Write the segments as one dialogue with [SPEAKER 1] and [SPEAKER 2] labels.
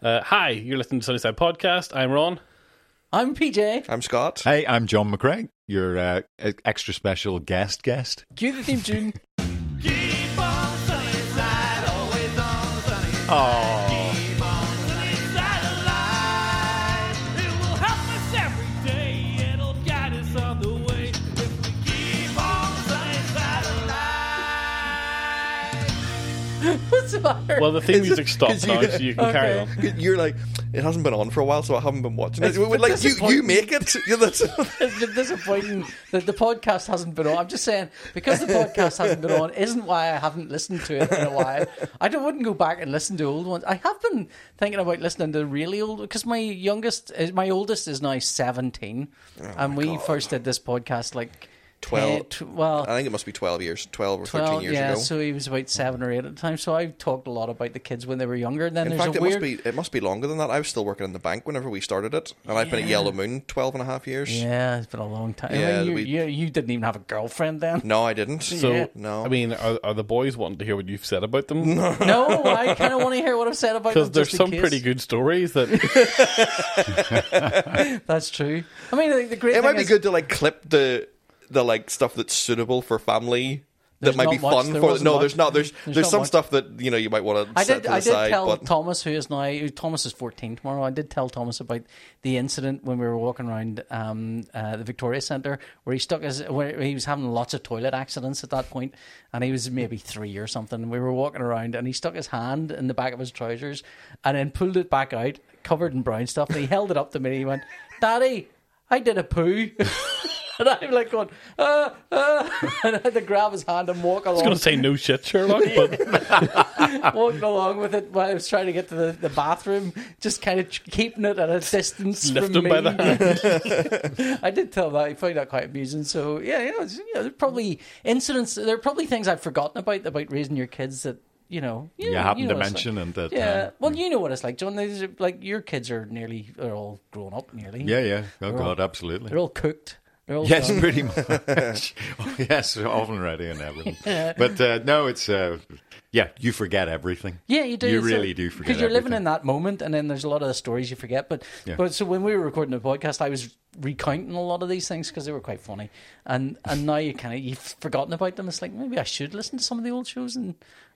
[SPEAKER 1] Uh, hi, you're listening to Sunnyside Podcast. I'm Ron.
[SPEAKER 2] I'm PJ.
[SPEAKER 3] I'm Scott.
[SPEAKER 4] Hey, I'm John McCraig, your uh,
[SPEAKER 2] e-,
[SPEAKER 4] extra special guest guest.
[SPEAKER 2] Cue the theme tune. What's the matter?
[SPEAKER 1] Well, the theme
[SPEAKER 3] Is it-
[SPEAKER 1] music stopped
[SPEAKER 3] is
[SPEAKER 1] now,
[SPEAKER 3] you-
[SPEAKER 1] so you can carry on.
[SPEAKER 3] You're like, it hasn't been on for a while, so I haven't been watching it.
[SPEAKER 2] It's
[SPEAKER 3] like you, you
[SPEAKER 2] disappointing.
[SPEAKER 3] make it. You're the-
[SPEAKER 2] it's been disappointing that the podcast hasn't been on. I'm just saying because the podcast hasn't been on isn't why I haven't listened to it in a while. I don't wouldn't go back and listen to old ones. I have been thinking about listening to really old because my youngest, is, my oldest is now 17,
[SPEAKER 3] Oh
[SPEAKER 2] and we first did this podcast like 10
[SPEAKER 3] 12.
[SPEAKER 2] tw- well,
[SPEAKER 3] I think it must be 12 years, 12 or 13
[SPEAKER 2] well,
[SPEAKER 3] uh, years
[SPEAKER 2] yeah.
[SPEAKER 3] ago.
[SPEAKER 2] So he was about seven or eight at the time. So I talked a lot about the kids when they were younger. And then
[SPEAKER 3] in
[SPEAKER 2] there's
[SPEAKER 3] fact,
[SPEAKER 2] a
[SPEAKER 3] it
[SPEAKER 2] weird.
[SPEAKER 3] must be it must be longer than that. I was still working in the bank whenever we started it, and I've been at Yellow Moon 12 and a half years.
[SPEAKER 2] Yeah, it's been a long time. I
[SPEAKER 3] Yeah,
[SPEAKER 2] mean, you,
[SPEAKER 3] we-
[SPEAKER 2] you, you didn't even have a girlfriend then.
[SPEAKER 3] No, I didn't.
[SPEAKER 1] So,
[SPEAKER 2] Yeah.
[SPEAKER 3] no,
[SPEAKER 1] I mean, are, are the boys wanting to hear what you've said about them?
[SPEAKER 2] No, I kind of want to hear what I've said about them.
[SPEAKER 1] Because there's
[SPEAKER 2] just in
[SPEAKER 1] some
[SPEAKER 2] case.
[SPEAKER 1] pretty good stories that
[SPEAKER 2] That's true. I mean, I think the great
[SPEAKER 3] it
[SPEAKER 2] thing
[SPEAKER 3] might be
[SPEAKER 2] is
[SPEAKER 3] good to like clip the the like stuff that's suitable for family.
[SPEAKER 2] There's
[SPEAKER 3] that might
[SPEAKER 2] not
[SPEAKER 3] be
[SPEAKER 2] much.
[SPEAKER 3] fun
[SPEAKER 2] There
[SPEAKER 3] for.
[SPEAKER 2] wasn't
[SPEAKER 3] No,
[SPEAKER 2] much.
[SPEAKER 3] there's not. There's
[SPEAKER 2] There's
[SPEAKER 3] there's,
[SPEAKER 2] not
[SPEAKER 3] some
[SPEAKER 2] much.
[SPEAKER 3] stuff that you know you might want to
[SPEAKER 2] I
[SPEAKER 3] set
[SPEAKER 2] did.
[SPEAKER 3] to the
[SPEAKER 2] I did
[SPEAKER 3] side.
[SPEAKER 2] tell
[SPEAKER 3] but
[SPEAKER 2] Thomas, who is now who- Thomas is 14 tomorrow. I did tell Thomas about the incident when we were walking around um, uh, the Victoria Centre, where he stuck his, where he was having lots of toilet accidents at that point, and he was maybe three or something. We were walking around, and he stuck his hand in the back of his trousers, and then pulled it back out, covered in brown stuff. And he held it up to me, and he went, "Daddy, I did a poo." And I'm like going, uh, uh, and I had to grab his hand and walk along
[SPEAKER 1] I'm going to say no shit, Sherlock, but
[SPEAKER 2] walking along with it while I was trying to get to the, the bathroom, just kind of ch- keeping it at a distance
[SPEAKER 1] Lift
[SPEAKER 2] from
[SPEAKER 1] him by
[SPEAKER 2] me.
[SPEAKER 1] the
[SPEAKER 2] I did tell that. I found that quite amusing. So yeah, you know, it's, you know, there are probably incidents. There are probably things I've forgotten about about raising your kids that you know you,
[SPEAKER 4] You
[SPEAKER 2] know-
[SPEAKER 4] happened
[SPEAKER 2] know
[SPEAKER 4] to
[SPEAKER 2] what it's
[SPEAKER 4] mention
[SPEAKER 2] like.
[SPEAKER 4] and that.
[SPEAKER 2] Yeah,
[SPEAKER 4] uh,
[SPEAKER 2] well, you know what it's like, John. These are, like your kids are nearly are all grown up, nearly.
[SPEAKER 4] yeah, yeah. Oh
[SPEAKER 2] They're
[SPEAKER 4] God,
[SPEAKER 2] all-
[SPEAKER 4] absolutely.
[SPEAKER 2] they're all cooked. They're all
[SPEAKER 4] Yes,
[SPEAKER 2] done.
[SPEAKER 4] pretty much. yes, often ready and everything. But uh, no, it's uh, yeah. You forget everything.
[SPEAKER 2] Yeah, you do.
[SPEAKER 4] You
[SPEAKER 2] So-
[SPEAKER 4] really do forget
[SPEAKER 2] because you're living in
[SPEAKER 4] everything.
[SPEAKER 2] that moment, and then there's a lot of the stories you forget. But
[SPEAKER 4] Yeah.
[SPEAKER 2] but so when we were recording the podcast, I was recounting a lot of these things because they were quite funny, and and now you kind of you've forgotten about them. It's like maybe I should listen to some of the old shows and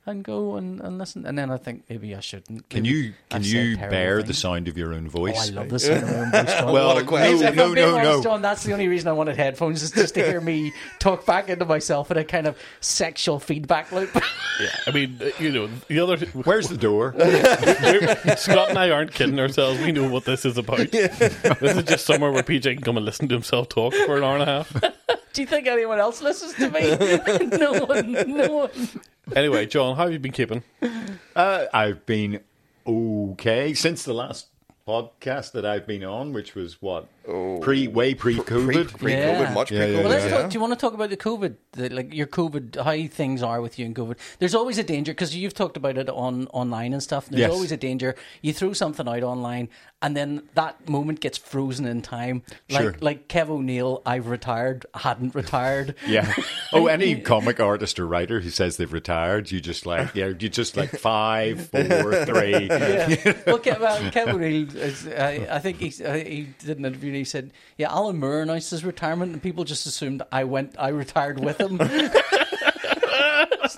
[SPEAKER 2] and go and, and listen, and then I think maybe I shouldn't.
[SPEAKER 4] Can you can
[SPEAKER 2] I've
[SPEAKER 4] you
[SPEAKER 2] said terrible
[SPEAKER 4] bear the
[SPEAKER 2] things.
[SPEAKER 4] sound of your own
[SPEAKER 2] Oh, I
[SPEAKER 4] voice?
[SPEAKER 2] love the sound of my own voice, John.
[SPEAKER 4] well,
[SPEAKER 3] What a question.
[SPEAKER 4] no,
[SPEAKER 2] If I'm
[SPEAKER 4] no,
[SPEAKER 2] being
[SPEAKER 4] no,
[SPEAKER 2] honest,
[SPEAKER 4] no.
[SPEAKER 2] John, that's the only reason I wanted headphones is just to hear me talk back into myself in a kind of sexual feedback loop.
[SPEAKER 1] I mean, uh, you know, the other
[SPEAKER 4] Where's the door?
[SPEAKER 1] We're- Scott and I aren't kidding ourselves. We know what this is about. This is just somewhere where PJ can come and listen to himself talk for an hour and a half.
[SPEAKER 2] Do you think anyone else listens to me? no one. No one.
[SPEAKER 1] Anyway, John, how have you been keeping?
[SPEAKER 4] Uh, I've been okay since the last podcast that I've been on, which was what pre way pre
[SPEAKER 3] Oh. pre
[SPEAKER 4] COVID.
[SPEAKER 3] pre
[SPEAKER 2] Yeah.
[SPEAKER 3] COVID, much
[SPEAKER 4] Yeah,
[SPEAKER 3] pre
[SPEAKER 4] yeah,
[SPEAKER 2] Well, let's
[SPEAKER 3] COVID.
[SPEAKER 2] talk, do you want to talk about the COVID, the, like your COVID, how things are with you in COVID? There's always a danger because you've talked about it on online and stuff. There's
[SPEAKER 4] Yes.
[SPEAKER 2] always a danger. You throw something out online, and then that moment gets frozen in time. Like
[SPEAKER 4] Sure.
[SPEAKER 2] like Kev O'Neill, I've retired, hadn't retired.
[SPEAKER 4] Yeah. Oh, any comic artist or writer who says they've retired, you just like yeah, you just like five, four, three.
[SPEAKER 2] well, Kev, well, Kev O'Neill, is, I, I think he's, I, he did an interview and he said, Yeah, Alan Moore announced his retirement, and people just assumed I went, I retired with him. it's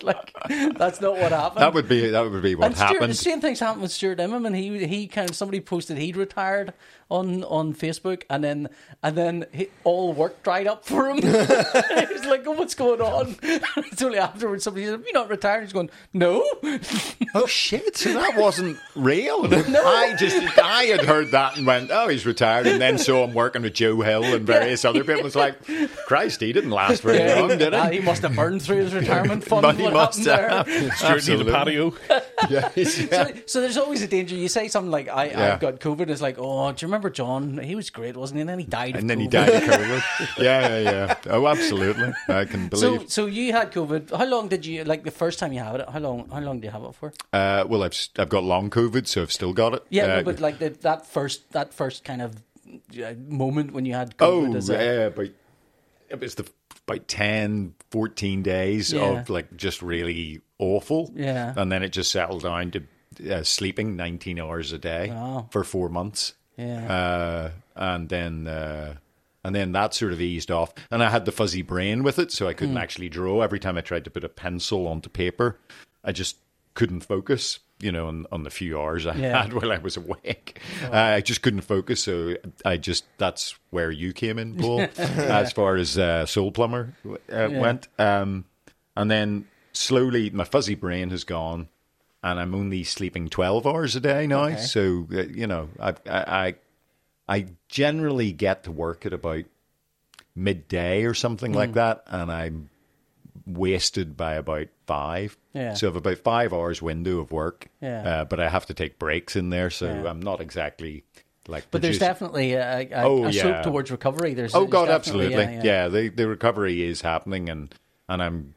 [SPEAKER 2] like, that's not what happened.
[SPEAKER 4] That would be that would be what
[SPEAKER 2] and Stuart, the
[SPEAKER 4] happened.
[SPEAKER 2] same things happened with Stuart Immerman. He he kind of somebody posted he'd retired on on Facebook, and then and then he, all work dried up for him. he was like, oh, "What's going on?" it's only afterwards somebody said, "You're not retired." He's going, "No."
[SPEAKER 4] Oh shit! So that wasn't real. I just I had heard that and went, "Oh, he's retired," and then saw him working with Joe Hill and various other people. It's like, Christ, he didn't last very long, did
[SPEAKER 2] Ah,
[SPEAKER 4] he?
[SPEAKER 2] he must have burned through his retirement fund.
[SPEAKER 4] But he
[SPEAKER 2] what
[SPEAKER 4] must
[SPEAKER 2] happened
[SPEAKER 4] have.
[SPEAKER 2] there?
[SPEAKER 1] Stuart needs a
[SPEAKER 4] Absolutely.
[SPEAKER 1] patio.
[SPEAKER 4] Yes, yeah.
[SPEAKER 2] So, so there's always a danger. You say something like, I,
[SPEAKER 4] Yeah.
[SPEAKER 2] "I've got COVID." It's like, "Oh, do you remember John? He was great, wasn't he?" And then he died. of
[SPEAKER 4] and then he
[SPEAKER 2] COVID.
[SPEAKER 4] died of COVID. yeah, yeah, yeah. Oh, absolutely. I can
[SPEAKER 2] So,
[SPEAKER 4] believe.
[SPEAKER 2] so you had COVID. How long did you like the first time you had it? How long? How long do you have it for?
[SPEAKER 4] uh, well, I've s- I've got long COVID, so I've still got it.
[SPEAKER 2] Yeah,
[SPEAKER 4] Uh,
[SPEAKER 2] no, but like the, that first that first kind of uh, moment when you had COVID.
[SPEAKER 4] oh,
[SPEAKER 2] as a-
[SPEAKER 4] yeah, but it was the about 10, 14 days
[SPEAKER 2] Yeah.
[SPEAKER 4] of like just really awful.
[SPEAKER 2] Yeah.
[SPEAKER 4] and then it just settled down to uh, sleeping 19 hours a day
[SPEAKER 2] Wow.
[SPEAKER 4] for four months.
[SPEAKER 2] Yeah.
[SPEAKER 4] Uh, and then uh, and then that sort of eased off. And I had the fuzzy brain with it, so I
[SPEAKER 2] Hmm.
[SPEAKER 4] couldn't actually draw. Every time I tried to put a pencil onto paper, I just couldn't focus. You know, on, on the few hours I
[SPEAKER 2] Yeah. Oh.
[SPEAKER 4] had while I was awake, Uh, I just couldn't focus. So I just that's where you came in, Paul, as far as uh, Soul Plumber uh, went. Um, and then slowly my fuzzy brain has gone, and I'm only sleeping twelve hours a day now. So uh, you know, I, I I I generally get to work at about midday or something
[SPEAKER 2] Mm.
[SPEAKER 4] like that, and I'm wasted by about five.
[SPEAKER 2] Yeah.
[SPEAKER 4] So I've about five hours window of work.
[SPEAKER 2] Yeah.
[SPEAKER 4] Uh, but I have to take breaks in there, so
[SPEAKER 2] Yeah.
[SPEAKER 4] I'm not exactly like.
[SPEAKER 2] But there's
[SPEAKER 4] producing-
[SPEAKER 2] definitely a, a,
[SPEAKER 4] Oh,
[SPEAKER 2] a
[SPEAKER 4] yeah.
[SPEAKER 2] slope towards recovery. There's
[SPEAKER 4] Oh
[SPEAKER 2] there's
[SPEAKER 4] God,
[SPEAKER 2] definitely-
[SPEAKER 4] absolutely. Yeah, the the recovery is happening, and and I'm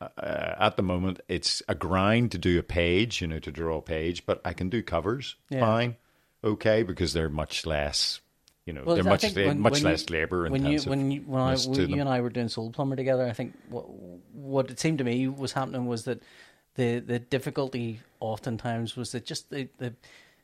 [SPEAKER 4] uh, at the moment it's a grind to do a page, you know, to draw a page, but I can do covers
[SPEAKER 2] Yeah.
[SPEAKER 4] fine, okay, because they're much less. You know,
[SPEAKER 2] Well,
[SPEAKER 4] they're
[SPEAKER 2] I
[SPEAKER 4] much
[SPEAKER 2] think
[SPEAKER 4] they-
[SPEAKER 2] when-
[SPEAKER 4] much
[SPEAKER 2] when you-
[SPEAKER 4] less labor
[SPEAKER 2] when you
[SPEAKER 4] intensive.
[SPEAKER 2] when you when I,
[SPEAKER 4] Let's do
[SPEAKER 2] you
[SPEAKER 4] them.
[SPEAKER 2] and I were doing Soul Plumber together, I think what what it seemed to me was happening was that the the difficulty oftentimes was that just the, the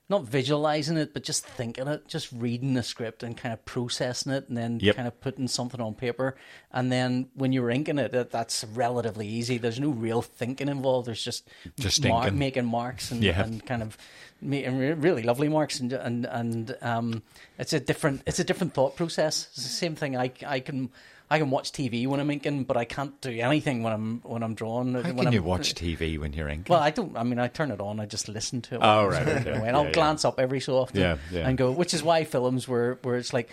[SPEAKER 2] not visualizing it, but just thinking it, just reading the script and kind of processing it, and then
[SPEAKER 4] Yep.
[SPEAKER 2] kind of putting something on paper. And then when you're inking it, that, that's relatively easy. There's no real thinking involved. There's just,
[SPEAKER 4] Just
[SPEAKER 2] mar-
[SPEAKER 4] inking.
[SPEAKER 2] making marks and,
[SPEAKER 4] Yeah.
[SPEAKER 2] and kind of ma- and re- really lovely marks and and and um, it's a different it's a different thought process. It's the same thing. I, I can I can watch TV when I'm inking, but I can't do anything when I'm when I'm drawing.
[SPEAKER 4] How
[SPEAKER 2] when
[SPEAKER 4] can
[SPEAKER 2] I'm,
[SPEAKER 4] you watch TV when you're in?
[SPEAKER 2] Well, I don't. I mean, I turn it on. I just listen to it.
[SPEAKER 4] Oh,
[SPEAKER 2] when I'm
[SPEAKER 4] right,
[SPEAKER 2] doing it.
[SPEAKER 4] okay.
[SPEAKER 2] And I'll
[SPEAKER 4] Yeah, yeah.
[SPEAKER 2] glance up every so often
[SPEAKER 4] Yeah, yeah.
[SPEAKER 2] and go. Which is why films where where it's like.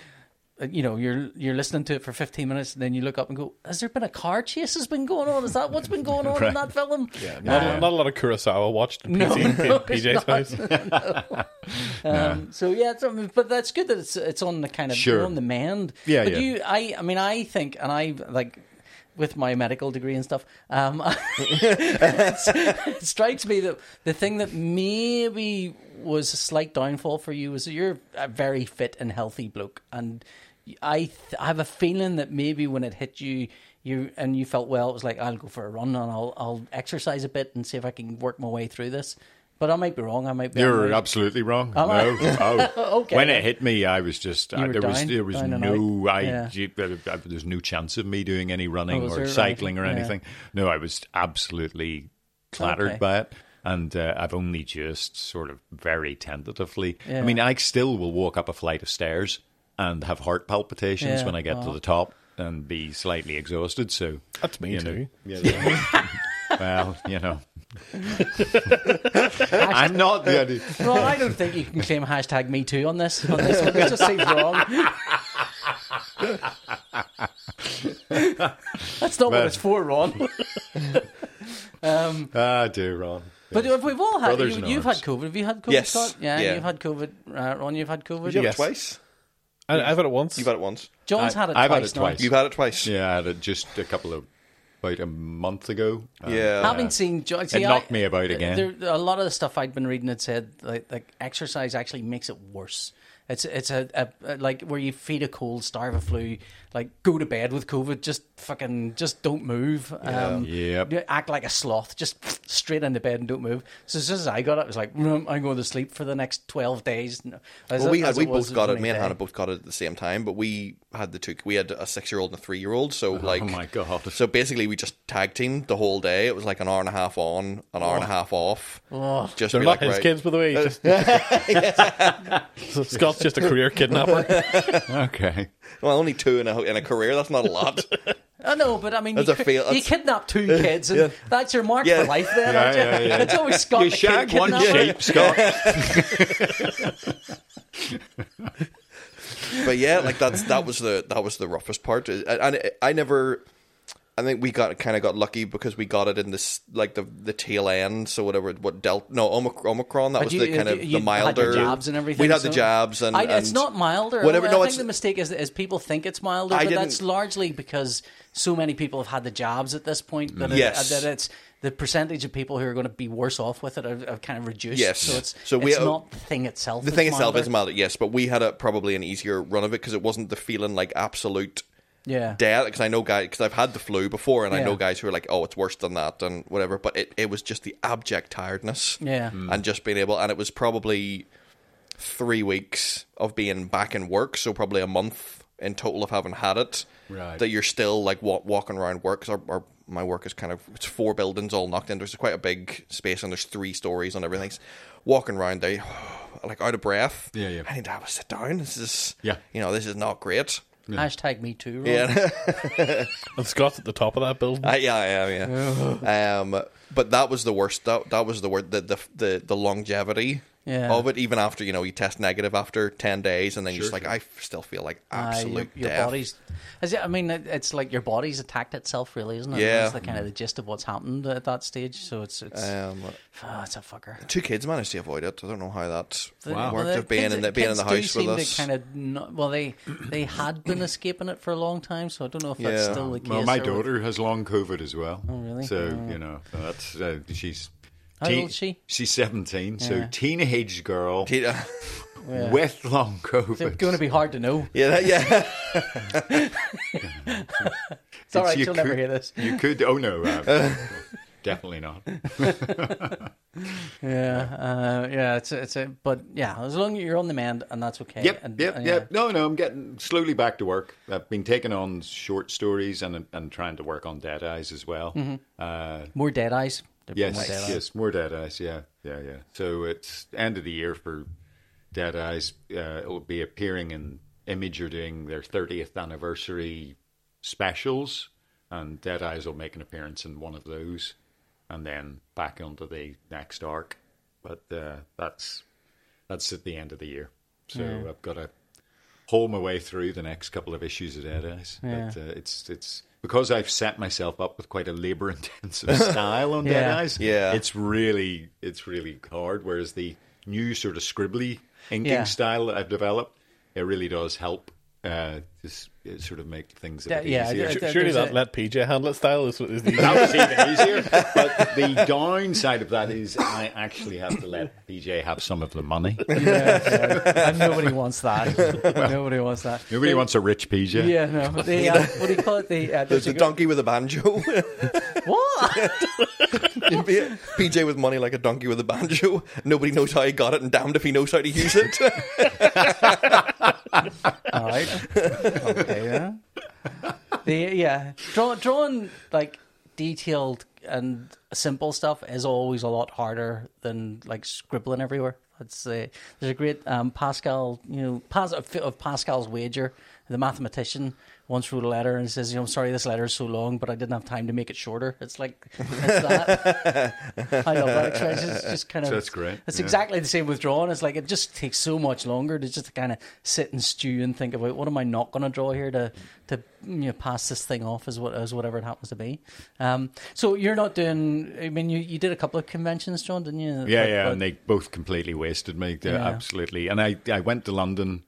[SPEAKER 2] uh, You know, you're you're listening to it for 15 minutes, and then you look up and go, "Has there been a car chase? Has been going on? Is that what's been going on in
[SPEAKER 4] Right.
[SPEAKER 2] that film?"
[SPEAKER 1] Not, not a lot of Kurosawa watched in
[SPEAKER 2] No,
[SPEAKER 1] PC,
[SPEAKER 2] no, it's
[SPEAKER 1] PJ's house.
[SPEAKER 2] Um, so yeah, it's, um, but that's good that it's it's on the kind of
[SPEAKER 4] Sure.
[SPEAKER 2] on the mend.
[SPEAKER 4] Yeah,
[SPEAKER 2] but
[SPEAKER 4] yeah.
[SPEAKER 2] you, I, I mean, I think, and I like with my medical degree and stuff. Um, it strikes me that the thing that maybe was a slight downfall for you is that you're a very fit and healthy bloke, and I, th- I have a feeling that maybe when it hit you. You and you felt well. It was like I'll go for a run and I'll I'll exercise a bit and see if I can work my way through this. But I might be wrong. I might be.
[SPEAKER 4] You're
[SPEAKER 2] unwise.
[SPEAKER 4] absolutely wrong.
[SPEAKER 2] Am I?
[SPEAKER 4] no, oh.
[SPEAKER 2] Okay.
[SPEAKER 4] When it hit me, I was just I,
[SPEAKER 2] were
[SPEAKER 4] there was
[SPEAKER 2] down-
[SPEAKER 4] there was
[SPEAKER 2] down and
[SPEAKER 4] no
[SPEAKER 2] out.
[SPEAKER 4] I,
[SPEAKER 2] Yeah.
[SPEAKER 4] you- uh, uh, there's no chance of me doing any running
[SPEAKER 2] Oh, is there?
[SPEAKER 4] or
[SPEAKER 2] Right.
[SPEAKER 4] cycling or
[SPEAKER 2] Yeah.
[SPEAKER 4] anything. No, I was absolutely clattered
[SPEAKER 2] Okay.
[SPEAKER 4] by it. And uh, I've only just sort of very tentatively.
[SPEAKER 2] Yeah.
[SPEAKER 4] I mean, I still will walk up a flight of stairs and have heart palpitations
[SPEAKER 2] Yeah. Oh.
[SPEAKER 4] when I get to
[SPEAKER 2] Wow.
[SPEAKER 4] the top and be slightly exhausted. So
[SPEAKER 1] That's me
[SPEAKER 4] you know,
[SPEAKER 1] too.
[SPEAKER 4] well, you know, I'm not the only-
[SPEAKER 2] Ron, I don't think you can claim hashtag me too on this. On this one. It just seems wrong. That's not what
[SPEAKER 4] But-
[SPEAKER 2] it's for, Ron.
[SPEAKER 4] Ah, do Ron.
[SPEAKER 2] But if we've all had,
[SPEAKER 4] Brothers
[SPEAKER 2] you,
[SPEAKER 4] in
[SPEAKER 2] you've had
[SPEAKER 4] arms.
[SPEAKER 2] COVID. Have you had COVID,
[SPEAKER 3] Yes.
[SPEAKER 2] Scott? Yeah,
[SPEAKER 3] Yeah.
[SPEAKER 2] you've had COVID. Uh, Ron, you've had COVID.
[SPEAKER 3] You had
[SPEAKER 4] Yes.
[SPEAKER 3] it twice.
[SPEAKER 1] I, I've had it once.
[SPEAKER 3] You've had it once.
[SPEAKER 2] John's had it
[SPEAKER 4] I've had
[SPEAKER 2] twice
[SPEAKER 4] it
[SPEAKER 2] now.
[SPEAKER 4] twice.
[SPEAKER 3] You've had it twice.
[SPEAKER 4] Yeah, I had it just a couple of about a month ago. Uh,
[SPEAKER 3] Yeah.
[SPEAKER 2] Having seen John, see,
[SPEAKER 4] knocked
[SPEAKER 2] I-
[SPEAKER 4] me about again.
[SPEAKER 2] There, a lot of the stuff I'd been reading had said like, like exercise actually makes it worse. It's it's a, a, a- like where you feed a cold, starve a flu, like go to bed with COVID, just fucking just don't move. Um,
[SPEAKER 4] Yep.
[SPEAKER 2] you Act like a sloth, just straight into bed and don't move. So as soon as I got it, I was like, "Mm, I'm going to sleep for the next twelve days. No, as
[SPEAKER 3] Well,
[SPEAKER 2] it-
[SPEAKER 3] we had
[SPEAKER 2] as
[SPEAKER 3] we
[SPEAKER 2] was
[SPEAKER 3] both got
[SPEAKER 2] the
[SPEAKER 3] it. Me and
[SPEAKER 2] day.
[SPEAKER 3] Hannah both got it at the same time, but we had the two. We had a six year old and a three year
[SPEAKER 1] Oh
[SPEAKER 3] old. So like,
[SPEAKER 4] my God.
[SPEAKER 3] So basically, we just tag teamed the whole day. It was like an hour and a half on,
[SPEAKER 2] Oh.
[SPEAKER 3] an hour and a half off. Just
[SPEAKER 1] They're
[SPEAKER 3] be
[SPEAKER 1] not
[SPEAKER 3] like,
[SPEAKER 1] his
[SPEAKER 3] right.
[SPEAKER 1] kids, by the way. he's just- Scott's just a career kidnapper.
[SPEAKER 4] Okay.
[SPEAKER 3] Well, only two in a in a career. That's not a lot.
[SPEAKER 2] I know, but I mean, you,
[SPEAKER 3] That's a
[SPEAKER 2] ki-
[SPEAKER 3] fail-
[SPEAKER 2] you
[SPEAKER 3] that's-
[SPEAKER 2] kidnap two kids, and that's your mark
[SPEAKER 3] Yeah.
[SPEAKER 2] for life. Then
[SPEAKER 4] Yeah,
[SPEAKER 2] aren't you?
[SPEAKER 4] yeah, yeah.
[SPEAKER 2] it's always Scott.
[SPEAKER 4] You
[SPEAKER 2] the kid
[SPEAKER 4] shagged one
[SPEAKER 2] kidnapper.
[SPEAKER 4] sheep, Scott.
[SPEAKER 3] but yeah, like that's that was the that was the roughest part. Uh, And I, I never, I think we got kind of got lucky because we got it in this like the the tail end. So whatever what dealt no Omic- Omicron that
[SPEAKER 2] But
[SPEAKER 3] was
[SPEAKER 2] you-
[SPEAKER 3] the kind
[SPEAKER 2] you-
[SPEAKER 3] of
[SPEAKER 2] you
[SPEAKER 3] the
[SPEAKER 2] had
[SPEAKER 3] milder
[SPEAKER 2] the jabs and everything.
[SPEAKER 3] We had
[SPEAKER 2] so-
[SPEAKER 3] the jabs and,
[SPEAKER 2] I, it's
[SPEAKER 3] and-
[SPEAKER 2] not milder.
[SPEAKER 3] Whatever.
[SPEAKER 2] I
[SPEAKER 3] no,
[SPEAKER 2] think
[SPEAKER 3] it's
[SPEAKER 2] the mistake is, is people think it's milder,
[SPEAKER 3] I
[SPEAKER 2] but that's
[SPEAKER 3] didn't-
[SPEAKER 2] largely because so many people have had the jabs at this point that,
[SPEAKER 3] Yes.
[SPEAKER 2] it, that it's the percentage of people who are going to be worse off with it are, are kind of reduced.
[SPEAKER 3] Yes.
[SPEAKER 2] So it's
[SPEAKER 3] So we-
[SPEAKER 2] it's not the thing itself.
[SPEAKER 3] the thing itself is milder. Yes, but we had a probably an easier run of it because it wasn't the feeling like absolute
[SPEAKER 2] Yeah.
[SPEAKER 3] death because I know guys because I've had the flu before and I
[SPEAKER 2] Yeah.
[SPEAKER 3] know guys who are like, oh, it's worse than that and whatever. But it, it was just the abject tiredness.
[SPEAKER 2] Yeah.
[SPEAKER 4] Mm.
[SPEAKER 3] and just being able and it was probably three weeks of being back in work, so probably a month in total of having had it.
[SPEAKER 4] Right.
[SPEAKER 3] That you're still like wa- walking around work 'cause our, our my work is kind of it's four buildings all knocked in. There's quite a big space and there's three stories and everything's walking around they like out of breath.
[SPEAKER 4] Yeah, yeah.
[SPEAKER 3] I need to have a sit down. This is
[SPEAKER 4] Yeah.
[SPEAKER 3] You know, this is not great.
[SPEAKER 2] Hashtag me too. Rob.
[SPEAKER 3] Yeah.
[SPEAKER 1] And Scott's at the top of that building.
[SPEAKER 3] Uh, yeah, I am. Yeah. um, but that was the worst. That, that was the word. The the the, the longevity
[SPEAKER 2] Yeah.
[SPEAKER 3] of it. Even after you know you test negative after ten days, and then you're just like, I f- still feel like
[SPEAKER 2] Aye, Uh, your-
[SPEAKER 3] absolute
[SPEAKER 2] your,
[SPEAKER 3] death.
[SPEAKER 2] body's. Is it- I mean, it- it's like your body's attacked itself, really, isn't it?
[SPEAKER 3] Yeah.
[SPEAKER 2] That's the kind of the gist of what's happened at that stage. So it's it's
[SPEAKER 3] Um,
[SPEAKER 2] ah, it's a fucker.
[SPEAKER 3] two kids managed to avoid it. I don't know how that
[SPEAKER 4] Wow.
[SPEAKER 3] worked.
[SPEAKER 2] the
[SPEAKER 3] of being
[SPEAKER 2] kids-
[SPEAKER 3] in the being in
[SPEAKER 2] kids
[SPEAKER 3] the
[SPEAKER 2] do
[SPEAKER 3] house
[SPEAKER 2] seem
[SPEAKER 3] with
[SPEAKER 2] to
[SPEAKER 3] us.
[SPEAKER 2] Kind of not, well, they they had been escaping it for a long time, so I don't know if that's
[SPEAKER 3] Yeah.
[SPEAKER 2] still the case.
[SPEAKER 4] Well, my
[SPEAKER 2] or what-
[SPEAKER 4] daughter has long COVID as well. Oh,
[SPEAKER 2] really?
[SPEAKER 4] So you know that's uh, she's.
[SPEAKER 2] How old is she?
[SPEAKER 4] She's seventeen. So
[SPEAKER 2] Yeah.
[SPEAKER 4] teenage girl
[SPEAKER 3] yeah,
[SPEAKER 4] with long
[SPEAKER 2] It's
[SPEAKER 4] COVID.
[SPEAKER 2] going to be hard to know.
[SPEAKER 3] yeah, yeah.
[SPEAKER 2] It's all right,
[SPEAKER 4] you
[SPEAKER 2] you'll never
[SPEAKER 4] could-
[SPEAKER 2] hear this.
[SPEAKER 4] You could. Oh no, uh, definitely not.
[SPEAKER 2] Yeah, uh, yeah, it's a, it's a, but yeah, as long as you're on the mend and that's okay.
[SPEAKER 4] Yep,
[SPEAKER 2] and, uh,
[SPEAKER 4] yep,
[SPEAKER 2] and,
[SPEAKER 4] yep. No, no, I'm getting slowly back to work. I've been taking on short stories and and trying to work on Dead Eyes as well.
[SPEAKER 2] Mm-hmm.
[SPEAKER 4] Uh,
[SPEAKER 2] yeah, More dead eyes. There'd be
[SPEAKER 4] yes,
[SPEAKER 2] more dead eyes.
[SPEAKER 4] yes, more Dead Eyes. Yeah, yeah, yeah. So it's end of the year for Dead Eyes. Uh, it will be appearing in Image are doing their 30th anniversary specials, and Dead Eyes will make an appearance in one of those, and then back onto the next arc. But uh, that's that's at the end of the year. So I've got to hole my way through the next couple of issues of Dead Eyes. But uh, it's it's because I've set myself up with quite a labor intensive style on Dead
[SPEAKER 2] Yeah.
[SPEAKER 4] Eyes.
[SPEAKER 3] Yeah.
[SPEAKER 4] it's really it's really hard. Whereas the new sort of scribbly inking
[SPEAKER 2] Yeah.
[SPEAKER 4] style that I've developed, it really does help. Uh, just it sort of make things a
[SPEAKER 2] Yeah,
[SPEAKER 4] bit
[SPEAKER 2] yeah,
[SPEAKER 4] easier.
[SPEAKER 2] I- I-
[SPEAKER 1] Surely
[SPEAKER 2] There's
[SPEAKER 1] that
[SPEAKER 2] a-
[SPEAKER 1] let PJ handle it style is, is the
[SPEAKER 4] That was even easier. But the downside of that is I actually have to let PJ have some of the money.
[SPEAKER 2] And nobody wants that. nobody wants that.
[SPEAKER 4] Nobody wants a rich PJ.
[SPEAKER 2] Yeah, no. The, uh, what do you call it? The uh,
[SPEAKER 3] There's a
[SPEAKER 2] the-
[SPEAKER 3] donkey with a banjo.
[SPEAKER 2] What?
[SPEAKER 3] It'd be a- PJ with money like a donkey with a banjo. Nobody knows how he got it, and damned if he knows how to use it.
[SPEAKER 2] All right. Okay. Yeah. The yeah, draw, drawing like detailed and simple stuff is always a lot harder than like scribbling everywhere. That's uh, there's a great um, Pascal, you know, Pas- of, of Pascal's wager. The mathematician once wrote a letter and says, "You know, I'm sorry this letter is so long, but I didn't have time to make it shorter." It's like it's that. I love that expression. It's just kind of
[SPEAKER 4] That's great,
[SPEAKER 2] It's exactly
[SPEAKER 4] yeah.
[SPEAKER 2] exactly the same with drawing. It's like it just takes so much longer to just kind of sit and stew and think about what am I not going to draw here to to you know, pass this thing off as what as whatever it happens to be. Um, so you're not doing. I mean, you, you did a couple of conventions, John, didn't you?
[SPEAKER 4] Yeah,
[SPEAKER 2] But-
[SPEAKER 4] yeah,
[SPEAKER 2] but-
[SPEAKER 4] and they both completely wasted me. They-
[SPEAKER 2] Yeah.
[SPEAKER 4] Absolutely. And I, I went to London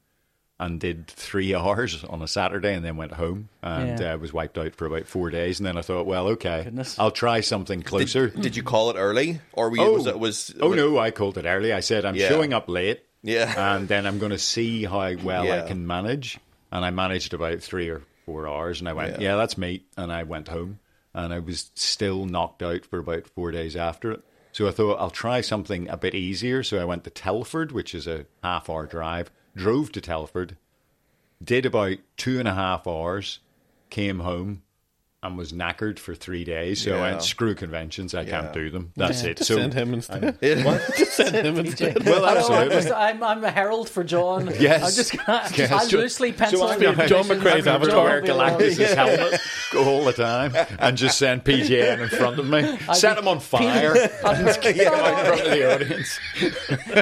[SPEAKER 4] and did three hours on a Saturday and then went home and
[SPEAKER 2] Yeah.
[SPEAKER 4] uh, was wiped out for about four days. And then I thought, well, okay,
[SPEAKER 2] Goodness.
[SPEAKER 4] I'll try something closer.
[SPEAKER 3] Did you call it early, or were you, was it was?
[SPEAKER 4] oh
[SPEAKER 3] was-
[SPEAKER 4] no, I called it early. I said, I'm
[SPEAKER 3] Yeah.
[SPEAKER 4] showing up late.
[SPEAKER 3] Yeah.
[SPEAKER 4] And then I'm going to see how well
[SPEAKER 3] Yeah.
[SPEAKER 4] I can manage. And I managed about three or four hours. And I went,
[SPEAKER 3] Yeah.
[SPEAKER 4] yeah, that's me. And I went home. And I was still knocked out for about four days after it. So I thought, I'll try something a bit easier. So I went to Telford, which is a half hour drive, drove to Telford, did about two and a half hours, came home. And was knackered for three days, so I
[SPEAKER 3] Yeah.
[SPEAKER 4] went screw conventions. I can't do them. That's it. So
[SPEAKER 1] send him instead. send him instead.
[SPEAKER 4] well,
[SPEAKER 2] I don't know, I'm,
[SPEAKER 4] absolutely.
[SPEAKER 2] just, I'm, I'm a herald for John.
[SPEAKER 4] Yes.
[SPEAKER 2] I'm just gonna,
[SPEAKER 4] Yes.
[SPEAKER 2] I loosely pencil
[SPEAKER 4] So I'm
[SPEAKER 2] the
[SPEAKER 4] John
[SPEAKER 2] conditions.
[SPEAKER 1] McCrae's
[SPEAKER 2] I'm
[SPEAKER 1] avatar.
[SPEAKER 2] John Belong.
[SPEAKER 4] Galactus' helmet all the time and just send PJN in front of me. Set him on fire and just kick him out in front of the audience.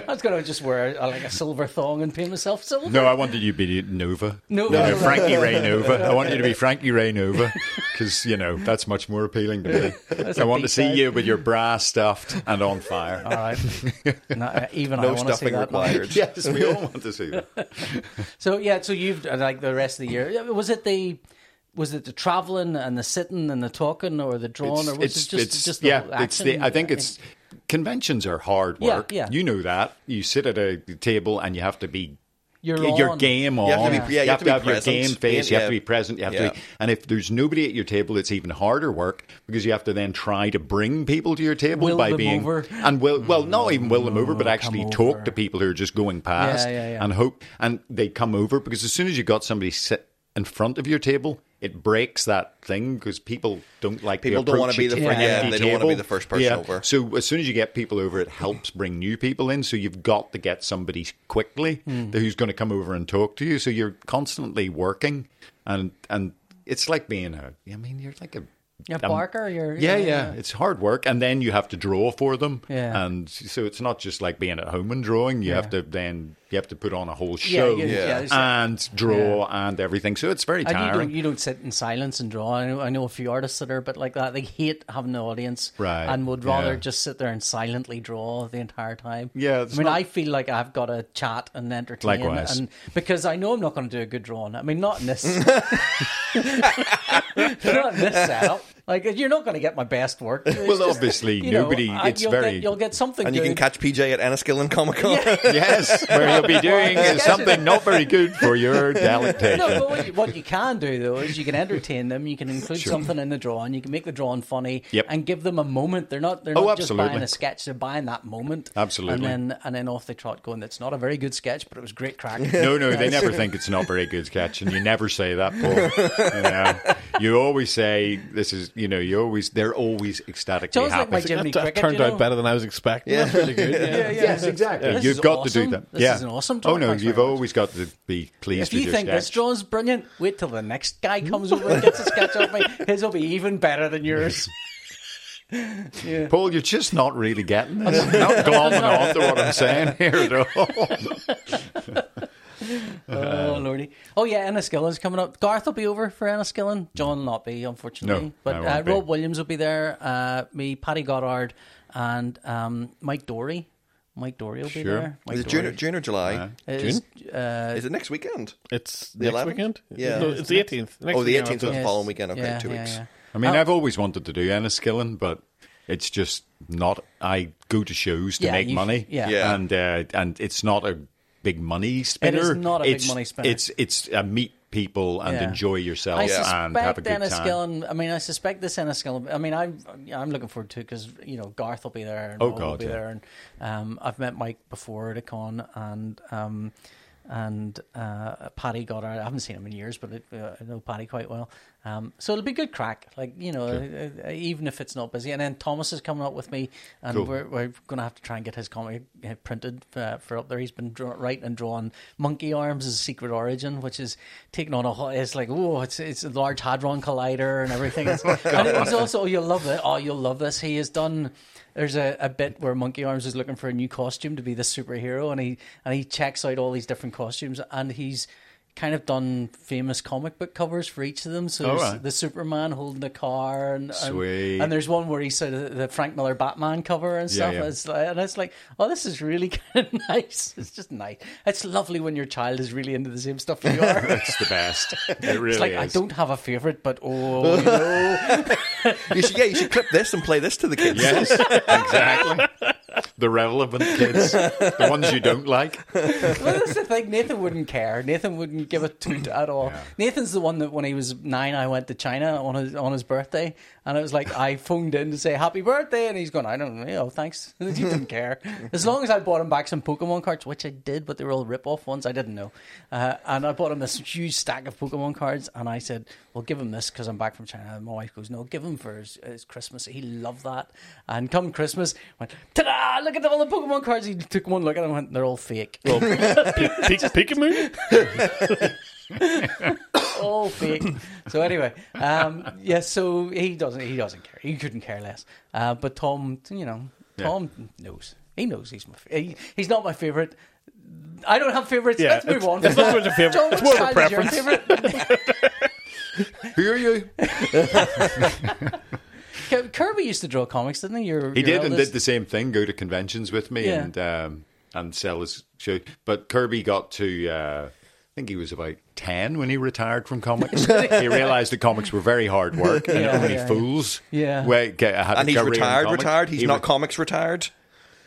[SPEAKER 2] I was gonna just wear uh, like a silver thong and paint myself silver.
[SPEAKER 4] No, I wanted you to be Nova.
[SPEAKER 2] Nova.
[SPEAKER 4] You know, Frankie Ray Nova. I want you to be Frankie Ray Nova because, you know, that's much more appealing to me. I
[SPEAKER 2] a
[SPEAKER 4] want to
[SPEAKER 2] deep
[SPEAKER 4] see
[SPEAKER 2] dive.
[SPEAKER 4] you with your bra stuffed and on fire.
[SPEAKER 2] All right. No, uh, even I
[SPEAKER 3] No
[SPEAKER 2] want to see
[SPEAKER 3] stuffing
[SPEAKER 2] that. now.
[SPEAKER 3] required.
[SPEAKER 4] Yes, we all want to see that.
[SPEAKER 2] So yeah, so you've uh, like the rest of the year. yeah, Was it the was it the traveling and the sitting and the talking or the drawing or was it just just the whole
[SPEAKER 4] it's the,
[SPEAKER 2] action?
[SPEAKER 4] I think it's conventions are hard
[SPEAKER 2] Yeah,
[SPEAKER 4] work.
[SPEAKER 2] yeah.
[SPEAKER 4] You know that. You sit at a table and you have to be
[SPEAKER 2] You're
[SPEAKER 4] get your
[SPEAKER 2] on.
[SPEAKER 4] game on.
[SPEAKER 3] have to be- yeah, you have to be
[SPEAKER 4] your
[SPEAKER 3] present.
[SPEAKER 4] game face. You
[SPEAKER 3] Yeah.
[SPEAKER 4] have to be present. You have
[SPEAKER 3] Yeah.
[SPEAKER 4] to. Be, and if there's nobody at your table, it's even harder work because you have to then try to bring people to your table
[SPEAKER 2] Will
[SPEAKER 4] by
[SPEAKER 2] them
[SPEAKER 4] being
[SPEAKER 2] over. Oh,
[SPEAKER 4] and will well not even will them over, but actually
[SPEAKER 2] come over.
[SPEAKER 4] talk to people who are just going past
[SPEAKER 2] yeah, yeah.
[SPEAKER 4] and hope and they come over because as soon as you got somebody sit in front of your table. It breaks that thing because people don't like the
[SPEAKER 3] People don't wanna
[SPEAKER 4] approach
[SPEAKER 3] be
[SPEAKER 4] you
[SPEAKER 3] the
[SPEAKER 4] take
[SPEAKER 2] fir-
[SPEAKER 4] an
[SPEAKER 2] yeah,
[SPEAKER 4] empty
[SPEAKER 3] they don't wanna be
[SPEAKER 4] table.
[SPEAKER 3] the first person
[SPEAKER 4] Yeah.
[SPEAKER 3] over.
[SPEAKER 4] So as soon as you get people over, it helps bring new people in. So you've got to get somebody quickly who's going to come over and talk to you. So you're constantly working, and and it's like being a. I mean, you're like a.
[SPEAKER 2] You're a
[SPEAKER 4] um,
[SPEAKER 2] barker, you're-
[SPEAKER 4] yeah,
[SPEAKER 2] yeah,
[SPEAKER 4] yeah,
[SPEAKER 2] yeah.
[SPEAKER 4] It's hard work, and then you have to draw for them.
[SPEAKER 2] Yeah.
[SPEAKER 4] and so it's not just like being at home and drawing. You have to then you have to put on a whole
[SPEAKER 2] Yeah,
[SPEAKER 4] show
[SPEAKER 2] you- yeah,
[SPEAKER 3] Yeah.
[SPEAKER 2] it's-
[SPEAKER 4] and draw and everything. So it's very
[SPEAKER 2] And you
[SPEAKER 4] tiring.
[SPEAKER 2] don't, you don't sit in silence and draw. I know, I know a few artists that are a bit like that. They hate having an audience
[SPEAKER 4] Right,
[SPEAKER 2] and would rather
[SPEAKER 4] yeah.
[SPEAKER 2] just sit there and silently draw the entire time.
[SPEAKER 4] Yeah,
[SPEAKER 2] I
[SPEAKER 4] it's
[SPEAKER 2] mean,
[SPEAKER 4] not-
[SPEAKER 2] I feel like I've got to chat and entertain.
[SPEAKER 4] Likewise.
[SPEAKER 2] And, because I know I'm not going to do a good drawing. I mean, not in this. not in this setup. Like, you're not going to get my best work. It's
[SPEAKER 4] Well, obviously,
[SPEAKER 2] you know,
[SPEAKER 4] nobody-
[SPEAKER 2] I-
[SPEAKER 4] it's
[SPEAKER 2] you'll
[SPEAKER 4] very-
[SPEAKER 2] Get, you'll get something
[SPEAKER 3] And you can
[SPEAKER 2] good.
[SPEAKER 3] catch PJ at Enniskillen Comic Con.
[SPEAKER 4] Yes, where you'll be doing
[SPEAKER 2] Well,
[SPEAKER 4] something not very good for your delectation.
[SPEAKER 2] No, but what you, what you can do though is you can entertain them. You can include something in the drawing. You can make the drawing funny
[SPEAKER 4] Yep.
[SPEAKER 2] and give them a moment. They're not they're
[SPEAKER 4] Oh,
[SPEAKER 2] not
[SPEAKER 4] absolutely.
[SPEAKER 2] just buying a sketch. They're buying that moment.
[SPEAKER 4] Absolutely.
[SPEAKER 2] And then and then off they trot, going, "That's not a very good sketch, but it was great crack."
[SPEAKER 4] No, no, they never think it's not very good catch, and you never say that, Paul. you, know, you always say this is, you know, you always they're always ecstatically
[SPEAKER 2] Sounds like
[SPEAKER 4] happy.
[SPEAKER 2] my Jiminy
[SPEAKER 1] that, that
[SPEAKER 2] Cricket.
[SPEAKER 1] turned
[SPEAKER 2] you know?
[SPEAKER 1] out better than I was expecting. That's really good. Yeah.
[SPEAKER 2] Yeah, yeah.
[SPEAKER 4] Yes, exactly.
[SPEAKER 2] This is
[SPEAKER 4] you've got to
[SPEAKER 2] awesome.
[SPEAKER 4] do that.
[SPEAKER 2] This
[SPEAKER 4] yeah.
[SPEAKER 2] is an awesome
[SPEAKER 4] Oh
[SPEAKER 2] drawing.
[SPEAKER 4] no,
[SPEAKER 2] Thanks
[SPEAKER 4] you've
[SPEAKER 2] very much.
[SPEAKER 4] always got to be pleased
[SPEAKER 2] If
[SPEAKER 4] with
[SPEAKER 2] you
[SPEAKER 4] your
[SPEAKER 2] think
[SPEAKER 4] sketch.
[SPEAKER 2] this drawing's brilliant, wait till the next guy comes over and gets a sketch off me. His will be even better than yours.
[SPEAKER 4] Paul, you're just not really getting this. not glomming on to what I'm saying here at all. Uh,
[SPEAKER 2] Oh lordy! Oh yeah, Enniskillen's coming up. Garth will be over for Enniskillen. John will not be, unfortunately.
[SPEAKER 4] No,
[SPEAKER 2] but
[SPEAKER 4] I
[SPEAKER 2] uh,
[SPEAKER 4] won't be.
[SPEAKER 2] Rob Williams will be there. Uh, me, Paddy Goddard, and um, Mike Dory. Mike Dory will be
[SPEAKER 4] Sure.
[SPEAKER 2] there. Mike
[SPEAKER 3] Is it June, June or July?
[SPEAKER 2] Is, uh,
[SPEAKER 3] Is it next weekend?
[SPEAKER 1] It's
[SPEAKER 3] The
[SPEAKER 1] next
[SPEAKER 3] 11th?
[SPEAKER 1] weekend.
[SPEAKER 3] Yeah.
[SPEAKER 1] no, it's the eighteenth.
[SPEAKER 3] Oh, the 18th of the
[SPEAKER 2] Yes.
[SPEAKER 3] following weekend. Okay,
[SPEAKER 2] yeah,
[SPEAKER 3] two
[SPEAKER 2] yeah,
[SPEAKER 3] weeks.
[SPEAKER 2] yeah.
[SPEAKER 4] I mean,
[SPEAKER 2] Oh.
[SPEAKER 4] I've always wanted to do Enniskillen, but it's just not. I go to shows to
[SPEAKER 2] Yeah,
[SPEAKER 4] make
[SPEAKER 2] you-
[SPEAKER 4] money,
[SPEAKER 2] yeah.
[SPEAKER 3] Yeah.
[SPEAKER 4] and uh, and it's not a big money spinner.
[SPEAKER 2] not a big
[SPEAKER 4] It's-
[SPEAKER 2] money spinner.
[SPEAKER 4] It's it's uh, meet people and
[SPEAKER 2] Yeah.
[SPEAKER 4] enjoy yourself
[SPEAKER 2] I
[SPEAKER 4] and have a
[SPEAKER 2] suspect
[SPEAKER 4] good time.
[SPEAKER 2] Enniskillen. I mean, I suspect this Enniskillen. I mean, I'm I'm looking forward to because you know Garth will be there. And
[SPEAKER 4] Oh,
[SPEAKER 2] Rob will
[SPEAKER 4] God,
[SPEAKER 2] be
[SPEAKER 4] yeah.
[SPEAKER 2] there, and um, I've met Mike before at a con, and um, and uh, Paddy Goddard. I haven't seen him in years, but it, uh, I know Paddy quite well. Um, so it'll be good crack. Like you know, uh, uh, even if it's not busy. And then Thomas is coming up with me, and
[SPEAKER 4] Cool.
[SPEAKER 2] we're we're going to have to try and get his comic uh, printed uh, for up there. He's been draw- writing and drawing Monkey Arms as Secret Origin, which is taking on a whole. It's like oh, it's it's a large hadron collider and everything. It's, and it's also oh, you'll love it. Oh, you'll love this. He has done. There's a, a bit where Monkey Arms is looking for a new costume to be the superhero, and he and he checks out all these different costumes, and he's kind of done famous comic book covers for each of them. So there's
[SPEAKER 4] right.
[SPEAKER 2] the Superman holding a car, and and-
[SPEAKER 4] Sweet.
[SPEAKER 2] and there's one where he said the- the Frank Miller Batman cover and stuff.
[SPEAKER 4] yeah.
[SPEAKER 2] It's like, and it's like, oh, this is really kind of nice. It's just nice. It's lovely when your child is really into the same stuff you are.
[SPEAKER 4] It's the best. It really
[SPEAKER 2] It's like
[SPEAKER 4] is.
[SPEAKER 2] I don't have a favorite, but oh, you know,
[SPEAKER 3] You should, yeah, you should clip this and play this to the kids.
[SPEAKER 4] Yes, exactly. The relevant kids, the ones you don't like.
[SPEAKER 2] well, that's the thing. Nathan wouldn't care. Nathan wouldn't give a toot at all. Nathan's the one that when he was nine, I went to China on his on his birthday, and it was like I phoned in to say happy birthday, and he's going, I don't know, oh, thanks. he didn't care. As long as I bought him back some Pokemon cards, which I did, but they were all rip off ones. I didn't know, uh, and I bought him this huge stack of Pokemon cards, and I said, well, give him this because I'm back from China. And my wife goes, no, give him for his, his Christmas. He loved that. And come Christmas, went, ta-da! Look at all the Pokemon cards. He took one look at them and went, they're all fake.
[SPEAKER 1] Well, Pe- Pe- Peekaboo?
[SPEAKER 2] all fake. So anyway, um, yeah. So he doesn't. He doesn't care. He couldn't care less. Uh, but Tom, you know, Tom knows. He knows he's my. fa- He, he's not my favorite. I don't have favorites.
[SPEAKER 1] Yeah,
[SPEAKER 2] Let's move
[SPEAKER 1] it's-
[SPEAKER 2] on.
[SPEAKER 1] it's not so much a favourite,
[SPEAKER 2] John,
[SPEAKER 1] it's
[SPEAKER 2] which
[SPEAKER 1] more of a
[SPEAKER 2] child is your
[SPEAKER 1] preference.
[SPEAKER 2] favourite?
[SPEAKER 4] Who are you?
[SPEAKER 2] K- Kirby used to draw comics, didn't he? Your,
[SPEAKER 4] He did and did the same thing. Go to conventions with me
[SPEAKER 2] Yeah.
[SPEAKER 4] and um, and sell his show. But Kirby got to. Uh, I think he was about ten when he retired from comics. he realised that comics were very hard work and
[SPEAKER 2] Yeah,
[SPEAKER 4] only
[SPEAKER 2] yeah,
[SPEAKER 4] fools.
[SPEAKER 2] yeah. Yeah.
[SPEAKER 4] were- get- had a
[SPEAKER 3] And he's
[SPEAKER 4] career in
[SPEAKER 3] retired,
[SPEAKER 4] comics.
[SPEAKER 3] retired. He's
[SPEAKER 4] He
[SPEAKER 3] not
[SPEAKER 4] re-
[SPEAKER 3] comics retired.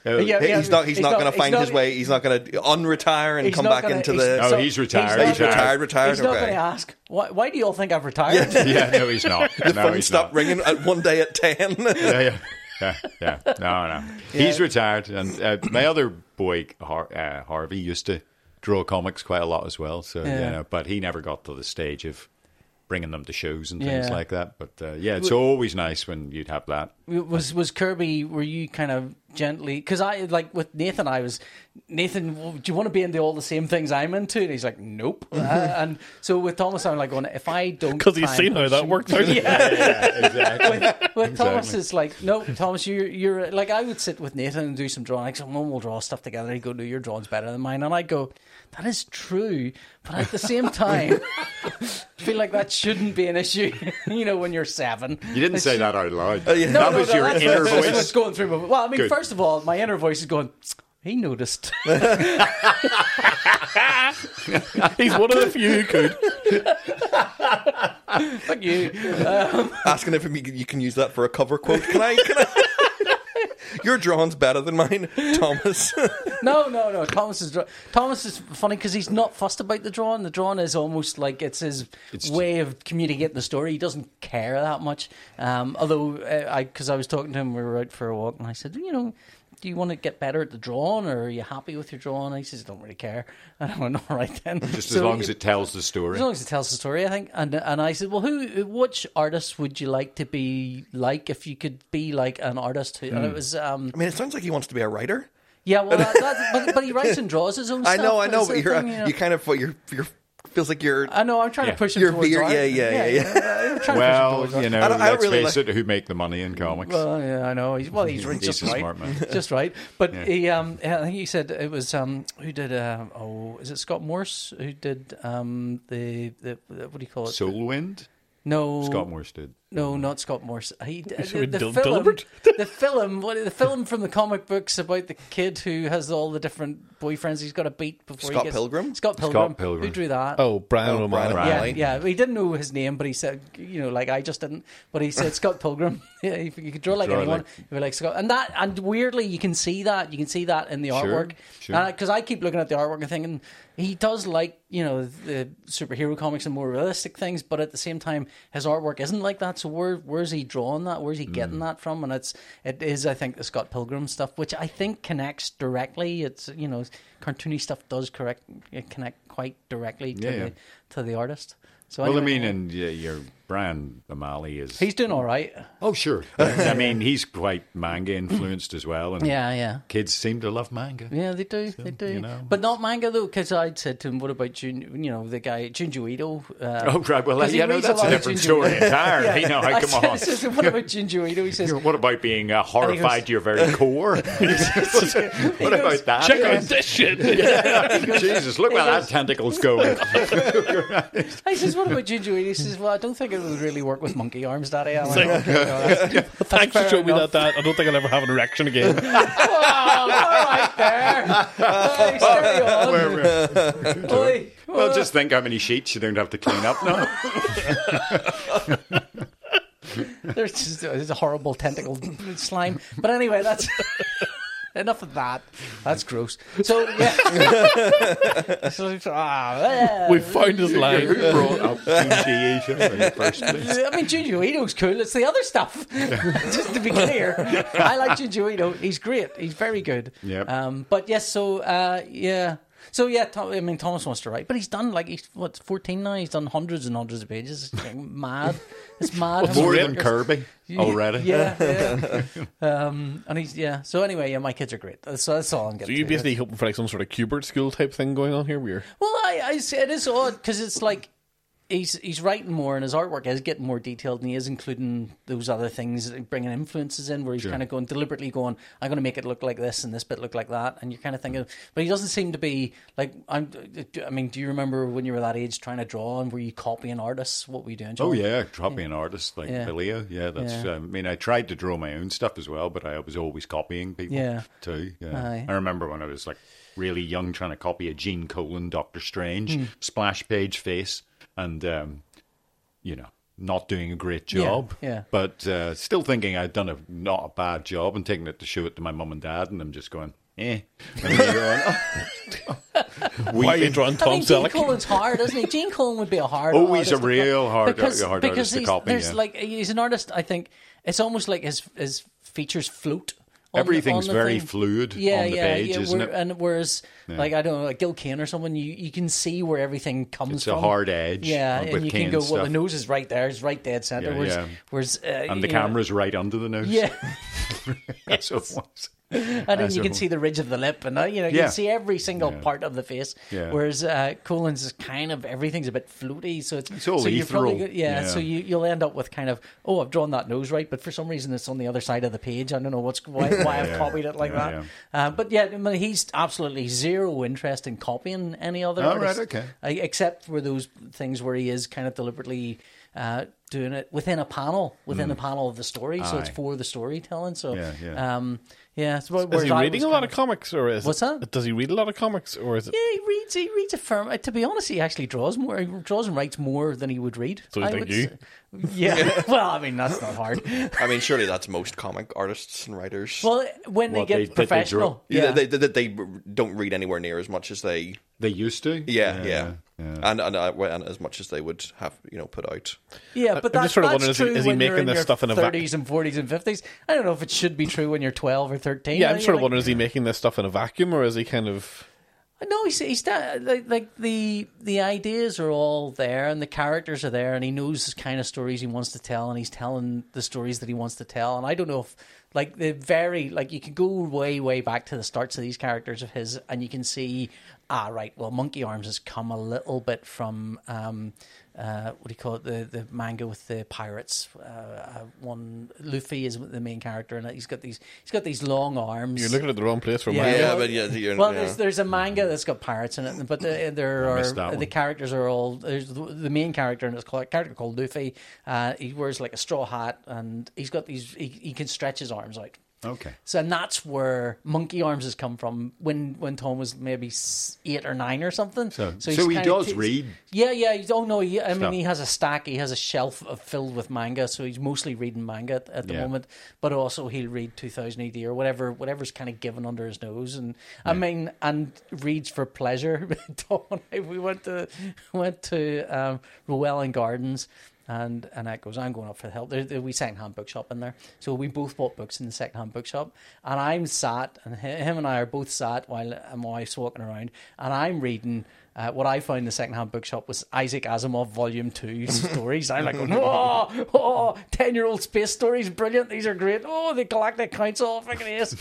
[SPEAKER 4] Oh,
[SPEAKER 2] Yeah,
[SPEAKER 3] He-
[SPEAKER 2] yeah.
[SPEAKER 3] he's not. He's, not, going
[SPEAKER 2] he's
[SPEAKER 3] to find
[SPEAKER 2] not-
[SPEAKER 3] his way. He's not going to unretire and
[SPEAKER 2] he's
[SPEAKER 3] come
[SPEAKER 2] not
[SPEAKER 3] back
[SPEAKER 2] gonna-
[SPEAKER 3] into
[SPEAKER 2] he's-
[SPEAKER 3] the.
[SPEAKER 1] Oh,
[SPEAKER 4] No, he's retired,
[SPEAKER 2] not
[SPEAKER 4] he's
[SPEAKER 2] gonna-
[SPEAKER 3] retired, retired,
[SPEAKER 2] He's not
[SPEAKER 3] okay.
[SPEAKER 2] going to ask. Why, why do you all think I've retired?
[SPEAKER 4] yeah, no, he's not.
[SPEAKER 3] the
[SPEAKER 4] no,
[SPEAKER 3] phone
[SPEAKER 4] he's
[SPEAKER 3] stopped
[SPEAKER 4] not.
[SPEAKER 3] ringing at one day at ten.
[SPEAKER 4] yeah, yeah, yeah, yeah. No, no. He's retired, and uh, my other boy Har- uh, Harvey used to draw comics quite a lot as well. So yeah,
[SPEAKER 2] Yeah.
[SPEAKER 4] but he never got to the stage of bringing them to shows and things
[SPEAKER 2] Yeah.
[SPEAKER 4] like that. But uh, yeah, it's always nice when you'd have that.
[SPEAKER 2] was was Kirby? Were you kind of gently? Because I like with Nathan, I was Nathan. w- Do you want to be into all the same things I'm into? And he's like, nope. Uh, and so with Thomas, I'm like, going, if I don't,
[SPEAKER 1] Because he's
[SPEAKER 2] try
[SPEAKER 1] seen
[SPEAKER 2] and
[SPEAKER 1] how
[SPEAKER 2] push
[SPEAKER 1] that
[SPEAKER 2] him-
[SPEAKER 1] worked out.
[SPEAKER 4] exactly.
[SPEAKER 2] Well, Thomas is like, no, Thomas, you're, you're like, I would sit with Nathan and do some drawing. Like, someone will draw stuff together. He'd go, no, your drawing's better than mine. And I go, that is true. But at the same time, I feel like that shouldn't be an issue, you know, when you're seven.
[SPEAKER 4] You didn't say that out loud.
[SPEAKER 3] yeah.
[SPEAKER 4] that
[SPEAKER 2] Oh, No,
[SPEAKER 4] was
[SPEAKER 2] no,
[SPEAKER 4] your
[SPEAKER 2] that's-
[SPEAKER 4] inner
[SPEAKER 2] that's
[SPEAKER 4] voice.
[SPEAKER 2] what's going through my Well, I mean,
[SPEAKER 4] Good.
[SPEAKER 2] first of all, my inner voice is going, he noticed.
[SPEAKER 1] He's one of the few who could.
[SPEAKER 2] Fuck you.
[SPEAKER 3] asking if you can- you can use that for a cover quote. Can I? Can I? Your drawing's better than mine, Thomas.
[SPEAKER 2] No, no, no. Thomas is dra- Thomas is funny because he's not fussed about the drawing. The drawing is almost like it's his way of communicating the story. He doesn't care that much. Um, although, uh, I because I was talking to him, we were out for a walk, and I said, you know. Do you want to get better at the drawing, or are you happy with your drawing? And he says, "Don't really care." And I went, "All right then."
[SPEAKER 4] Just as long as it tells the story.
[SPEAKER 2] As long as it tells the story, I think. And and I said, well, who, which artist would you like to be like if you could be like an artist? Who,
[SPEAKER 3] Hmm.
[SPEAKER 2] And it was, um,
[SPEAKER 3] I mean, it sounds like he wants to be a writer.
[SPEAKER 2] yeah, well, that, that's, but, but he writes and draws his own.
[SPEAKER 3] I
[SPEAKER 2] stuff.
[SPEAKER 3] know, I know,
[SPEAKER 2] It's
[SPEAKER 3] but
[SPEAKER 2] the
[SPEAKER 3] you're
[SPEAKER 2] thing,
[SPEAKER 3] you,
[SPEAKER 2] know.
[SPEAKER 3] kind of you're you're feels like you're.
[SPEAKER 2] I know. I'm trying
[SPEAKER 4] Yeah.
[SPEAKER 2] to push him
[SPEAKER 3] Your
[SPEAKER 2] towards
[SPEAKER 3] beer-
[SPEAKER 2] art.
[SPEAKER 3] yeah, yeah, yeah,
[SPEAKER 2] yeah. I'm trying to
[SPEAKER 4] well,
[SPEAKER 2] push him towards
[SPEAKER 4] you
[SPEAKER 2] art.
[SPEAKER 4] know,
[SPEAKER 3] don't- I don't
[SPEAKER 4] let's
[SPEAKER 3] really
[SPEAKER 4] face it, who make the money in comics?
[SPEAKER 2] Well, yeah, I know. He's, well, he's,
[SPEAKER 4] He's
[SPEAKER 2] just
[SPEAKER 4] a
[SPEAKER 2] right.
[SPEAKER 4] smart man.
[SPEAKER 2] Just right. But
[SPEAKER 4] Yeah.
[SPEAKER 2] he, um, I think he said it was um, who did? Uh, oh, is it Scott Morse who did um, the, the what do you call it?
[SPEAKER 4] Soulwind?
[SPEAKER 2] no,
[SPEAKER 4] Scott Morse did.
[SPEAKER 2] No, not Scott Morse. He,
[SPEAKER 1] So
[SPEAKER 2] the,
[SPEAKER 1] we
[SPEAKER 2] the,
[SPEAKER 1] dil-
[SPEAKER 2] film,
[SPEAKER 1] deliberate?
[SPEAKER 2] the film, what- the film from the comic books about the kid who has all the different boyfriends he's got to beat before he
[SPEAKER 3] Scott
[SPEAKER 2] gets
[SPEAKER 3] Pilgrim?
[SPEAKER 2] Scott Pilgrim.
[SPEAKER 4] Pilgrim.
[SPEAKER 2] Who drew that?
[SPEAKER 1] Oh, Brian
[SPEAKER 3] Oh,
[SPEAKER 1] O'Malley.
[SPEAKER 3] Brian
[SPEAKER 4] O'Malley.
[SPEAKER 2] yeah, yeah.
[SPEAKER 3] Riley.
[SPEAKER 2] He didn't know his name, but he said, you know, like I just didn't. But he said Scott Pilgrim. Yeah, if you could draw like
[SPEAKER 4] Draw
[SPEAKER 2] anyone,
[SPEAKER 4] like-
[SPEAKER 2] you were like Scott. And that, and weirdly, you can see that. You can see that in the
[SPEAKER 4] Sure,
[SPEAKER 2] artwork.
[SPEAKER 4] sure.
[SPEAKER 2] Because I keep looking at the artwork and thinking he does like you know the superhero comics and more realistic things, but at the same time, his artwork isn't like that. So where where's he drawing that? Where's
[SPEAKER 4] Mm.
[SPEAKER 2] he getting that from? And it's it is I think the Scott Pilgrim stuff, which I think connects directly. It's you know cartoony stuff does correct it connect quite directly to
[SPEAKER 4] Yeah,
[SPEAKER 2] the
[SPEAKER 4] yeah.
[SPEAKER 2] to the artist. So
[SPEAKER 4] Well, I
[SPEAKER 2] anyway,
[SPEAKER 4] mean, and yeah, your Brian O'Malley is.
[SPEAKER 2] he's doing all right.
[SPEAKER 4] oh, sure. I mean, he's quite manga influenced as well. And
[SPEAKER 2] Yeah, yeah.
[SPEAKER 4] Kids seem to love manga.
[SPEAKER 2] Yeah, they do. they do.
[SPEAKER 4] you know,
[SPEAKER 2] but not manga though, because I'd said to him, "What about Jun? You know, the guy Junji Ito." Uh,
[SPEAKER 4] Oh, right. Well,
[SPEAKER 2] 'cause he
[SPEAKER 4] yeah, no,
[SPEAKER 2] reads
[SPEAKER 4] that's
[SPEAKER 2] lot
[SPEAKER 4] a
[SPEAKER 2] of
[SPEAKER 4] different
[SPEAKER 2] Junji
[SPEAKER 4] story
[SPEAKER 2] Ito.
[SPEAKER 4] entirely.
[SPEAKER 2] Yeah.
[SPEAKER 4] No,
[SPEAKER 2] I
[SPEAKER 4] come
[SPEAKER 2] said- I
[SPEAKER 4] on.
[SPEAKER 2] said, what about Junji Ito? He says,
[SPEAKER 4] What about being uh, horrified to your very core? what about that?
[SPEAKER 1] Check out this shit.
[SPEAKER 4] Jesus, look where that tentacle's going.
[SPEAKER 2] I says, what about Junji Ito? He says, well, I don't think it would really work with monkey arms, Daddy. I'm like, "Okay, no, that's-
[SPEAKER 1] Thanks for
[SPEAKER 2] fair
[SPEAKER 1] showing me
[SPEAKER 2] enough.
[SPEAKER 1] that, Dad. I don't think I'll ever have an erection again.
[SPEAKER 2] oh, all right there. Hey,
[SPEAKER 4] Where
[SPEAKER 2] carry on.
[SPEAKER 4] we-
[SPEAKER 2] Oi.
[SPEAKER 4] Well, just think how many sheets you don't have to clean up now.
[SPEAKER 2] There's just there's a horrible tentacle slime. But anyway, that's enough of that. That's gross. So yeah. So, ah,
[SPEAKER 1] We found his
[SPEAKER 4] Who
[SPEAKER 1] line.
[SPEAKER 4] brought up Junji Ito in the first place?
[SPEAKER 2] I mean, Ginger Ito's cool. It's the other stuff. Just to be clear, I like Ginger Ito. He's great. He's very good.
[SPEAKER 4] Yep.
[SPEAKER 2] Um, but yes, so uh, yeah. So yeah, Tho- I mean Thomas wants to write, but he's done like he's what fourteen now. He's done hundreds and hundreds of pages. It's like mad. It's mad. how
[SPEAKER 4] More
[SPEAKER 2] many
[SPEAKER 4] than
[SPEAKER 2] characters-
[SPEAKER 4] Kirby already.
[SPEAKER 2] Yeah, yeah. um, and he's yeah. So anyway, yeah, my kids are great. So that's all I'm
[SPEAKER 1] So
[SPEAKER 2] getting.
[SPEAKER 1] you
[SPEAKER 2] to.
[SPEAKER 1] basically hoping for like some sort of Cubert school type thing going on here? We're
[SPEAKER 2] Well, I, I say it is odd because it's like he's he's writing more and his artwork is getting more detailed and he is including those other things, bringing influences in where he's kind of going deliberately going, I'm going to make it look like this and this bit look like that, and you're kind of thinking, but he doesn't seem to be like I'm. I mean, do you remember when you were that age trying to draw and were you copying artists? What were you doing? John?
[SPEAKER 4] Oh yeah, copying artists like
[SPEAKER 2] Yeah.
[SPEAKER 4] Bilio. Yeah, that's.
[SPEAKER 2] Yeah.
[SPEAKER 4] I mean, I tried to draw my own stuff as well, but I was always copying people.
[SPEAKER 2] Yeah.
[SPEAKER 4] too. Yeah.
[SPEAKER 2] Aye.
[SPEAKER 4] I remember when I was like really young, trying to copy a
[SPEAKER 2] Hmm.
[SPEAKER 4] Gene Colan Doctor Strange splash page face, and um, you know, not doing a great job,
[SPEAKER 2] yeah.
[SPEAKER 4] but uh, still thinking I'd done a not a bad job and taking it to show it to my mum and dad, and I'm just going, eh. And they're going, "Oh."
[SPEAKER 1] Why are you
[SPEAKER 4] Weeping.
[SPEAKER 1] drawing
[SPEAKER 2] I
[SPEAKER 1] Tom
[SPEAKER 2] mean, Gene
[SPEAKER 1] Selleck?
[SPEAKER 2] Colan's hard, isn't he? Gene Colan would be a hard.
[SPEAKER 4] Oh,
[SPEAKER 2] artist
[SPEAKER 4] he's a
[SPEAKER 2] to co-
[SPEAKER 4] real hard-
[SPEAKER 2] because,
[SPEAKER 4] hard
[SPEAKER 2] because
[SPEAKER 4] artist to
[SPEAKER 2] he's,
[SPEAKER 4] copy,
[SPEAKER 2] There's
[SPEAKER 4] yeah.
[SPEAKER 2] like he's an artist. I think it's almost like his his features float. on the-
[SPEAKER 4] Everything's
[SPEAKER 2] on the
[SPEAKER 4] very
[SPEAKER 2] thing.
[SPEAKER 4] fluid
[SPEAKER 2] Yeah,
[SPEAKER 4] on the
[SPEAKER 2] yeah,
[SPEAKER 4] page,
[SPEAKER 2] yeah.
[SPEAKER 4] isn't
[SPEAKER 2] where-
[SPEAKER 4] it?
[SPEAKER 2] And whereas, like I don't know, like Gil Kane or someone, you, you can see where everything comes
[SPEAKER 4] It's a
[SPEAKER 2] from.
[SPEAKER 4] hard edge,
[SPEAKER 2] Yeah,
[SPEAKER 4] uh,
[SPEAKER 2] and
[SPEAKER 4] with
[SPEAKER 2] you
[SPEAKER 4] Kane
[SPEAKER 2] can go, well,
[SPEAKER 4] stuff.
[SPEAKER 2] the nose is right there, it's right dead center.
[SPEAKER 4] Yeah,
[SPEAKER 2] whereas,
[SPEAKER 4] yeah.
[SPEAKER 2] whereas, uh,
[SPEAKER 4] and the
[SPEAKER 2] you know-
[SPEAKER 4] camera's right under the nose.
[SPEAKER 2] Yeah,
[SPEAKER 4] That's what it was.
[SPEAKER 2] and then
[SPEAKER 4] As
[SPEAKER 2] you
[SPEAKER 4] a
[SPEAKER 2] can
[SPEAKER 4] whole.
[SPEAKER 2] see the ridge of the lip, and uh, you know you
[SPEAKER 4] Yeah.
[SPEAKER 2] can see every single part of the face.
[SPEAKER 4] Yeah.
[SPEAKER 2] Whereas uh, Colin's is kind of everything's a bit floaty, so it's,
[SPEAKER 4] all
[SPEAKER 2] so you're probably
[SPEAKER 4] ethereal.
[SPEAKER 2] go- yeah,
[SPEAKER 4] Yeah.
[SPEAKER 2] So you you'll end up with kind of oh I've drawn that nose right, but for some reason it's on the other side of the page. I don't know what's why, why I've
[SPEAKER 4] Yeah.
[SPEAKER 2] copied it like
[SPEAKER 4] Yeah,
[SPEAKER 2] that. Uh, but yeah, I mean, he's absolutely zero interest in copying any other.
[SPEAKER 4] Oh, right,
[SPEAKER 2] artist,
[SPEAKER 4] okay.
[SPEAKER 2] uh, except for those things where he is kind of deliberately. Uh, doing it within a panel, within a panel of the story, so it's
[SPEAKER 4] Mm. Aye.
[SPEAKER 2] for the storytelling. So,
[SPEAKER 4] Yeah, yeah.
[SPEAKER 2] um, yeah. So what-
[SPEAKER 1] Is
[SPEAKER 2] whereas
[SPEAKER 1] he
[SPEAKER 2] I
[SPEAKER 1] reading
[SPEAKER 2] was
[SPEAKER 1] a lot
[SPEAKER 2] kind
[SPEAKER 1] of comics, or is
[SPEAKER 2] What's
[SPEAKER 1] it-
[SPEAKER 2] that?
[SPEAKER 1] Does he read a lot of comics, or is it?
[SPEAKER 2] Yeah, he reads. He reads a firm. uh, To be honest, he actually draws more. He draws and writes more than he would read.
[SPEAKER 1] So you think
[SPEAKER 2] would
[SPEAKER 1] you?
[SPEAKER 2] s- Yeah. well, I mean, that's not hard.
[SPEAKER 3] I mean, surely that's most comic artists and writers.
[SPEAKER 2] Well, when they
[SPEAKER 4] What,
[SPEAKER 2] get
[SPEAKER 4] they- they- they
[SPEAKER 2] professional,
[SPEAKER 4] draw-
[SPEAKER 3] yeah,
[SPEAKER 2] yeah,
[SPEAKER 3] They, they, they don't read anywhere near as much as they.
[SPEAKER 4] They used to.
[SPEAKER 3] Yeah, yeah,
[SPEAKER 4] yeah.
[SPEAKER 3] And, and uh, well, and as much as they would have, you know, put out.
[SPEAKER 2] yeah. But
[SPEAKER 1] I'm
[SPEAKER 2] that's,
[SPEAKER 1] just sort of
[SPEAKER 2] that's
[SPEAKER 1] wondering, is he-
[SPEAKER 2] true
[SPEAKER 1] is he
[SPEAKER 2] when you're
[SPEAKER 1] making
[SPEAKER 2] in
[SPEAKER 1] this
[SPEAKER 2] your
[SPEAKER 1] stuff in a vac-
[SPEAKER 2] 30s and 40s and 50s. I don't know if it should be true when you're 12 or 13.
[SPEAKER 1] Yeah, I'm
[SPEAKER 2] I
[SPEAKER 1] sort of
[SPEAKER 2] like-
[SPEAKER 1] wondering, is he making this stuff in a vacuum, or is he kind of?
[SPEAKER 2] No, he's he's da- like like the the ideas are all there and the characters are there and he knows the kind of stories he wants to tell and he's telling the stories that he wants to tell and I don't know if like they vary like you can go way way back to the starts of these characters of his and you can see ah right well Monkey Arms has come a little bit from um uh what do you call it the the manga with the pirates uh, uh one Luffy is the main character and he's got these he's got these long arms
[SPEAKER 1] You're looking at the wrong place for
[SPEAKER 2] Yeah.
[SPEAKER 1] my.
[SPEAKER 3] Yeah, but yeah, you're,
[SPEAKER 2] well,
[SPEAKER 3] yeah.
[SPEAKER 2] there's there's a manga that's got pirates in it, but the, there
[SPEAKER 4] I
[SPEAKER 2] are
[SPEAKER 4] missed that
[SPEAKER 2] the
[SPEAKER 4] one.
[SPEAKER 2] characters are all there's the, the main character and it's called a character called Luffy. Uh, he wears like a straw hat and he's got these. He, he can stretch his arms out.
[SPEAKER 4] Okay.
[SPEAKER 2] So and that's where monkey arms has come from. When when Tom was maybe s- eight or nine or something.
[SPEAKER 4] So-
[SPEAKER 2] he's
[SPEAKER 4] so he
[SPEAKER 2] kinda
[SPEAKER 4] does
[SPEAKER 2] t-
[SPEAKER 4] read.
[SPEAKER 2] Yeah, yeah. He's, oh no, he, I mean
[SPEAKER 4] Stuff.
[SPEAKER 2] he has a stack. He has a shelf of, filled with manga. So he's mostly reading manga at, at the
[SPEAKER 4] Yeah.
[SPEAKER 2] moment. But also he'll read 2000 AD or whatever whatever's kind of given under his nose. And I mean and reads for pleasure. Tom and I, we went to went to um, Llewellyn Gardens. And and that goes, I'm going up for the help. There, there, we second hand bookshop in there. So we both bought books in the second hand bookshop. And I'm sat, and hi- him and I are both sat while uh, my wife's walking around. And I'm reading uh, what I found in the second hand bookshop was Isaac Asimov Volume 2 stories. I'm like, going, oh, oh, 10 year old space stories, brilliant. These are great. Oh, the Galactic Council, oh, freaking ace.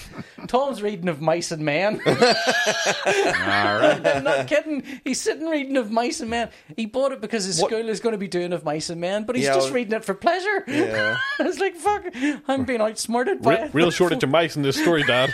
[SPEAKER 2] Tom's reading of Mice and Men.
[SPEAKER 4] All right.
[SPEAKER 2] I'm not kidding. He's sitting reading of Mice and Men. He bought it because his
[SPEAKER 3] What-
[SPEAKER 2] school is going to be doing of Mice and Men, but he's
[SPEAKER 3] Yeah, I
[SPEAKER 2] just
[SPEAKER 3] was-
[SPEAKER 2] reading it for pleasure.
[SPEAKER 3] Yeah.
[SPEAKER 2] it's like fuck. I'm being outsmarted by
[SPEAKER 1] Real,
[SPEAKER 2] it.
[SPEAKER 1] real shortage of mice in this story, Dad.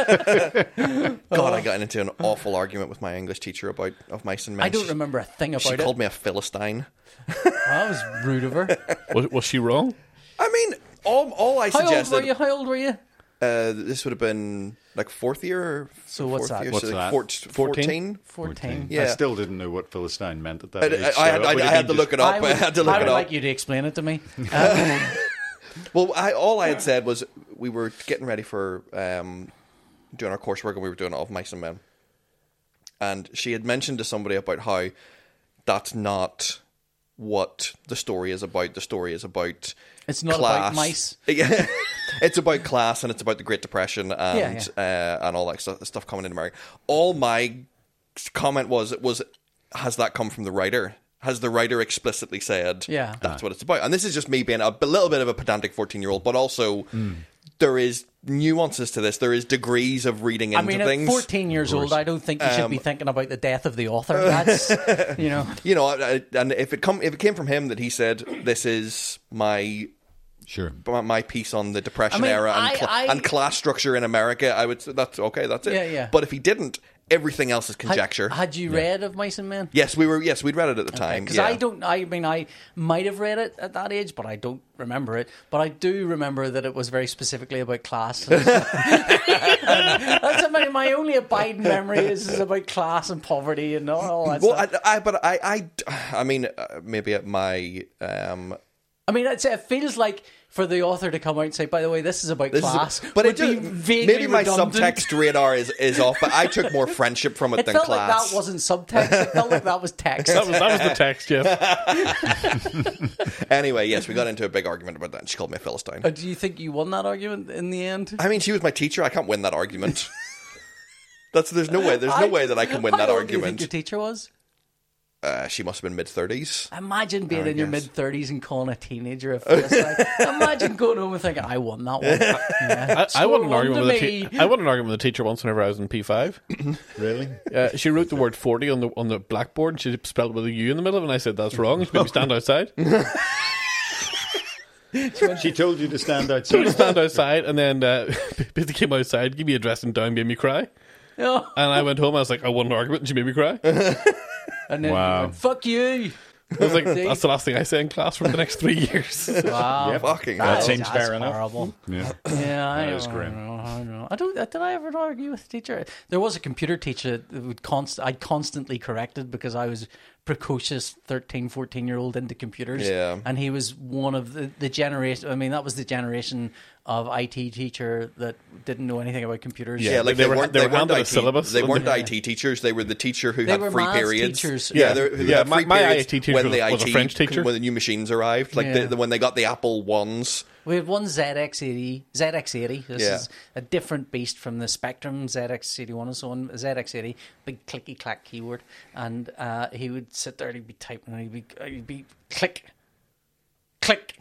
[SPEAKER 2] Oh.
[SPEAKER 3] God, I got into an awful argument with my English teacher about of mice and men.
[SPEAKER 2] I don't
[SPEAKER 3] She-
[SPEAKER 2] remember a thing about
[SPEAKER 3] She
[SPEAKER 2] it.
[SPEAKER 3] called me a philistine.
[SPEAKER 2] that was rude of her.
[SPEAKER 1] was, was she wrong?
[SPEAKER 3] I mean, all all I
[SPEAKER 2] How old
[SPEAKER 3] suggested.
[SPEAKER 2] were you? How old were you?
[SPEAKER 3] Uh, this would have been like fourth year. Or
[SPEAKER 2] So what's
[SPEAKER 3] fourth
[SPEAKER 2] that?
[SPEAKER 3] Year,
[SPEAKER 4] What's
[SPEAKER 3] so
[SPEAKER 4] that?
[SPEAKER 3] like fourt-
[SPEAKER 1] 14?
[SPEAKER 3] 14?
[SPEAKER 2] Fourteen.
[SPEAKER 3] Yeah.
[SPEAKER 4] I still didn't know what Philistine meant at that
[SPEAKER 3] I,
[SPEAKER 4] age.
[SPEAKER 3] I,
[SPEAKER 4] so
[SPEAKER 3] I had,
[SPEAKER 4] it would
[SPEAKER 3] I,
[SPEAKER 4] have
[SPEAKER 3] I had
[SPEAKER 4] been
[SPEAKER 3] to
[SPEAKER 4] just-
[SPEAKER 3] look it up. I,
[SPEAKER 2] I would,
[SPEAKER 3] had to look
[SPEAKER 2] I
[SPEAKER 3] it
[SPEAKER 2] would
[SPEAKER 3] up.
[SPEAKER 2] like you to explain it to me.
[SPEAKER 3] Well, I, all I had said was we were getting ready for um, doing our coursework and we were doing it of mice and men. And she had mentioned to somebody about how that's not what the story is about. The story is about
[SPEAKER 2] It's not about
[SPEAKER 3] class.
[SPEAKER 2] mice.
[SPEAKER 3] Yeah. it's about class and it's about the Great Depression and Uh, and all that stuff, stuff coming in America. All my comment was was has that come from the writer? Has the writer explicitly said
[SPEAKER 2] Yeah.
[SPEAKER 3] that's what it's about. And this is just me being a b- little bit of a pedantic 14 year old, but also there is nuances to this. There is degrees of reading into
[SPEAKER 2] I mean, at
[SPEAKER 3] things. Um,
[SPEAKER 2] fourteen years old, I don't think you should be thinking about the death of the author. That's you know.
[SPEAKER 3] You know, I, I- and if it come if it came from him that he said this is my
[SPEAKER 4] Sure.
[SPEAKER 3] my- my piece on the depression
[SPEAKER 2] I mean,
[SPEAKER 3] era and,
[SPEAKER 2] I-
[SPEAKER 3] cla-
[SPEAKER 2] I-
[SPEAKER 3] and class structure in America, I would say that's okay, that's it.
[SPEAKER 2] Yeah, yeah.
[SPEAKER 3] But if he didn't, everything else is
[SPEAKER 2] Had-
[SPEAKER 3] conjecture.
[SPEAKER 2] Had, you read of Mice and Men?
[SPEAKER 3] yes, we were. Yes, we'd read it at the time.
[SPEAKER 2] Because
[SPEAKER 3] yeah.
[SPEAKER 2] I don't, I mean, I might have read it at that age, but I don't remember it. But I do remember that it was very specifically about class. That's my, my only abiding memory is, is about class and poverty and all, all that
[SPEAKER 3] Well,
[SPEAKER 2] stuff.
[SPEAKER 3] I, I but I, I, I mean, uh, maybe at my um,
[SPEAKER 2] I mean, it's, it feels like for the author to come out and say, "By the way, this is about
[SPEAKER 3] this is-
[SPEAKER 2] class,"
[SPEAKER 3] but
[SPEAKER 2] would
[SPEAKER 3] it just,
[SPEAKER 2] be vaguely
[SPEAKER 3] maybe my
[SPEAKER 2] redundant.
[SPEAKER 3] subtext radar is, is off. But I took more friendship from it,
[SPEAKER 2] It
[SPEAKER 3] than
[SPEAKER 2] felt
[SPEAKER 3] class.
[SPEAKER 2] like that wasn't subtext. It felt like that was text.
[SPEAKER 1] That was, that was the text, yeah.
[SPEAKER 3] Anyway, yes, we got into a big argument about that. And she called me a philistine.
[SPEAKER 2] Uh, Do you think you won that argument in the end?
[SPEAKER 3] I mean, she was my teacher. I can't win that argument. That's there's no way. There's no way that I can win
[SPEAKER 2] How
[SPEAKER 3] that
[SPEAKER 2] old do you think
[SPEAKER 3] argument.
[SPEAKER 2] your teacher was.
[SPEAKER 3] Uh, she must have been mid thirties.
[SPEAKER 2] Imagine being in your
[SPEAKER 3] guess.
[SPEAKER 2] mid thirties and calling a teenager a philistine. Imagine going home and thinking, "I won that one." Yeah.
[SPEAKER 1] I, I won an
[SPEAKER 2] Score
[SPEAKER 1] argument
[SPEAKER 2] one
[SPEAKER 1] with
[SPEAKER 2] to
[SPEAKER 1] a te-
[SPEAKER 2] me.
[SPEAKER 1] I won an argument with a teacher once whenever I was in P five.
[SPEAKER 4] Really?
[SPEAKER 1] Uh, she wrote the word forty on the on the blackboard. and She spelled it with a U in the middle, and I said that's wrong. She made me stand outside.
[SPEAKER 4] She told you to stand outside.
[SPEAKER 1] stand outside, and then uh, Betty came outside, gave me a dressing down, made me cry.
[SPEAKER 2] Oh,
[SPEAKER 1] And I went home. I was like, I won an argument, and she made me cry. I
[SPEAKER 2] and then you
[SPEAKER 4] Wow.
[SPEAKER 2] went, fuck you!
[SPEAKER 1] was like, that's the last thing I say in class for the next three years.
[SPEAKER 2] Wow,
[SPEAKER 3] Fucking
[SPEAKER 4] That
[SPEAKER 3] hell.
[SPEAKER 4] seems
[SPEAKER 2] that's
[SPEAKER 4] fair enough.
[SPEAKER 2] Horrible.
[SPEAKER 4] Yeah.
[SPEAKER 2] Yeah, I
[SPEAKER 4] That is
[SPEAKER 2] don't
[SPEAKER 4] grim.
[SPEAKER 2] know, I don't know. I don't. Did I ever argue with a teacher? There was a computer teacher that would const. I constantly corrected because I was precocious 13, 14 year old into computers.
[SPEAKER 3] Yeah.
[SPEAKER 2] and he was one of the, the generation. I mean, that was the generation of IT teacher that didn't know anything about computers.
[SPEAKER 3] Yeah, like they, weren't. They, weren't
[SPEAKER 1] handed a
[SPEAKER 3] IT.
[SPEAKER 1] syllabus,
[SPEAKER 3] they
[SPEAKER 1] and
[SPEAKER 3] weren't
[SPEAKER 1] they-
[SPEAKER 3] IT teachers. They were the teacher who
[SPEAKER 2] They
[SPEAKER 3] had
[SPEAKER 2] were
[SPEAKER 3] free
[SPEAKER 2] maths
[SPEAKER 3] periods.
[SPEAKER 2] teachers.
[SPEAKER 1] Yeah.
[SPEAKER 3] they who
[SPEAKER 1] Yeah,
[SPEAKER 3] had
[SPEAKER 1] my-
[SPEAKER 3] free
[SPEAKER 1] my
[SPEAKER 3] periods
[SPEAKER 1] IT teacher
[SPEAKER 3] when
[SPEAKER 1] was-
[SPEAKER 3] the
[SPEAKER 1] was a
[SPEAKER 3] IT
[SPEAKER 1] French teacher.
[SPEAKER 3] when the new machines arrived, like
[SPEAKER 2] Yeah.
[SPEAKER 3] the, the- when they got the Apple ones.
[SPEAKER 2] We had one ZX80. ZX80. This
[SPEAKER 3] Yeah.
[SPEAKER 2] is a different beast from the Spectrum ZX81 and so on. ZX80, big clicky clack keyboard, and uh, he would sit there and he'd be typing and he'd be, he'd be click, click,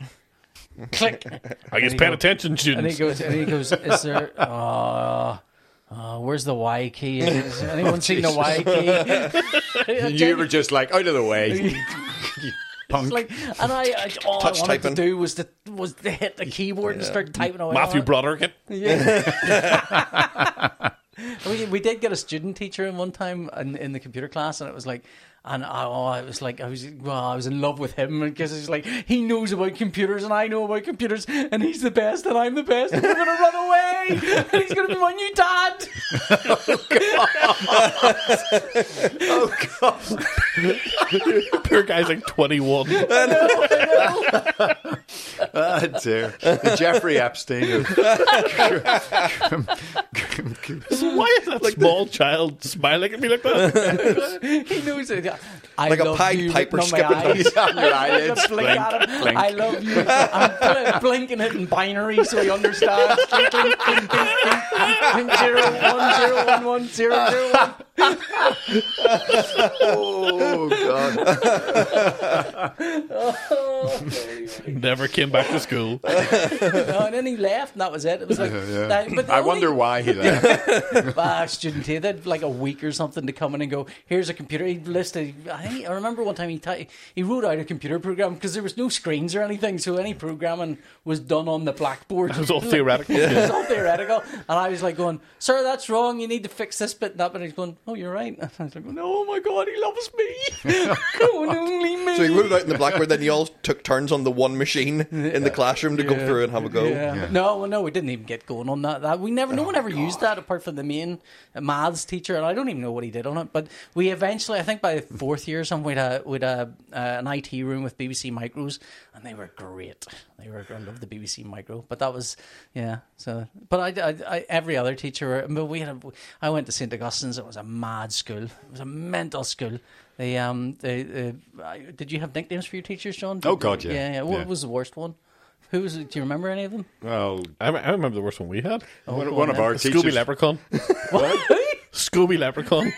[SPEAKER 2] click,
[SPEAKER 1] I guess
[SPEAKER 2] And he
[SPEAKER 1] paying
[SPEAKER 2] go-
[SPEAKER 1] attention,
[SPEAKER 2] and he
[SPEAKER 1] students.
[SPEAKER 2] goes and he goes. Is there? Uh, uh, where's the Y key? Has anyone seen the Y key?
[SPEAKER 4] You were just like, out of the way. you Punk.
[SPEAKER 2] like, and I, I all
[SPEAKER 3] Touch
[SPEAKER 2] I wanted
[SPEAKER 3] typing.
[SPEAKER 2] to do was to was to hit the keyboard and start typing away.
[SPEAKER 1] Matthew
[SPEAKER 2] on it.
[SPEAKER 1] Broderick.
[SPEAKER 2] We, we did get a student teacher in one time in, in the computer class, and it was like, and I, oh, it was like I was well, I was in love with him because it's like he knows about computers and I know about computers, and he's the best and I'm the best, and we're gonna run away, and he's gonna be my new dad.
[SPEAKER 4] oh, God.
[SPEAKER 1] Poor guy's like twenty one.
[SPEAKER 4] Ah, dear. The Jeffrey Epstein of.
[SPEAKER 1] Why is that small child smiling at me like that?
[SPEAKER 2] He knows it. I
[SPEAKER 3] Like a
[SPEAKER 2] love
[SPEAKER 3] Pied
[SPEAKER 2] you
[SPEAKER 3] Piper
[SPEAKER 2] written on my eyes.
[SPEAKER 3] skipping
[SPEAKER 4] He's on your
[SPEAKER 2] I
[SPEAKER 4] eyelids.
[SPEAKER 2] blink
[SPEAKER 4] Blink,
[SPEAKER 2] at him.
[SPEAKER 4] blink.
[SPEAKER 2] I love you. I'm blinking it in binary so he understands. Blink, blink, blink, blink, blink, blink, zero, one, zero, one, one, zero, zero, one.
[SPEAKER 4] Oh, God.
[SPEAKER 1] Never came back to school.
[SPEAKER 2] No, Oh, and then he left, and that was it. It was like,
[SPEAKER 4] Yeah.
[SPEAKER 2] that- but the
[SPEAKER 4] I
[SPEAKER 2] only-
[SPEAKER 4] wonder why he left.
[SPEAKER 2] Ah, student he had like a week or something to come in and go. Here's a computer. He listed. I think I remember one time he ty- he wrote out a computer program because there was no screens or anything, so any programming was done on the blackboard. It
[SPEAKER 1] was all theoretical.
[SPEAKER 2] it was all theoretical, and I was like going, "Sir, that's wrong. You need to fix this bit and that." But he's going, "Oh, you're right." And I was like, "Oh my god, he loves me. Go on, only me."
[SPEAKER 3] So you wrote it out in the blackboard. Then you all took turns on the one machine in the classroom to go through and have a go.
[SPEAKER 2] Yeah.
[SPEAKER 4] Yeah.
[SPEAKER 2] No, well, no, we didn't even get going on that. That we never, no one ever used that apart from the main maths teacher, and I don't even know what he did on it. But we eventually, I think by the fourth year, or something, we'd a we'd a uh, an IT room with BBC micros, and they were great. They were I love the BBC micro, but that was yeah. So, but I, I, I every other teacher, but we had a, I went to St Augustine's. It was a mad school. It was a mental school. They um they, they I- did you have nicknames for your teachers, John?
[SPEAKER 4] Oh, God, yeah.
[SPEAKER 2] yeah, yeah. What
[SPEAKER 4] Yeah.
[SPEAKER 2] was the worst one? Who was it? Do you remember any of them?
[SPEAKER 4] Well,
[SPEAKER 1] I, rem- I remember the worst one we had.
[SPEAKER 4] one
[SPEAKER 2] go
[SPEAKER 4] one
[SPEAKER 2] on
[SPEAKER 4] of
[SPEAKER 2] then.
[SPEAKER 4] our Oh, teachers.
[SPEAKER 1] Scooby Leprechaun. Scooby Leprechaun.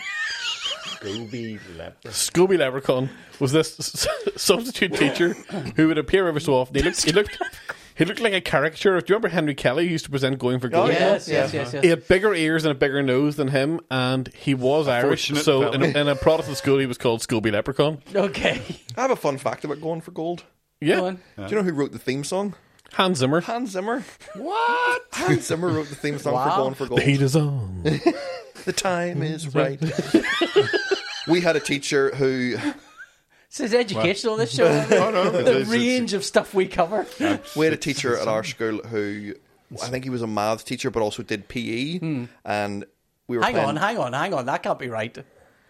[SPEAKER 4] Scooby Leprechaun.
[SPEAKER 1] Scooby Leprechaun was this s- s- substitute teacher who would appear every so often. He looked, he looked, he looked like a caricature. Do you remember Henry Kelly who used to present Going for
[SPEAKER 3] Oh,
[SPEAKER 1] Gold?
[SPEAKER 2] Oh, yes, yes, yes, yes.
[SPEAKER 1] He had bigger ears and a bigger nose than him, and he was Irish.
[SPEAKER 4] fortunate
[SPEAKER 1] So, in
[SPEAKER 4] fellow.
[SPEAKER 1] a, in a Protestant school, he was called Scooby Leprechaun.
[SPEAKER 2] Okay.
[SPEAKER 3] I have a fun fact about going for gold.
[SPEAKER 2] Go
[SPEAKER 1] Yeah,
[SPEAKER 2] on.
[SPEAKER 3] Do you know who wrote the theme song?
[SPEAKER 1] Hans Zimmer.
[SPEAKER 3] Hans Zimmer.
[SPEAKER 2] What?
[SPEAKER 3] Hans Zimmer wrote the theme song for
[SPEAKER 2] Wow.
[SPEAKER 3] Going for Gold.
[SPEAKER 1] The heat is on.
[SPEAKER 3] The time is right. we had a teacher who
[SPEAKER 2] This is educational. This show.
[SPEAKER 4] Oh,
[SPEAKER 2] the range of stuff we cover.
[SPEAKER 3] we had a teacher at our school who I think he was a maths teacher, but also did PE, and we were
[SPEAKER 2] Hmm. Hang
[SPEAKER 3] playing.
[SPEAKER 2] on, hang on, hang on. That can't be right.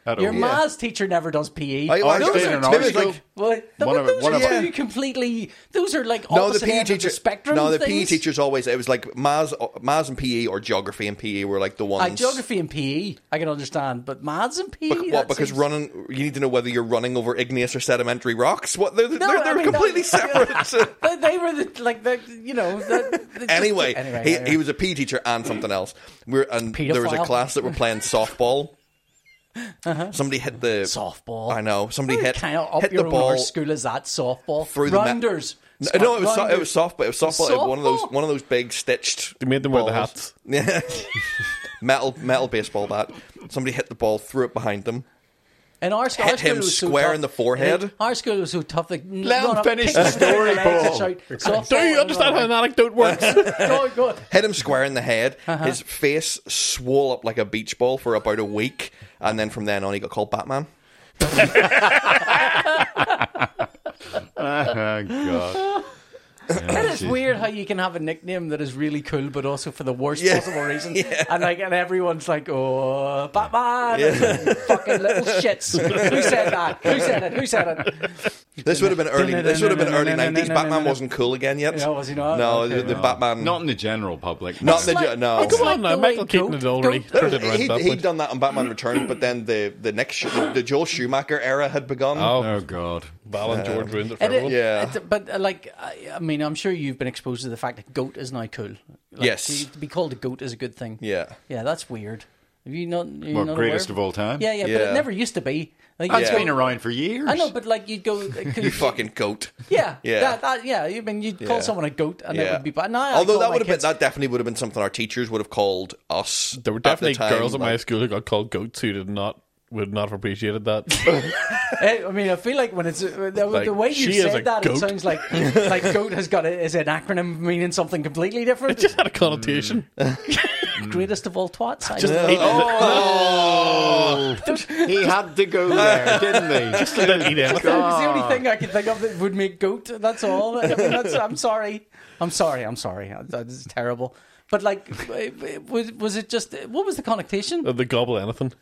[SPEAKER 4] At
[SPEAKER 2] Your
[SPEAKER 4] all.
[SPEAKER 2] maths teacher never does PE.
[SPEAKER 3] I- I
[SPEAKER 4] Ours
[SPEAKER 3] those
[SPEAKER 4] did
[SPEAKER 3] are-
[SPEAKER 4] in our
[SPEAKER 3] maybe it's
[SPEAKER 4] school.
[SPEAKER 3] like-
[SPEAKER 2] Well,
[SPEAKER 4] One
[SPEAKER 2] th-
[SPEAKER 4] of it-
[SPEAKER 2] those
[SPEAKER 4] one
[SPEAKER 2] are
[SPEAKER 4] of it-
[SPEAKER 2] two completely. Those are like
[SPEAKER 3] No, the
[SPEAKER 2] opposite
[SPEAKER 3] PE
[SPEAKER 2] end of
[SPEAKER 3] teacher.
[SPEAKER 2] the spectrum.
[SPEAKER 3] no, the E
[SPEAKER 2] things.
[SPEAKER 3] PE teachers always. It was like maths, maths and PE, or geography and PE were like the
[SPEAKER 2] Uh,
[SPEAKER 3] ones.
[SPEAKER 2] geography and PE, I can understand, but maths and PE.
[SPEAKER 3] Bec- what,
[SPEAKER 2] that
[SPEAKER 3] because
[SPEAKER 2] seems-
[SPEAKER 3] running, you need to know whether you're running over igneous or sedimentary rocks. What they're they're,
[SPEAKER 2] No, I
[SPEAKER 3] they're
[SPEAKER 2] mean,
[SPEAKER 3] completely
[SPEAKER 2] that-
[SPEAKER 3] separate.
[SPEAKER 2] they, they were the, like the you know. The, the- just-
[SPEAKER 3] anyway, he,
[SPEAKER 2] anyway.
[SPEAKER 3] he was a PE teacher and something else. We were, and there was
[SPEAKER 2] Pedophile.
[SPEAKER 3] a
[SPEAKER 2] Uh-huh.
[SPEAKER 3] class that were playing softball. Somebody hit the
[SPEAKER 2] softball.
[SPEAKER 3] I know somebody hit
[SPEAKER 2] kind of up
[SPEAKER 3] hit
[SPEAKER 2] your
[SPEAKER 3] the
[SPEAKER 2] own
[SPEAKER 3] ball.
[SPEAKER 2] horse school is that softball
[SPEAKER 3] Through the ma-
[SPEAKER 2] rounders.
[SPEAKER 3] No,
[SPEAKER 2] Scott,
[SPEAKER 3] no, it was so, it
[SPEAKER 2] rounders.
[SPEAKER 3] was softball. It was softball. It was one of those
[SPEAKER 2] Softball?
[SPEAKER 3] one of those big stitched.
[SPEAKER 1] They made them wear the
[SPEAKER 3] balls.
[SPEAKER 1] hats.
[SPEAKER 3] Yeah. metal metal baseball bat. Somebody hit the ball, threw it behind them.
[SPEAKER 2] And our, our
[SPEAKER 3] hit
[SPEAKER 2] school
[SPEAKER 3] him
[SPEAKER 2] was so
[SPEAKER 3] square
[SPEAKER 2] tough.
[SPEAKER 3] in the forehead.
[SPEAKER 2] And Our school was so tough. Like,
[SPEAKER 4] Let him finish the story, Paul.
[SPEAKER 1] Do you understand how an anecdote works?
[SPEAKER 2] Go, go.
[SPEAKER 3] Hit him square in the head.
[SPEAKER 2] Uh-huh.
[SPEAKER 3] His face swole up like a beach ball for about a week, and then from then on, he got called Batman.
[SPEAKER 4] Oh, God.
[SPEAKER 1] Oh,
[SPEAKER 2] It is weird how you can have a nickname that is really cool, but also for the worst
[SPEAKER 3] Yeah.
[SPEAKER 2] possible reason. And like, and everyone's like, "Oh, Batman, fucking little shits." Who said that? Who said it? Who said it?
[SPEAKER 3] This would have been early. This would have been early nineties. Batman wasn't cool again yet.
[SPEAKER 2] Yeah, was he not?
[SPEAKER 3] No,
[SPEAKER 2] Okay.
[SPEAKER 3] the, the Batman.
[SPEAKER 4] Mm. Not in the general public.
[SPEAKER 3] Not in the
[SPEAKER 2] Like-
[SPEAKER 3] ge- no.
[SPEAKER 2] it's
[SPEAKER 1] Come on
[SPEAKER 2] the
[SPEAKER 1] now,
[SPEAKER 2] way
[SPEAKER 1] Michael Keaton
[SPEAKER 2] Goat-
[SPEAKER 1] had already
[SPEAKER 2] Goat-
[SPEAKER 1] turned it around
[SPEAKER 3] He'd,
[SPEAKER 1] that
[SPEAKER 3] he'd
[SPEAKER 1] point.
[SPEAKER 3] done that on Batman Returns, but then the the next the, the Joel Schumacher era had begun.
[SPEAKER 4] Oh, God.
[SPEAKER 1] Val and George ruined it for
[SPEAKER 2] It-
[SPEAKER 1] everyone.
[SPEAKER 3] Yeah.
[SPEAKER 2] it- but uh, like, I, I mean, I'm sure you've been exposed to the fact that goat is now cool. Like,
[SPEAKER 3] Yes.
[SPEAKER 2] to, to be called a goat is a good thing.
[SPEAKER 3] Yeah.
[SPEAKER 2] yeah, that's weird. Have you not? you
[SPEAKER 4] Well,
[SPEAKER 2] not
[SPEAKER 4] greatest
[SPEAKER 2] aware?
[SPEAKER 4] of all time.
[SPEAKER 2] Yeah, yeah, but
[SPEAKER 3] Yeah.
[SPEAKER 2] it never used to be. Like,
[SPEAKER 4] That's
[SPEAKER 2] you'd
[SPEAKER 4] been
[SPEAKER 2] go-
[SPEAKER 4] around for years.
[SPEAKER 2] I know, but like you'd go, uh,
[SPEAKER 3] You fucking goat.
[SPEAKER 2] yeah,
[SPEAKER 3] Yeah.
[SPEAKER 2] yeah, that, that, yeah. I mean, you'd
[SPEAKER 3] Yeah.
[SPEAKER 2] call someone a goat, and it
[SPEAKER 3] Yeah.
[SPEAKER 2] would be bad. No, I
[SPEAKER 3] Although
[SPEAKER 2] call
[SPEAKER 3] that
[SPEAKER 2] my
[SPEAKER 3] would have been
[SPEAKER 2] kids-
[SPEAKER 3] that definitely would have been something our teachers would have called us.
[SPEAKER 1] There were
[SPEAKER 3] at the
[SPEAKER 1] definitely
[SPEAKER 3] time,
[SPEAKER 1] girls at my
[SPEAKER 3] like-
[SPEAKER 1] school who got called goats who did not would not have appreciated that.
[SPEAKER 2] Eh, I mean, I feel like when it's uh, the,
[SPEAKER 1] Like,
[SPEAKER 2] the way you
[SPEAKER 1] she is a
[SPEAKER 2] said that,
[SPEAKER 1] goat.
[SPEAKER 2] it sounds like like goat has got a, is an acronym meaning something completely different.
[SPEAKER 1] Just had a connotation.
[SPEAKER 3] Oh.
[SPEAKER 2] greatest of all twats. I
[SPEAKER 1] Just
[SPEAKER 2] know.
[SPEAKER 1] eat,
[SPEAKER 4] Oh. he had to go there, didn't he?
[SPEAKER 1] didn't eat anything.
[SPEAKER 2] That was the only thing I could think of that would make goat. That's all. I mean, that's, I'm sorry. I'm sorry. I'm sorry. That's terrible. But like, it- it- was was it just what was the
[SPEAKER 3] Uh,
[SPEAKER 2] connotation?
[SPEAKER 1] The gobble anything.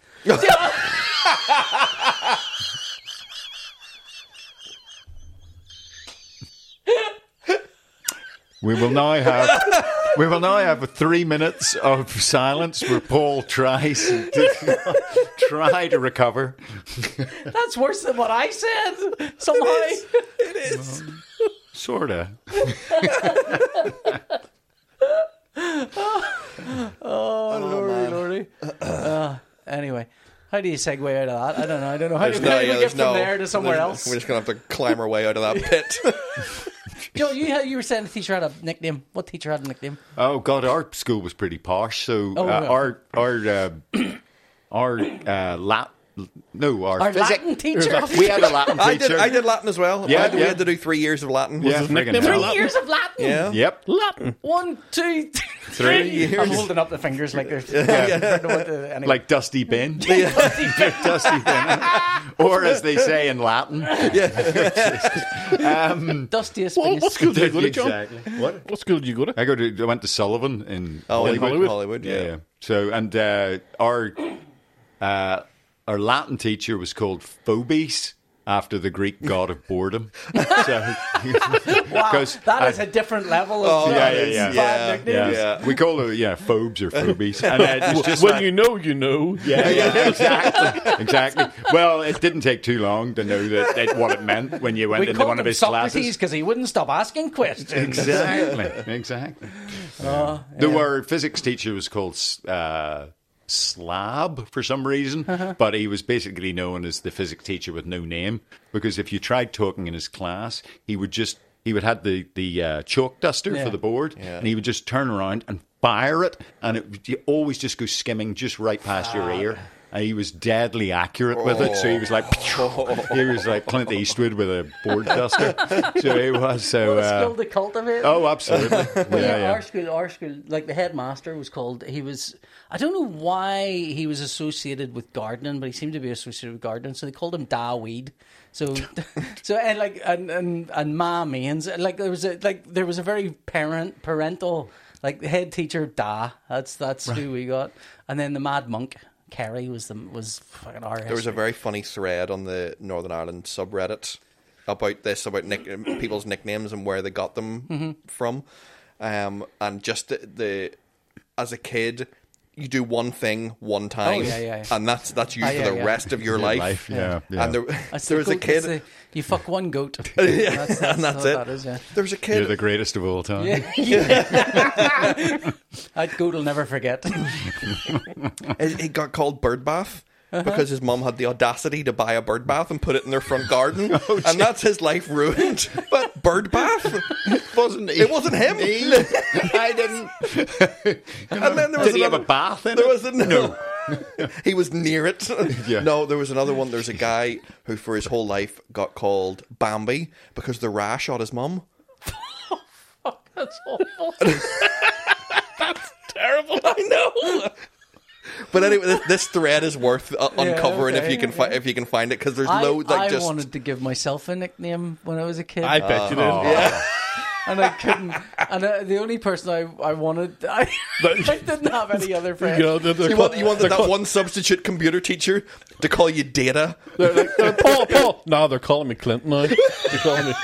[SPEAKER 4] We will now have we will now have three minutes of silence where Paul tries to try to recover.
[SPEAKER 2] That's worse than what I said. Somehow,
[SPEAKER 4] Sorta.
[SPEAKER 3] Um,
[SPEAKER 2] lordy, lordy. Uh, anyway, how do you segue out of that? I don't know. I don't know. How do
[SPEAKER 3] There's
[SPEAKER 2] we, how do we
[SPEAKER 3] yeah,
[SPEAKER 2] get
[SPEAKER 3] there's
[SPEAKER 2] from there to somewhere
[SPEAKER 3] there's-
[SPEAKER 2] else?
[SPEAKER 3] We're just gonna have to climb our way out of that pit.
[SPEAKER 2] Joe, you had- you were saying the teacher had a nickname. What teacher had a nickname?
[SPEAKER 4] Oh God, our school was pretty posh. So uh,
[SPEAKER 2] Oh, yeah.
[SPEAKER 4] our our uh, our uh, lat no our,
[SPEAKER 2] Our
[SPEAKER 4] physic-
[SPEAKER 2] Latin teacher.
[SPEAKER 4] We had a Latin teacher.
[SPEAKER 3] I did. I did Latin as well.
[SPEAKER 4] Yeah,
[SPEAKER 3] I had, We
[SPEAKER 4] yeah.
[SPEAKER 3] had to do three years of Latin.
[SPEAKER 4] Yeah,
[SPEAKER 1] his
[SPEAKER 4] friggin'
[SPEAKER 1] nickname
[SPEAKER 4] hell.
[SPEAKER 1] Latin?
[SPEAKER 2] Years of Latin.
[SPEAKER 3] Yeah.
[SPEAKER 4] Yep.
[SPEAKER 1] Latin.
[SPEAKER 2] One, two,
[SPEAKER 4] Three
[SPEAKER 2] three. I'm holding up the fingers like they're I don't know what the- anyway.
[SPEAKER 4] Like Dusty Ben. Dusty Ben. or as they say in Latin.
[SPEAKER 2] dustiest.
[SPEAKER 1] Well,
[SPEAKER 2] biggest-
[SPEAKER 1] what school did you go to, John?
[SPEAKER 4] What?
[SPEAKER 1] What school did you go to?
[SPEAKER 4] I go to. I went to Sullivan in
[SPEAKER 3] Oh, in
[SPEAKER 4] Hollywood.
[SPEAKER 3] Hollywood, Hollywood, yeah.
[SPEAKER 4] So and uh, our uh, our Latin teacher was called Phoebes after the Greek god of boredom. so
[SPEAKER 2] Wow, that
[SPEAKER 4] 'cause
[SPEAKER 2] is
[SPEAKER 4] I-
[SPEAKER 2] a different level
[SPEAKER 3] Oh,
[SPEAKER 2] of
[SPEAKER 4] Yeah, yeah, yeah.
[SPEAKER 2] bad
[SPEAKER 3] Yeah.
[SPEAKER 2] nicknames.
[SPEAKER 3] Yeah.
[SPEAKER 4] we call her yeah Phobes or Phoebes. And uh, it was just
[SPEAKER 1] when
[SPEAKER 4] like-
[SPEAKER 1] you know, you know.
[SPEAKER 4] yeah, yeah, exactly, exactly. Well, it didn't take too long to know that, that what it meant when you went
[SPEAKER 2] We
[SPEAKER 4] into
[SPEAKER 2] called
[SPEAKER 4] one of
[SPEAKER 2] him
[SPEAKER 4] his
[SPEAKER 2] Socrates
[SPEAKER 4] classes.
[SPEAKER 2] because he wouldn't stop asking questions.
[SPEAKER 4] Exactly, exactly.
[SPEAKER 2] Uh,
[SPEAKER 4] The word physics teacher was called uh, Slab for some reason,
[SPEAKER 2] Uh-huh.
[SPEAKER 4] but he was basically known as the physics teacher with no name because if you tried talking in his class, he would just he would had the the uh, chalk duster
[SPEAKER 2] Yeah.
[SPEAKER 4] for the board, and he would just turn around and fire it, and it would you always just go skimming just right past your ear. and he was deadly accurate with it. So he was like, he was like Clint Eastwood with a board duster. So he was so.
[SPEAKER 2] What a
[SPEAKER 4] Uh,
[SPEAKER 2] skill to cultivate.
[SPEAKER 4] oh, absolutely.
[SPEAKER 2] Well,
[SPEAKER 4] yeah,
[SPEAKER 2] yeah,
[SPEAKER 4] yeah.
[SPEAKER 2] our school, our school, like the headmaster was called. He was, I don't know why he was associated with gardening, but he seemed to be associated with gardening. So they called him Da Weed. So, so and like and and, and Ma means like there was a like there was a very parent parental like the head teacher Da. That's that's who we got, and then the Mad Monk Kerry was the was fucking our.
[SPEAKER 3] There was a very funny thread on the Northern Ireland subreddit about this, about nick- um, people's nicknames and where they got them
[SPEAKER 2] Mm-hmm.
[SPEAKER 3] from, um, and just the, the as a kid. You do one thing one time,
[SPEAKER 2] Oh, yeah, yeah, yeah.
[SPEAKER 3] and that's that's you
[SPEAKER 2] Ah,
[SPEAKER 3] for
[SPEAKER 2] yeah,
[SPEAKER 3] the
[SPEAKER 2] yeah.
[SPEAKER 3] rest of your
[SPEAKER 4] Your
[SPEAKER 3] life.
[SPEAKER 4] life, yeah, yeah.
[SPEAKER 3] And there,
[SPEAKER 2] That's
[SPEAKER 3] there
[SPEAKER 2] the
[SPEAKER 3] was a
[SPEAKER 2] goat, that's
[SPEAKER 3] kid,
[SPEAKER 2] the- you fuck one goat. that's,
[SPEAKER 3] and that's
[SPEAKER 2] what
[SPEAKER 3] it.
[SPEAKER 2] That is, yeah.
[SPEAKER 3] There was a kid.
[SPEAKER 4] You're the greatest of all time.
[SPEAKER 2] That goat will never forget.
[SPEAKER 3] He he got called birdbath
[SPEAKER 2] Uh-huh.
[SPEAKER 3] because his mom had the audacity to buy a birdbath and put it in their front garden,
[SPEAKER 2] Oh,
[SPEAKER 3] and that's his life ruined. But birdbath,
[SPEAKER 4] Wasn't he?
[SPEAKER 3] it wasn't him.
[SPEAKER 4] I didn't.
[SPEAKER 3] And then there was
[SPEAKER 4] Did he have a
[SPEAKER 3] another.
[SPEAKER 4] bath in
[SPEAKER 3] there
[SPEAKER 4] it?
[SPEAKER 3] was a, no. he was near it.
[SPEAKER 4] Yeah.
[SPEAKER 3] No, there was another one. There's a guy who, for his whole life, got called Bambi because the rash shot his mum.
[SPEAKER 2] Oh, that's awful.
[SPEAKER 1] Terrible.
[SPEAKER 3] No. But anyway, this, this thread is worth uh, uncovering if
[SPEAKER 2] okay,
[SPEAKER 3] you can fi- if you can find it because there's
[SPEAKER 2] I,
[SPEAKER 3] loads like
[SPEAKER 2] I
[SPEAKER 3] just
[SPEAKER 2] wanted to give myself a nickname when I was a kid,
[SPEAKER 1] I bet you did.
[SPEAKER 3] Oh.
[SPEAKER 2] and I couldn't. and uh, the only person I, I wanted, I,
[SPEAKER 1] But-
[SPEAKER 2] I didn't have any other friends.
[SPEAKER 1] You, know, they're, they're
[SPEAKER 3] You,
[SPEAKER 1] called-
[SPEAKER 3] want, you wanted
[SPEAKER 1] they're
[SPEAKER 3] that
[SPEAKER 1] called-
[SPEAKER 3] one substitute computer teacher to call you data.
[SPEAKER 1] They're, like, they're, Uh, Paul, Paul. No, they're calling me Clint now. They're calling me.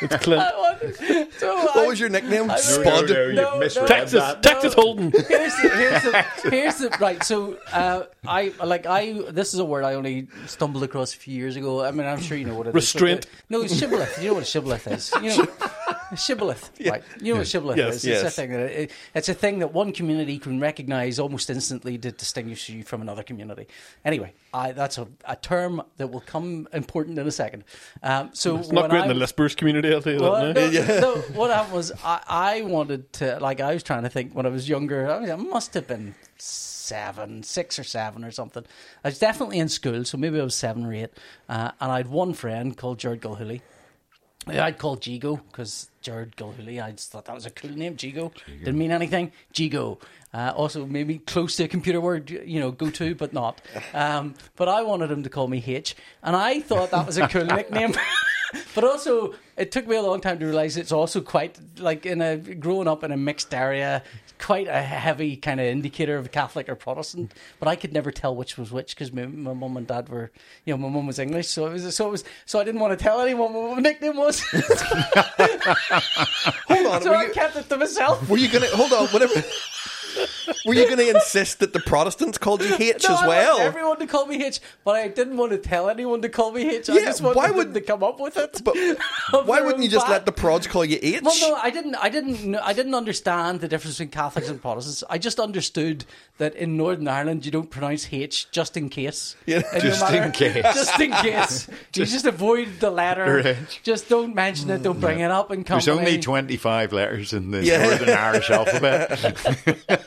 [SPEAKER 1] It's Clint.
[SPEAKER 2] I wanted- so I-
[SPEAKER 3] What was your nickname? Spud.
[SPEAKER 4] No, no,
[SPEAKER 2] No,
[SPEAKER 4] you've
[SPEAKER 2] no.
[SPEAKER 4] misread
[SPEAKER 1] Texas.
[SPEAKER 4] that.
[SPEAKER 1] Texas Holden.
[SPEAKER 2] here's the, here's the, here's the right. So uh, I like I. This is a word I only stumbled across a few years ago. I mean, I'm sure you know what it is.
[SPEAKER 1] Restraint.
[SPEAKER 2] No, shibboleth. You know what a shibboleth is. You know, shibboleth. Right. You know what shibboleth
[SPEAKER 1] Yes,
[SPEAKER 2] is.
[SPEAKER 3] yes.
[SPEAKER 2] It's a thing that it, it's a thing that one community can recognise almost instantly to distinguish you from another community. Anyway, I, that's a, a term that will come important in a second. Um, so
[SPEAKER 1] It's not great in the Lispers community, I'll tell you
[SPEAKER 2] well,
[SPEAKER 1] that now.
[SPEAKER 2] no, no, what happened was I, I wanted to like I was trying to think when I was younger. I, mean, I must have been seven, six or seven or something. I was definitely in school, so maybe I was seven or eight. Uh, and I had one friend called Jared Gulhooly. Yeah, I'd call Jigo because Jared Gulhooly. I just thought that was a cool name, Jigo. Didn't mean anything. Jigo. Uh, also, maybe close to a computer word, you know, go to, but not. Um, but I wanted him to call me H, and I thought that was a cool nickname. but also, it took me a long time to realize it's also quite like in a growing up in a mixed area, it's quite a heavy kind of indicator of Catholic or Protestant. But I could never tell which was which because my, my mum and dad were, you know, my mum was English, so it was so it was so I didn't want to tell anyone what my nickname was.
[SPEAKER 3] Hold on.
[SPEAKER 2] So
[SPEAKER 3] Were
[SPEAKER 2] I
[SPEAKER 3] you,
[SPEAKER 2] kept it to myself.
[SPEAKER 3] were you gonna hold on? Whenever were you gonna insist that the Protestants called you H
[SPEAKER 2] No,
[SPEAKER 3] as
[SPEAKER 2] I
[SPEAKER 3] well?
[SPEAKER 2] wanted everyone to call me Hitch, but I didn't want to tell anyone to call me Hitch. I
[SPEAKER 3] Yeah,
[SPEAKER 2] just wanted
[SPEAKER 3] why
[SPEAKER 2] them
[SPEAKER 3] would-
[SPEAKER 2] to come up with it.
[SPEAKER 3] but
[SPEAKER 2] Of
[SPEAKER 3] why
[SPEAKER 2] their
[SPEAKER 3] wouldn't
[SPEAKER 2] own
[SPEAKER 3] you just
[SPEAKER 2] bat.
[SPEAKER 3] let the prods call you H?
[SPEAKER 2] Well, no, I didn't. I didn't. kn- I didn't understand the difference between Catholics and Protestants. I just understood that in Northern Ireland you don't pronounce H just in case.
[SPEAKER 3] Yeah,
[SPEAKER 2] And
[SPEAKER 4] just in case.
[SPEAKER 2] Just in case. you just avoid the letter.
[SPEAKER 4] Right.
[SPEAKER 2] Just don't mention it. Don't bring it up. And
[SPEAKER 4] There's
[SPEAKER 2] company.
[SPEAKER 4] only 25 letters in the
[SPEAKER 3] Yeah.
[SPEAKER 4] Northern Irish alphabet.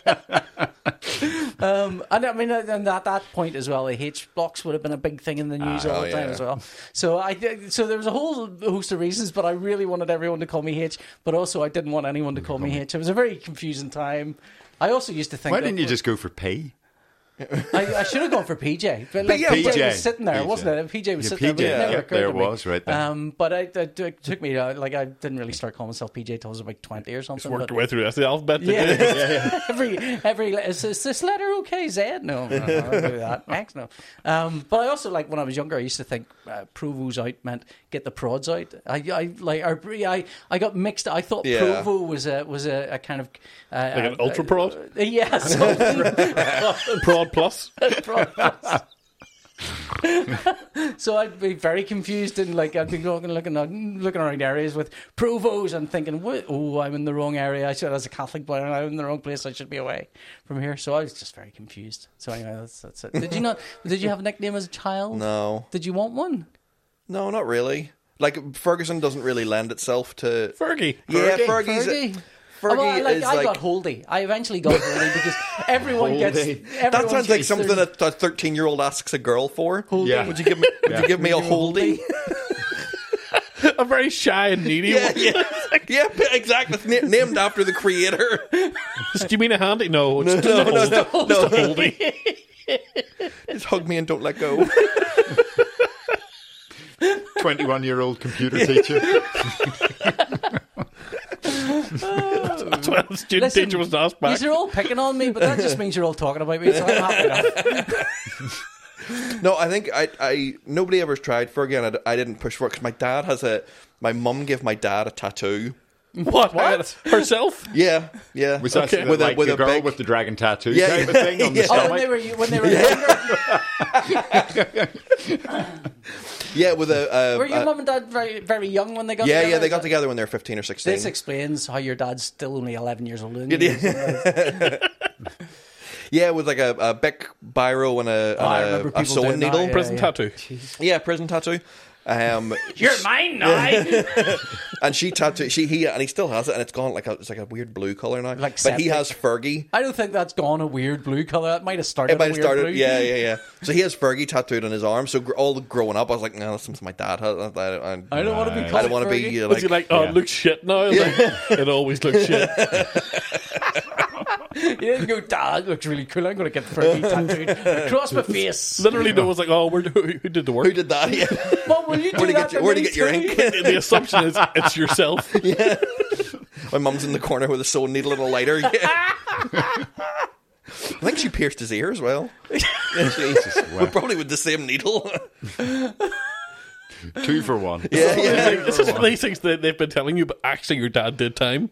[SPEAKER 2] Um, and I mean, and at that point as well, the H blocks would have been a big thing in the news
[SPEAKER 4] Ah,
[SPEAKER 2] all
[SPEAKER 3] oh,
[SPEAKER 2] the time
[SPEAKER 3] yeah.
[SPEAKER 2] as well. So I, did- so there was a whole host of reasons, but I really wanted everyone to call me H, but also I didn't want anyone to call me H. It was a very confusing time. I also used to think.
[SPEAKER 4] Why
[SPEAKER 2] that-
[SPEAKER 4] didn't you just go for P?
[SPEAKER 2] I, I should have gone for PJ, but like,
[SPEAKER 3] yeah,
[SPEAKER 2] PJ,
[SPEAKER 4] PJ.
[SPEAKER 2] was sitting there,
[SPEAKER 4] PJ.
[SPEAKER 2] wasn't it? PJ was
[SPEAKER 4] Yeah,
[SPEAKER 2] sitting there.
[SPEAKER 4] PJ,
[SPEAKER 2] But it never
[SPEAKER 4] yeah,
[SPEAKER 2] occurred
[SPEAKER 4] there
[SPEAKER 2] to me.
[SPEAKER 4] was, right there.
[SPEAKER 2] Um, but I, I- it took me uh, like I didn't really start calling myself PJ till I was like twenty or something.
[SPEAKER 1] Worked
[SPEAKER 2] but-
[SPEAKER 1] your way through the rest of the alphabet. did
[SPEAKER 2] yeah.
[SPEAKER 1] you?
[SPEAKER 2] every every le- is, is this letter okay? Z? No, no, no I'll do that. X? No. Um, but I also like when I was younger, I used to think uh, Provo's out meant get the prods out. I, I like or, I I got mixed. I thought
[SPEAKER 3] Yeah.
[SPEAKER 2] Provo was a was a, a kind of uh,
[SPEAKER 1] Like an
[SPEAKER 2] uh,
[SPEAKER 1] ultra prod?
[SPEAKER 2] Uh, yeah, something
[SPEAKER 1] Prod plus.
[SPEAKER 2] prod. so I'd be very confused and like I'd be looking, looking, looking around areas with provos and thinking, "Wha- "Oh, I'm in the wrong area. I should, as a Catholic player, I'm in the wrong place. I should be away from here." So I was just very confused. So anyway, that's that's it. Did you not? Did you have a nickname as a child?
[SPEAKER 3] No.
[SPEAKER 2] Did you want one?
[SPEAKER 3] No, not really. Like Ferguson doesn't really lend itself to.
[SPEAKER 1] Fergie.
[SPEAKER 3] yeah,
[SPEAKER 1] Fergie.
[SPEAKER 3] Fergie's.
[SPEAKER 2] Fergie? Oh,
[SPEAKER 3] Fergie
[SPEAKER 2] well, like,
[SPEAKER 3] is
[SPEAKER 2] I
[SPEAKER 3] like.
[SPEAKER 2] got Holdy. I eventually got Holdy because everyone gets.
[SPEAKER 4] Holdy.
[SPEAKER 2] Everyone
[SPEAKER 3] that sounds like
[SPEAKER 2] gets
[SPEAKER 3] something
[SPEAKER 2] their-
[SPEAKER 3] that a thirteen-year-old asks a girl for.
[SPEAKER 4] Yeah.
[SPEAKER 3] Would you give me? Would
[SPEAKER 4] Yeah.
[SPEAKER 3] you give me a holdie?
[SPEAKER 1] A very shy and needy
[SPEAKER 3] Yeah,
[SPEAKER 1] one.
[SPEAKER 3] yeah, yeah. Exactly. It's na- named after the creator.
[SPEAKER 1] Do you mean a handy? No, it's just
[SPEAKER 3] No,
[SPEAKER 1] a
[SPEAKER 3] no,
[SPEAKER 1] hold-
[SPEAKER 3] no,
[SPEAKER 1] just a
[SPEAKER 3] no.
[SPEAKER 1] holdie.
[SPEAKER 3] Just hug me and don't let go.
[SPEAKER 4] 21 year old computer teacher.
[SPEAKER 1] That's what the student
[SPEAKER 2] Listen,
[SPEAKER 1] teacher was asked back.
[SPEAKER 2] These are all picking on me, but that just means you're all talking about me. So I'm happy enough.
[SPEAKER 3] No, I think I, I nobody ever's tried Fergie, and I, I didn't push for it because my dad has a. My mum gave my dad a tattoo.
[SPEAKER 1] What? Herself?
[SPEAKER 3] Yeah, yeah.
[SPEAKER 4] Was that
[SPEAKER 1] Okay.
[SPEAKER 4] with,
[SPEAKER 3] With a-
[SPEAKER 4] like
[SPEAKER 3] with
[SPEAKER 4] the
[SPEAKER 3] a
[SPEAKER 4] girl
[SPEAKER 3] big-
[SPEAKER 4] with the dragon tattoo
[SPEAKER 3] Yeah,
[SPEAKER 4] type of
[SPEAKER 3] yeah,
[SPEAKER 4] thing on the
[SPEAKER 3] yeah.
[SPEAKER 2] Oh, when
[SPEAKER 4] stomach?
[SPEAKER 2] they were when they were younger,
[SPEAKER 3] Yeah, with a. a
[SPEAKER 2] were your
[SPEAKER 3] a-
[SPEAKER 2] mum and dad very very young when they got
[SPEAKER 3] Uh, yeah,
[SPEAKER 2] together?
[SPEAKER 3] yeah. They got together when they were fifteen or sixteen.
[SPEAKER 2] This explains how your dad's still only eleven years older than you.
[SPEAKER 3] yeah, with like a, a Bic biro and a,
[SPEAKER 2] I
[SPEAKER 3] and
[SPEAKER 2] remember
[SPEAKER 3] a, a
[SPEAKER 2] people
[SPEAKER 3] sewing
[SPEAKER 2] doing that,
[SPEAKER 3] needle.
[SPEAKER 2] yeah.
[SPEAKER 1] Prison tattoo.
[SPEAKER 3] Yeah, prison tattoo. Um,
[SPEAKER 2] You're mine now.
[SPEAKER 3] and she tattooed she he and he still has it, and it's gone like a, it's like a weird blue color now.
[SPEAKER 2] Like
[SPEAKER 3] but he
[SPEAKER 2] septic.
[SPEAKER 3] has Fergie.
[SPEAKER 2] I don't think that's gone a weird blue color. That might have started.
[SPEAKER 3] It
[SPEAKER 2] a
[SPEAKER 3] might have
[SPEAKER 2] weird
[SPEAKER 3] started,
[SPEAKER 2] Blue.
[SPEAKER 3] yeah, yeah, yeah. So he has Fergie tattooed on his arm. So gr- all the growing up, I was like, no, that's something my dad had. I, I, I,
[SPEAKER 2] I don't want to be.
[SPEAKER 4] Right.
[SPEAKER 2] Called
[SPEAKER 3] I don't want to
[SPEAKER 2] Fergie.
[SPEAKER 3] be uh,
[SPEAKER 1] Was
[SPEAKER 3] like,
[SPEAKER 1] he like, oh,
[SPEAKER 4] Yeah.
[SPEAKER 1] it looks shit now? It's like, it always looks shit.
[SPEAKER 2] You didn't go. Dad it looks really cool. I'm going to get Fergie tattooed across my face.
[SPEAKER 1] Literally, no one's like, oh, where do, who did the work?
[SPEAKER 3] who did that? Yeah.
[SPEAKER 2] Mum, will you do
[SPEAKER 3] Where'd you
[SPEAKER 2] that
[SPEAKER 3] get your,
[SPEAKER 2] to
[SPEAKER 3] where'd you
[SPEAKER 2] me
[SPEAKER 3] get your
[SPEAKER 2] too?
[SPEAKER 3] ink?
[SPEAKER 1] the assumption is it's yourself.
[SPEAKER 3] My mum's in the corner with a sewing needle and a lighter. Yeah. I think she pierced his ear as well.
[SPEAKER 4] Jesus, wow.
[SPEAKER 3] Probably with the same needle.
[SPEAKER 4] two for one.
[SPEAKER 3] yeah, yeah.
[SPEAKER 1] This
[SPEAKER 2] Oh,
[SPEAKER 1] is one of these things that they've been telling you, but actually your dad did time.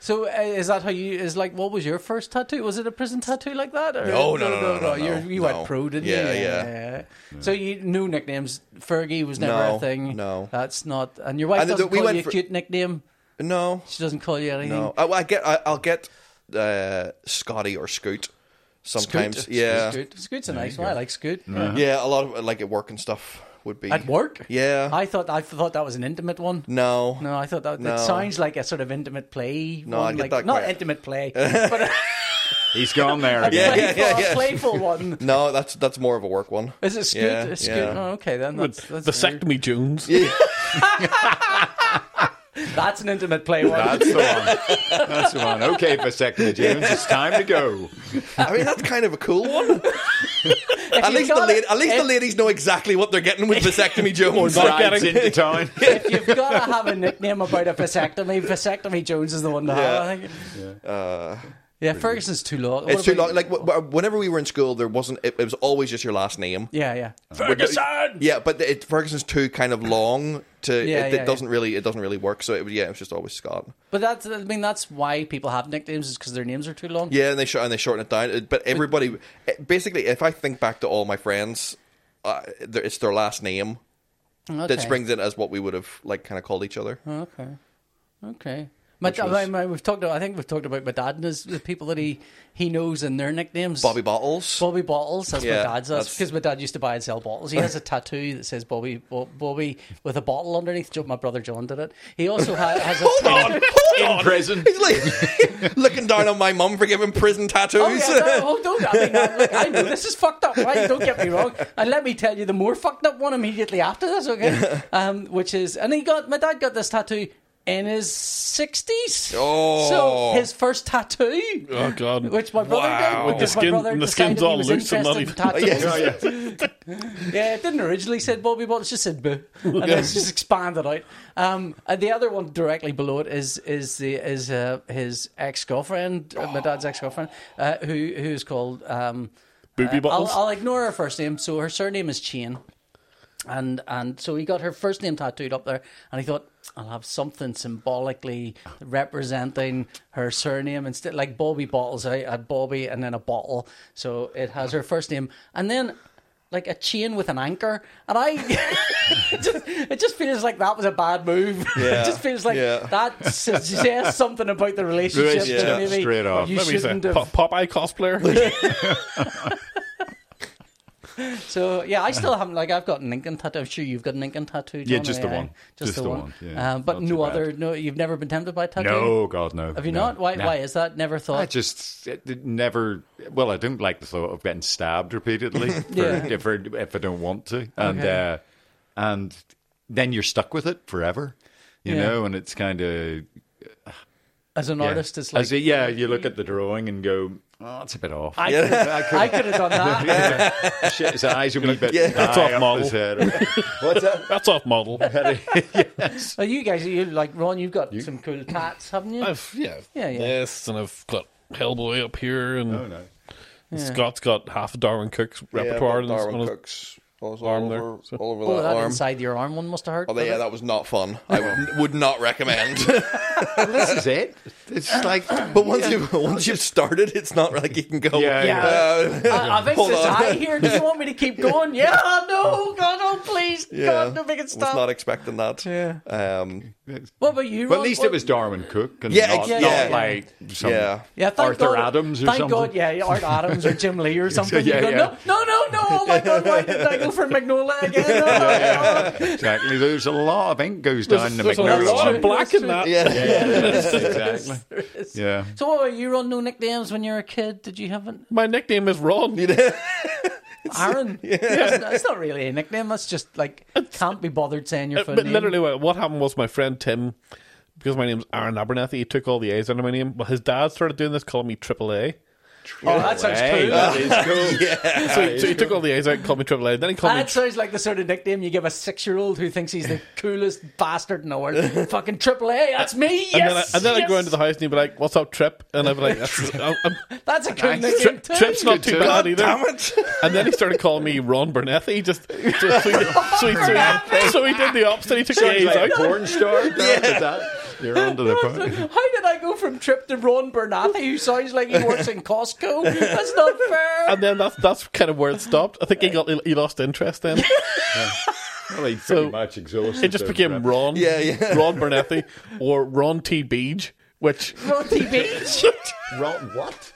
[SPEAKER 2] So uh, is that how you is like? What was your first tattoo? Was it a prison tattoo like that? Or,
[SPEAKER 3] No, no, no, no, no,
[SPEAKER 2] You're,
[SPEAKER 3] no,
[SPEAKER 2] you
[SPEAKER 3] no.
[SPEAKER 2] went pro, didn't
[SPEAKER 3] Yeah,
[SPEAKER 2] you?
[SPEAKER 3] yeah.
[SPEAKER 2] So you no nicknames. Fergie was never
[SPEAKER 3] No,
[SPEAKER 2] a thing.
[SPEAKER 3] no.
[SPEAKER 2] that's not. And your wife
[SPEAKER 3] And the-
[SPEAKER 2] doesn't
[SPEAKER 3] we
[SPEAKER 2] call
[SPEAKER 3] went
[SPEAKER 2] you a
[SPEAKER 3] for-
[SPEAKER 2] cute nickname.
[SPEAKER 3] No,
[SPEAKER 2] She doesn't call you anything.
[SPEAKER 3] no. Oh, I, I get. I, I'll get uh, Scotty or Scoot sometimes.
[SPEAKER 2] Scoot.
[SPEAKER 3] Yeah,
[SPEAKER 2] Scoot. Scoot's a nice one. I like Scoot.
[SPEAKER 3] yeah. A lot of like at work and stuff would be
[SPEAKER 2] At work.
[SPEAKER 3] Yeah.
[SPEAKER 2] I thought I thought that was an intimate one.
[SPEAKER 3] no.
[SPEAKER 2] No, I thought that
[SPEAKER 3] No.
[SPEAKER 2] it sounds like a sort of intimate play.
[SPEAKER 3] No,
[SPEAKER 2] one,
[SPEAKER 3] I get
[SPEAKER 2] like,
[SPEAKER 3] that
[SPEAKER 2] not
[SPEAKER 3] quite-
[SPEAKER 2] intimate play, but a
[SPEAKER 4] He's gone there
[SPEAKER 3] Yeah,
[SPEAKER 4] again.
[SPEAKER 3] yeah,
[SPEAKER 2] playful,
[SPEAKER 3] yeah, yeah.
[SPEAKER 2] playful one.
[SPEAKER 3] No, that's that's more of a work one.
[SPEAKER 2] Is it Scoot?
[SPEAKER 3] Yeah,
[SPEAKER 2] It's Scoot.
[SPEAKER 3] yeah.
[SPEAKER 2] Oh, okay, then that's, that's
[SPEAKER 1] the
[SPEAKER 2] weird.
[SPEAKER 1] Sectomy Jones.
[SPEAKER 2] That's an intimate play one.
[SPEAKER 4] That's the one. That's the one. Okay, vasectomy Jones, it's time to go.
[SPEAKER 3] I mean, that's kind of a cool one. at
[SPEAKER 2] you
[SPEAKER 3] least the
[SPEAKER 2] got
[SPEAKER 3] la-
[SPEAKER 2] it-
[SPEAKER 3] at least the
[SPEAKER 2] if-
[SPEAKER 3] ladies know exactly what they're getting with vasectomy Jones.
[SPEAKER 1] Not
[SPEAKER 4] Rides
[SPEAKER 1] getting-
[SPEAKER 4] into town.
[SPEAKER 2] if you've got to have a nickname about a vasectomy, vasectomy Jones is the one to have. I think. Yeah, Ferguson's too long.
[SPEAKER 3] Uh, It's too long. Like wh- wh- whenever we were in school, there wasn't. It, it was always just your last name.
[SPEAKER 2] yeah, yeah.
[SPEAKER 1] Ferguson!
[SPEAKER 3] Yeah, but it, Ferguson's too kind of long to.
[SPEAKER 2] Yeah,
[SPEAKER 3] it,
[SPEAKER 2] yeah,
[SPEAKER 3] it doesn't really. It doesn't really work. So it, was- yeah, it was just always Scott.
[SPEAKER 2] But that's I mean that's why people have nicknames is because their names are too long.
[SPEAKER 3] Yeah, and they short and they shorten it down. It- But everybody, it- basically, if I think back to all my friends, uh, there- it's their last name
[SPEAKER 2] okay.
[SPEAKER 3] that springs in as what we would have like kind of called each other.
[SPEAKER 2] Okay, okay. My, my, my, we've talked. About, I think we've talked about my dad and his the people that he he knows and their nicknames.
[SPEAKER 3] Bobby Bottles.
[SPEAKER 2] Bobby Bottles. That's
[SPEAKER 3] Yeah,
[SPEAKER 2] my dad's.
[SPEAKER 3] that's-
[SPEAKER 2] That's because my dad used to buy and sell bottles. He has a tattoo that says Bobby Bo- Bobby with a bottle underneath. Jo- My brother John did it. He also ha- has a.
[SPEAKER 3] Hold on, hold
[SPEAKER 1] Oh,
[SPEAKER 4] In
[SPEAKER 3] on.
[SPEAKER 4] prison.
[SPEAKER 3] He's like looking down on my mum for giving prison tattoos.
[SPEAKER 2] Oh, yeah, no, oh, don't. I mean, I, look, I know this is fucked up, right? Don't get me wrong. And let me tell you the more fucked up one immediately after this, okay? Um, which is, and he got, my dad got this tattoo in his 60s.
[SPEAKER 3] Oh.
[SPEAKER 2] So his first tattoo.
[SPEAKER 1] Oh, God.
[SPEAKER 2] Which my brother
[SPEAKER 3] Wow.
[SPEAKER 2] did.
[SPEAKER 3] With the
[SPEAKER 2] because my
[SPEAKER 1] skin-
[SPEAKER 2] brother
[SPEAKER 1] and the
[SPEAKER 2] decided
[SPEAKER 1] skin's all
[SPEAKER 2] he was
[SPEAKER 1] loose and not
[SPEAKER 2] interested
[SPEAKER 1] even-
[SPEAKER 2] in tattoos.
[SPEAKER 4] Oh, yeah.
[SPEAKER 2] Yeah, it didn't originally say Bobby Bottles, it just said Boo, and then it's just expanded out. Um, and the other one directly below it is is the is uh, his ex girlfriend, my dad's ex girlfriend, uh, who who's called um,
[SPEAKER 1] Booby
[SPEAKER 2] uh, I'll,
[SPEAKER 1] Bottles.
[SPEAKER 2] I'll ignore her first name. So her surname is Chain, and and so he got her first name tattooed up there, and he thought. I'll have something symbolically representing her surname instead, like Bobby Bottles. I had Bobby and then a bottle, so it has her first name, and then like a chain with an anchor, and I it, just, it just feels like that was a bad move.
[SPEAKER 3] Yeah.
[SPEAKER 2] it just feels like
[SPEAKER 3] Yeah.
[SPEAKER 2] that s- says something about the relationship.
[SPEAKER 4] Relationship,
[SPEAKER 2] that maybe
[SPEAKER 4] straight off.
[SPEAKER 2] You
[SPEAKER 1] Maybe he's a
[SPEAKER 2] shouldn't have.
[SPEAKER 1] Pop- Popeye cosplayer.
[SPEAKER 2] So yeah, I still haven't like I've got an Incan tattoo. I'm sure you've got an Incan tattoo. John,
[SPEAKER 4] Yeah, just the
[SPEAKER 2] eh?
[SPEAKER 4] one. Just the one, yeah.
[SPEAKER 2] Um, but
[SPEAKER 4] Not
[SPEAKER 2] no
[SPEAKER 4] too bad.
[SPEAKER 2] other. No, you've never been tempted by a tattoo.
[SPEAKER 4] No, God, no.
[SPEAKER 2] Have you
[SPEAKER 4] no,
[SPEAKER 2] not? Why?
[SPEAKER 4] no.
[SPEAKER 2] Why is that? Never thought.
[SPEAKER 4] I just it- it never. Well, I don't like the thought of getting stabbed repeatedly for,
[SPEAKER 2] Yeah.
[SPEAKER 4] if, I- if I don't want to, and
[SPEAKER 2] Okay.
[SPEAKER 4] uh, and then you're stuck with it forever, you
[SPEAKER 2] Yeah.
[SPEAKER 4] know. And it's kind of
[SPEAKER 2] As an artist, it's like
[SPEAKER 4] As a- yeah, you look at the drawing and go, "Oh, that's a bit off."
[SPEAKER 2] I, could, I could have done that.
[SPEAKER 4] Shit, his eyes are a wee bit.
[SPEAKER 3] Yeah.
[SPEAKER 1] That's
[SPEAKER 4] high
[SPEAKER 1] off
[SPEAKER 4] up
[SPEAKER 1] model.
[SPEAKER 4] his head.
[SPEAKER 3] What's that?
[SPEAKER 1] That's off model.
[SPEAKER 2] Well, you guys, you like Ron? You've got some cool tats, haven't you?
[SPEAKER 1] I've yeah,
[SPEAKER 2] Yeah, yeah.
[SPEAKER 1] this, and I've got Hellboy up here, and
[SPEAKER 4] Oh, no.
[SPEAKER 1] and Scott's got half of Darwin Cook's repertoire.
[SPEAKER 3] yeah,
[SPEAKER 1] on his-
[SPEAKER 3] Darwin
[SPEAKER 1] on his-
[SPEAKER 3] Cook's was all
[SPEAKER 1] arm
[SPEAKER 3] over,
[SPEAKER 1] there, so-
[SPEAKER 3] all over
[SPEAKER 2] oh,
[SPEAKER 3] that,
[SPEAKER 2] that
[SPEAKER 3] arm.
[SPEAKER 2] inside your arm one must have hurt.
[SPEAKER 3] Oh, yeah, that was not fun. I would, would not recommend.
[SPEAKER 4] Well, this is it. It's like,
[SPEAKER 3] but once you once you've started, it's not like you can go.
[SPEAKER 4] Yeah,
[SPEAKER 2] yeah.
[SPEAKER 3] uh,
[SPEAKER 2] I, I've
[SPEAKER 3] Hold
[SPEAKER 2] this
[SPEAKER 3] on.
[SPEAKER 2] eye here. Do you want me to keep going? Yeah, no, God, oh please,
[SPEAKER 3] yeah,
[SPEAKER 2] God, no, make it
[SPEAKER 3] Was
[SPEAKER 2] stop.
[SPEAKER 3] not expecting that.
[SPEAKER 2] Yeah.
[SPEAKER 3] Um,
[SPEAKER 2] what about you?
[SPEAKER 4] well,
[SPEAKER 2] Ron?
[SPEAKER 4] at least
[SPEAKER 2] What-
[SPEAKER 4] it was Darwin Cook and
[SPEAKER 3] Yeah,
[SPEAKER 4] not,
[SPEAKER 3] yeah,
[SPEAKER 4] not
[SPEAKER 3] yeah.
[SPEAKER 4] like some
[SPEAKER 3] yeah.
[SPEAKER 2] Yeah, thank
[SPEAKER 4] Arthur
[SPEAKER 2] God,
[SPEAKER 4] Adams or
[SPEAKER 2] thank
[SPEAKER 4] something.
[SPEAKER 2] God, yeah, Art Adams or Jim Lee or something.
[SPEAKER 4] yeah,
[SPEAKER 2] you go,
[SPEAKER 4] yeah.
[SPEAKER 2] No, no, no, no! Oh my God, why did I go for Magnolia again? Oh No, no, no.
[SPEAKER 4] Exactly. There's a lot of ink goes down the
[SPEAKER 1] there's a lot
[SPEAKER 4] McNair
[SPEAKER 1] of
[SPEAKER 4] one.
[SPEAKER 1] black in that.
[SPEAKER 3] Yeah.
[SPEAKER 4] Exactly. Yeah.
[SPEAKER 2] So, what about you, Ron? No nicknames when you were a kid? Did you have an
[SPEAKER 1] My nickname is Ron.
[SPEAKER 2] Aaron? That's not, it's not really a nickname. That's just like can't be bothered saying your
[SPEAKER 1] Uh,
[SPEAKER 2] phone
[SPEAKER 1] but
[SPEAKER 2] name.
[SPEAKER 1] literally, what what happened was my friend Tim, because my name's Aaron Abernathy, he took all the A's under my name. But his dad started doing this, calling me Triple A.
[SPEAKER 2] oh, that sounds
[SPEAKER 4] Hey, Uh,
[SPEAKER 2] cool.
[SPEAKER 4] that is cool.
[SPEAKER 1] So, he- so he took all the A's out and called me Triple A. Then he called me.
[SPEAKER 2] That sounds like the sort of nickname you give a six-year-old who thinks he's the coolest bastard in the world. Fucking triple A, that's me. Yes,
[SPEAKER 1] and then, I, and then
[SPEAKER 2] yes.
[SPEAKER 1] I go into the house and he'd be like, "What's up, Trip?" And I'd be like, That's, I'm, I'm-
[SPEAKER 2] That's a cool
[SPEAKER 1] Tri-
[SPEAKER 2] nickname too.
[SPEAKER 1] "Trip's not too
[SPEAKER 4] Good
[SPEAKER 1] bad
[SPEAKER 4] God
[SPEAKER 1] either." And then he started calling me Ron Bernathy. Just, just so, he, so, he, so, he, so he did the opposite. He took the
[SPEAKER 4] He's
[SPEAKER 1] A's
[SPEAKER 4] like
[SPEAKER 1] out.
[SPEAKER 4] a porn star. yeah. You're onto the
[SPEAKER 2] How
[SPEAKER 4] point.
[SPEAKER 2] did I go from Trip to Ron Bernathy, who sounds like he works in Costco? That's not fair.
[SPEAKER 1] and then that's that's kind of where it stopped. I think he got he lost interest then.
[SPEAKER 4] Well, he's
[SPEAKER 1] So,
[SPEAKER 4] pretty much exhausted.
[SPEAKER 1] It just
[SPEAKER 4] those
[SPEAKER 1] became
[SPEAKER 4] reps.
[SPEAKER 1] Ron,
[SPEAKER 3] Yeah, yeah.
[SPEAKER 1] Ron Bernathy or Ron T Beach, which
[SPEAKER 2] Ron T. Beach.
[SPEAKER 4] Ron what?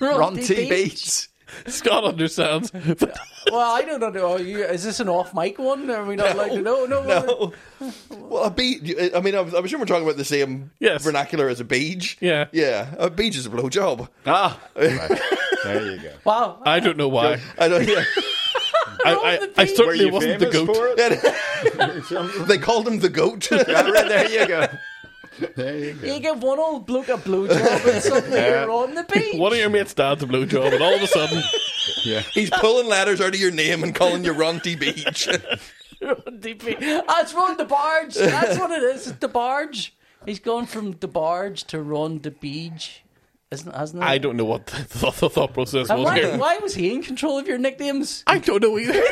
[SPEAKER 2] Ron
[SPEAKER 4] Ron
[SPEAKER 2] T.
[SPEAKER 4] T.
[SPEAKER 2] Beach.
[SPEAKER 4] Beats.
[SPEAKER 1] Scott understands. But
[SPEAKER 2] Well, I don't know. Are you, is this an off mic one? Are we not allowed to know? No,
[SPEAKER 3] No. Well, a beach. I mean, I'm, I'm sure we're talking about the same
[SPEAKER 1] Yes.
[SPEAKER 3] vernacular as a beach.
[SPEAKER 1] Yeah.
[SPEAKER 3] yeah. A beach is a blowjob.
[SPEAKER 4] Ah, right. there you go.
[SPEAKER 2] Wow.
[SPEAKER 1] I don't know why.
[SPEAKER 3] I don't. Yeah.
[SPEAKER 1] I, I, I
[SPEAKER 4] Were
[SPEAKER 1] certainly
[SPEAKER 4] you
[SPEAKER 1] wasn't the goat.
[SPEAKER 4] famous for it?
[SPEAKER 3] they called him the goat.
[SPEAKER 4] Right, there you go. There you go.
[SPEAKER 2] You give one old bloke a blowjob and suddenly
[SPEAKER 4] Yeah.
[SPEAKER 2] you're on the beach.
[SPEAKER 1] One of your mates' dad's a blowjob, and all of a sudden,
[SPEAKER 4] Yeah.
[SPEAKER 3] He's pulling ladders out of your name and calling you Ronty Beach.
[SPEAKER 2] Ron T. Beach. That's Ron DeBarge. That's what it is. It's DeBarge. He's gone from DeBarge to Ron DeBeach. Isn't, hasn't he?
[SPEAKER 1] I don't know what the, thought- the thought process
[SPEAKER 2] And
[SPEAKER 1] was
[SPEAKER 2] why,
[SPEAKER 1] here.
[SPEAKER 2] why was he in control of your nicknames?
[SPEAKER 1] I don't know either.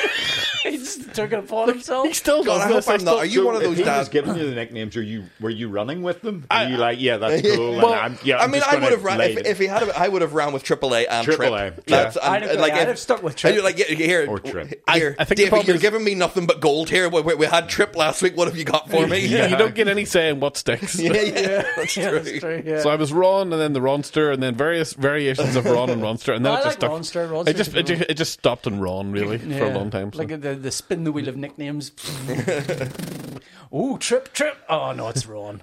[SPEAKER 2] He just took it upon himself.
[SPEAKER 1] He still
[SPEAKER 3] God, I
[SPEAKER 1] does this.
[SPEAKER 3] hope
[SPEAKER 1] I
[SPEAKER 3] I'm not-
[SPEAKER 1] still-
[SPEAKER 3] are you one of
[SPEAKER 4] if
[SPEAKER 3] those
[SPEAKER 4] he
[SPEAKER 3] dads-
[SPEAKER 4] was giving you the nicknames, are you were you running with them? Are you like, yeah, that's cool.
[SPEAKER 1] Well,
[SPEAKER 4] and I'm, yeah,
[SPEAKER 3] I
[SPEAKER 4] I'm
[SPEAKER 3] mean,
[SPEAKER 4] just
[SPEAKER 3] I
[SPEAKER 4] gonna
[SPEAKER 3] would have ran
[SPEAKER 4] lay
[SPEAKER 3] if,
[SPEAKER 4] it.
[SPEAKER 3] if he had. I would have ran with AAA and
[SPEAKER 4] Triple A,
[SPEAKER 3] Trip. um,
[SPEAKER 4] yeah.
[SPEAKER 2] I'd have,
[SPEAKER 3] like,
[SPEAKER 2] I'd
[SPEAKER 3] if-
[SPEAKER 2] have stuck with
[SPEAKER 3] And
[SPEAKER 2] Trip.
[SPEAKER 3] you're like, yeah, here,
[SPEAKER 4] Or Trip.
[SPEAKER 3] Here,
[SPEAKER 1] I- I think the
[SPEAKER 3] David,
[SPEAKER 1] problem
[SPEAKER 3] you're
[SPEAKER 1] is-
[SPEAKER 3] giving me nothing but gold here. We, we, we had Trip last week. What have you got for me?
[SPEAKER 1] You don't get any say in what sticks.
[SPEAKER 3] yeah, yeah, that's
[SPEAKER 2] yeah,
[SPEAKER 3] true.
[SPEAKER 2] that's true. Yeah.
[SPEAKER 1] So I was Ron, and then the Ronster, and then various variations of Ron and Ronster, and then
[SPEAKER 2] I
[SPEAKER 1] it just
[SPEAKER 2] like
[SPEAKER 1] stuck.
[SPEAKER 2] Ronster. Ronster's
[SPEAKER 1] It just
[SPEAKER 2] a
[SPEAKER 1] it
[SPEAKER 2] good
[SPEAKER 1] just, it just stopped on Ron really for a
[SPEAKER 2] Yeah.
[SPEAKER 1] long time. so.
[SPEAKER 2] Like the, the spin the wheel of nicknames. Ooh, trip, trip. Oh, no, it's Ron.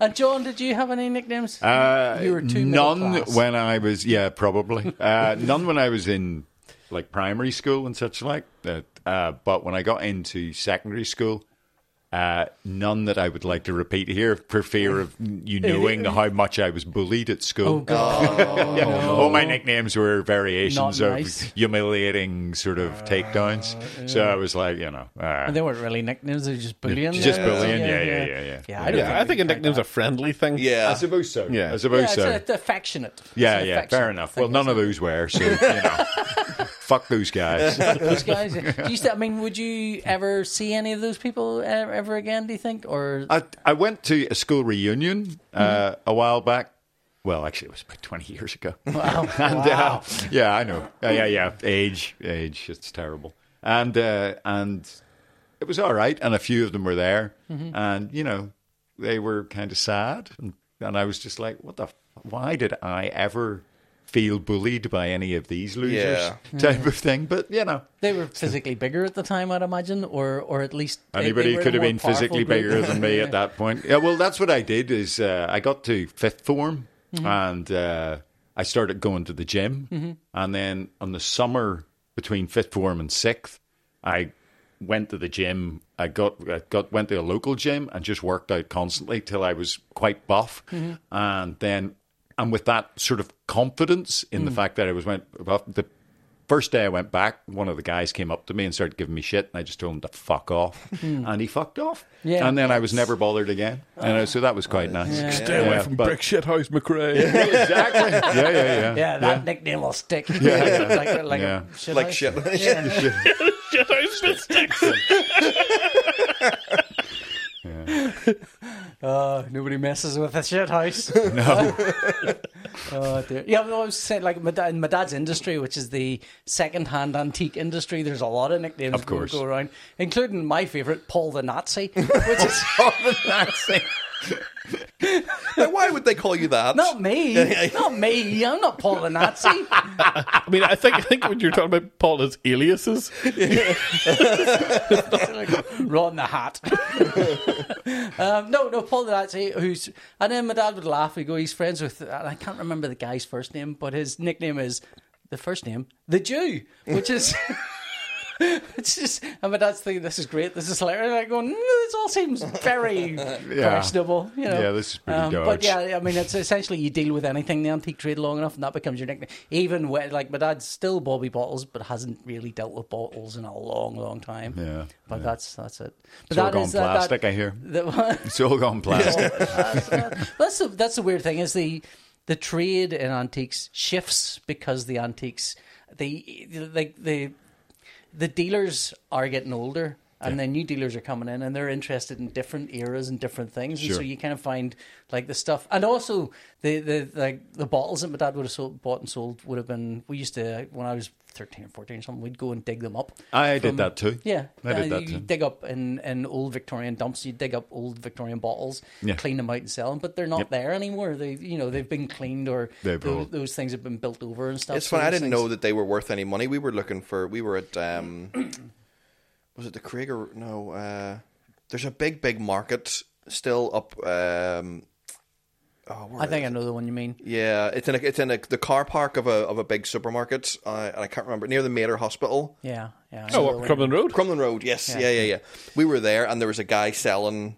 [SPEAKER 2] and John, did you have any nicknames?
[SPEAKER 4] Uh,
[SPEAKER 2] You were too middle
[SPEAKER 4] none
[SPEAKER 2] class.
[SPEAKER 4] when I was yeah probably uh, none when I was in like primary school and such like that. Uh, but when I got into secondary school, uh, none that I would like to repeat here for fear of you knowing how much I was bullied at
[SPEAKER 2] oh,
[SPEAKER 4] school.
[SPEAKER 2] God. Oh,
[SPEAKER 4] Yeah. All my nicknames were variations
[SPEAKER 2] Not
[SPEAKER 4] of
[SPEAKER 2] nice.
[SPEAKER 4] humiliating sort of takedowns. So I was like, you know, uh,
[SPEAKER 2] And they weren't really nicknames, they were just bullying.
[SPEAKER 4] just
[SPEAKER 2] them.
[SPEAKER 4] bullying. Yeah, yeah, yeah, yeah.
[SPEAKER 2] Yeah, I don't
[SPEAKER 1] yeah, I think a nickname's a friendly thing.
[SPEAKER 4] I
[SPEAKER 3] Yeah,
[SPEAKER 4] suppose so.
[SPEAKER 1] Yeah.
[SPEAKER 4] I
[SPEAKER 2] Yeah,
[SPEAKER 4] suppose
[SPEAKER 2] it's,
[SPEAKER 4] so.
[SPEAKER 2] a- it's affectionate. It's
[SPEAKER 4] Yeah,
[SPEAKER 2] an
[SPEAKER 4] yeah, fair
[SPEAKER 2] affectionate
[SPEAKER 4] enough.
[SPEAKER 2] thing,
[SPEAKER 4] Well, none
[SPEAKER 2] isn't
[SPEAKER 4] of
[SPEAKER 2] it?
[SPEAKER 4] those were, so you know, fuck those guys.
[SPEAKER 2] Those guys. Do you still, I mean, would you ever see any of those people uh, ever again? Do you think? Or
[SPEAKER 4] I I went to a school reunion uh, a while back. Well, actually, it was about twenty years ago. Wow. and,
[SPEAKER 2] Wow.
[SPEAKER 4] Uh, yeah, I know. Yeah, yeah, yeah. Age, age. It's terrible. And uh, and it was all right. And a few of them were there, and you know, they were kind of sad, and, and I was just like, what the? F- why did I ever feel bullied by any of these losers
[SPEAKER 3] Yeah.
[SPEAKER 4] type of thing. But you know,
[SPEAKER 2] They were physically bigger at the time, I'd imagine, or or at least they- they
[SPEAKER 4] Anybody
[SPEAKER 2] were in a
[SPEAKER 4] could have
[SPEAKER 2] more
[SPEAKER 4] been physically
[SPEAKER 2] powerful group.
[SPEAKER 4] bigger than me at that point. Yeah, well, that's what I did. Is uh, I got to fifth form and uh, I started going to the gym, and then on the summer between fifth form and sixth, I went to the gym. I got I got went to a local gym and just worked out constantly till I was quite buff, and then and with that sort of confidence in the fact that I was went buff the. First day I went back, one of the guys came up to me and started giving me shit, and I just told him to fuck off, and he fucked off.
[SPEAKER 2] Yeah.
[SPEAKER 4] and then I was never bothered again, and I, so that was quite nice.
[SPEAKER 2] Yeah.
[SPEAKER 1] Stay away
[SPEAKER 4] Yeah,
[SPEAKER 1] from
[SPEAKER 4] but-
[SPEAKER 1] Brick Shithouse McRae.
[SPEAKER 4] exactly. Yeah, yeah, yeah.
[SPEAKER 2] Yeah, that nickname will stick.
[SPEAKER 4] yeah.
[SPEAKER 2] like like,
[SPEAKER 4] Yeah.
[SPEAKER 2] A shit
[SPEAKER 3] like
[SPEAKER 2] house.
[SPEAKER 3] shit.
[SPEAKER 1] Shithouse Mystic.
[SPEAKER 2] Uh, nobody messes with a shit house.
[SPEAKER 4] No.
[SPEAKER 2] Oh, dear. Yeah, but I was saying, like, my, dad, in my dad's industry, which is the second-hand antique industry, there's a lot of nicknames
[SPEAKER 4] Of
[SPEAKER 2] that
[SPEAKER 4] course.
[SPEAKER 2] go around, including my favourite, Paul the Nazi, which is
[SPEAKER 3] Now, why would they call you that?
[SPEAKER 2] not me. Not me. I'm not Paul the Nazi.
[SPEAKER 1] I mean, I think I think when you're talking about Paul as aliases,
[SPEAKER 2] Ron the Hat. um, no, no, Paul the Nazi, who's... And then my dad would laugh. He'd go, he's friends with... And I can't remember the guy's first name, but his nickname is... The first name, The Jew, which is... It's just, and my dad's thinking, this is great, this is hilarious. And I go, no, this all seems very questionable. You know? Um,
[SPEAKER 4] Yeah, this is pretty
[SPEAKER 2] But
[SPEAKER 4] dodge.
[SPEAKER 2] yeah, I mean, it's essentially you deal with anything in the antique trade long enough, and that becomes your nickname. Even when, like, my dad's still Bobby Bottles, but hasn't really dealt with bottles in a long, long time.
[SPEAKER 4] Yeah,
[SPEAKER 2] But
[SPEAKER 4] yeah.
[SPEAKER 2] that's that's it. But
[SPEAKER 4] It's all
[SPEAKER 2] that
[SPEAKER 4] gone
[SPEAKER 2] is- uh, that- that-
[SPEAKER 4] plastic, I hear.
[SPEAKER 2] that-
[SPEAKER 4] It's all gone plastic.
[SPEAKER 2] that's the that's the weird thing is the the trade in antiques shifts because the antiques the like the the dealers are getting older and then new dealers are coming in and they're interested in different eras and different things and so
[SPEAKER 4] Sure.
[SPEAKER 2] you kind of find like the stuff and also the the like the bottles that my dad would have sold, bought and sold would have been we used to when I was 13 or 14 or something we'd go and dig them up
[SPEAKER 4] I did that too.
[SPEAKER 2] yeah,
[SPEAKER 4] I did
[SPEAKER 2] uh,
[SPEAKER 4] that
[SPEAKER 2] you
[SPEAKER 4] too.
[SPEAKER 2] dig up in, in old Victorian dumps. You dig up old Victorian bottles,
[SPEAKER 4] Yeah.
[SPEAKER 2] clean them out and sell them, but they're not
[SPEAKER 4] Yep.
[SPEAKER 2] there anymore. They, you know, they've been cleaned or
[SPEAKER 4] They've
[SPEAKER 2] tho-
[SPEAKER 4] all-
[SPEAKER 2] those, things have been built over and stuff.
[SPEAKER 3] It's
[SPEAKER 2] so
[SPEAKER 3] funny. I
[SPEAKER 2] those
[SPEAKER 3] didn't
[SPEAKER 2] things-
[SPEAKER 3] know that they were worth any money. We were looking for. We were at. Um, was it the Krieger? No. Uh, there's a big, big market still up. Um, oh, where
[SPEAKER 2] I think
[SPEAKER 3] is
[SPEAKER 2] I know the one you mean.
[SPEAKER 3] Yeah, it's in a, it's in a, the car park of a of a big supermarket, uh, and I can't remember near the Mater Hospital,
[SPEAKER 2] Yeah, yeah. I know
[SPEAKER 1] oh,
[SPEAKER 2] the
[SPEAKER 1] up
[SPEAKER 2] one.
[SPEAKER 1] Crumlin Road.
[SPEAKER 3] Crumlin Road. Yes, yeah. yeah, yeah, We were there, and there was a guy selling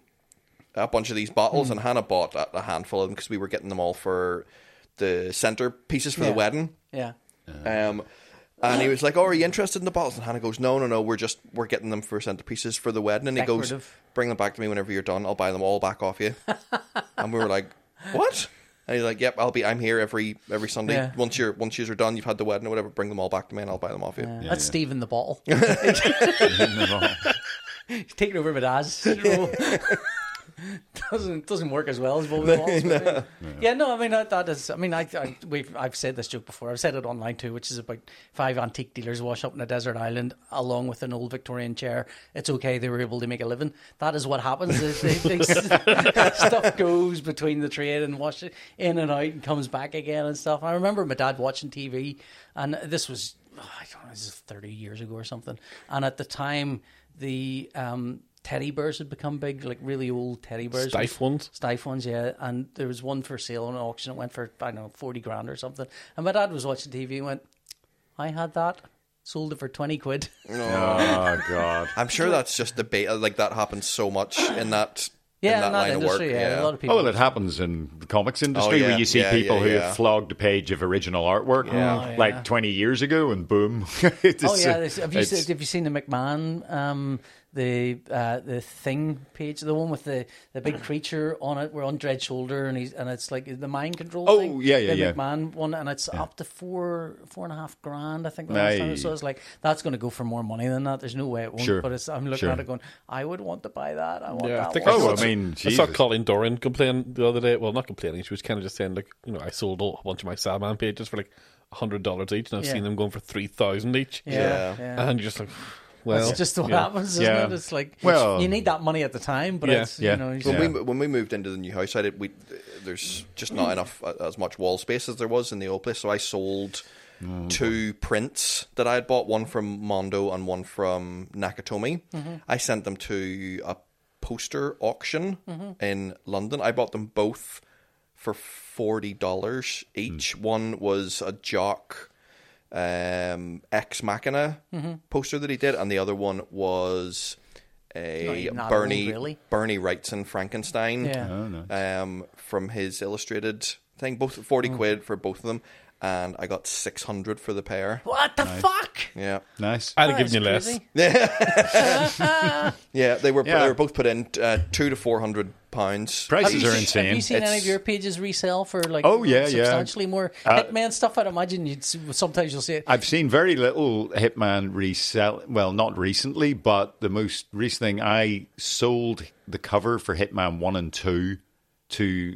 [SPEAKER 3] a bunch of these bottles,
[SPEAKER 2] Mm.
[SPEAKER 3] and Hannah bought a, a handful of them because we were getting them all for the center pieces for
[SPEAKER 2] Yeah.
[SPEAKER 3] the wedding.
[SPEAKER 2] Yeah,
[SPEAKER 3] Um, and he was like, "Oh, are you interested in the bottles?" And Hannah goes, "No, no, no. We're just we're getting them for centerpieces for the wedding." And he goes,
[SPEAKER 2] Decorative.
[SPEAKER 3] "Bring them back to me whenever you're done. I'll buy them all back off you." and we were like, "What?" And he's like, "Yep, I'll be. I'm here every every Sunday.
[SPEAKER 2] Yeah.
[SPEAKER 3] Once you're once you're done, you've had the wedding or whatever. Bring them all back to me, and I'll buy them off you."
[SPEAKER 2] yeah.
[SPEAKER 4] Yeah,
[SPEAKER 2] that's
[SPEAKER 4] yeah.
[SPEAKER 2] Steve in the bottle.
[SPEAKER 4] Yeah.
[SPEAKER 2] He's taking over my dad's role. doesn't doesn't work as well as Bobby Balls. no. Yeah, no, I mean that, that is. I mean, I, I we've I've said this joke before. I've said it online too, which is about five antique dealers wash up in a desert island along with an old Victorian chair. It's okay; they were able to make a living. That is what happens. is they, they, stuff goes between the trade and wash it in and out and comes back again and stuff. I remember my dad watching TV, and this was oh, I don't know, this is thirty years ago or something. And at the time, the um, teddy bears had become big, like really old teddy bears.
[SPEAKER 1] Stiff ones?
[SPEAKER 2] Stiff ones, yeah. And there was one for sale on auction. It went for, I don't know, 40 grand or something. And my dad was watching TV and went, I had that. Sold it for 20 quid.
[SPEAKER 4] Oh God.
[SPEAKER 3] I'm sure that's just the beta. Like that happens so much in that
[SPEAKER 2] Yeah,
[SPEAKER 3] in that line of work.
[SPEAKER 2] industry, yeah, A lot of people.
[SPEAKER 4] Oh, well, it happens in the comics industry
[SPEAKER 3] Oh, yeah,
[SPEAKER 4] where you see
[SPEAKER 3] yeah,
[SPEAKER 4] people
[SPEAKER 3] yeah,
[SPEAKER 4] who
[SPEAKER 3] yeah.
[SPEAKER 4] have flogged a page of original artwork
[SPEAKER 2] Yeah. Oh,
[SPEAKER 4] like
[SPEAKER 2] yeah.
[SPEAKER 4] 20 years ago, and boom.
[SPEAKER 2] Oh yeah, this- have you
[SPEAKER 4] it's-
[SPEAKER 2] seen, have you seen the McMahon um, the uh, the thing page, the one with the, the big creature on it? We're on Dread Shoulder, and he's and it's like the mind control.
[SPEAKER 4] Oh,
[SPEAKER 2] thing,
[SPEAKER 4] yeah, yeah,
[SPEAKER 2] the
[SPEAKER 4] yeah.
[SPEAKER 2] McMahon one, and it's up to four four and a half grand, I think. The last time.
[SPEAKER 4] Aye.
[SPEAKER 2] So it's like that's going to go for more money than that. There's no way it won't.
[SPEAKER 4] Sure,
[SPEAKER 2] But it's, I'm looking
[SPEAKER 4] sure.
[SPEAKER 2] at it going, I would want to buy that. I want
[SPEAKER 1] Yeah,
[SPEAKER 2] that.
[SPEAKER 1] I think
[SPEAKER 2] one.
[SPEAKER 4] Oh,
[SPEAKER 1] I,
[SPEAKER 4] I
[SPEAKER 1] saw,
[SPEAKER 4] mean,
[SPEAKER 1] I saw
[SPEAKER 4] Jesus.
[SPEAKER 1] Colin Doran complain the other day. Well, not complaining. She was kind of just saying, like, you know, I sold a bunch of my Salman pages for like hundred dollars each, and I've
[SPEAKER 2] Yeah.
[SPEAKER 1] seen them going for three thousand each.
[SPEAKER 2] yeah,
[SPEAKER 3] Yeah.
[SPEAKER 2] yeah.
[SPEAKER 1] and you're just like, well,
[SPEAKER 2] That's just what
[SPEAKER 1] yeah.
[SPEAKER 2] happens, isn't
[SPEAKER 4] Yeah.
[SPEAKER 2] it? It's like
[SPEAKER 4] Well-
[SPEAKER 2] you need that money at the time, but
[SPEAKER 1] Yeah.
[SPEAKER 2] it's
[SPEAKER 4] Yeah.
[SPEAKER 2] you know you
[SPEAKER 4] Yeah.
[SPEAKER 3] When we when we moved into the new house, I did, we there's just not enough as much wall space as there was in the old place. So I sold
[SPEAKER 2] Mm-hmm.
[SPEAKER 3] two prints that I had bought, one from Mondo and one from Nakatomi.
[SPEAKER 2] Mm-hmm.
[SPEAKER 3] I sent them to a poster auction
[SPEAKER 2] Mm-hmm.
[SPEAKER 3] in London. I bought them both for forty dollars
[SPEAKER 2] Hmm.
[SPEAKER 3] each. One was a jock um, Ex Machina
[SPEAKER 2] Mm-hmm.
[SPEAKER 3] poster that he did, and the other one was
[SPEAKER 2] Not
[SPEAKER 3] a
[SPEAKER 2] even that
[SPEAKER 3] Bernie
[SPEAKER 2] old, really.
[SPEAKER 3] Bernie Wrightson Frankenstein
[SPEAKER 2] Yeah. Oh,
[SPEAKER 3] um, from his illustrated thing. Both forty
[SPEAKER 2] Oh.
[SPEAKER 3] quid for both of them, and I got six hundred for the pair.
[SPEAKER 2] what the fuck?
[SPEAKER 3] Yeah,
[SPEAKER 4] Nice.
[SPEAKER 1] I'd have
[SPEAKER 2] That's
[SPEAKER 1] given you less.
[SPEAKER 2] crazy.
[SPEAKER 3] yeah, they were
[SPEAKER 4] Yeah.
[SPEAKER 3] they were both put in uh, two to four hundred pounds.
[SPEAKER 2] Have
[SPEAKER 4] Prices
[SPEAKER 2] you
[SPEAKER 4] are
[SPEAKER 2] seen- Have you
[SPEAKER 4] insane.
[SPEAKER 2] seen any of
[SPEAKER 3] It's-
[SPEAKER 2] your pages resell for like
[SPEAKER 4] Oh, yeah, Uh, yeah.
[SPEAKER 2] substantially more Hitman stuff? I'd imagine you'd s- sometimes you'll see it.
[SPEAKER 4] I've seen very little Hitman resell. Well, not recently, but the most recent thing I sold the cover for Hitman One and Two to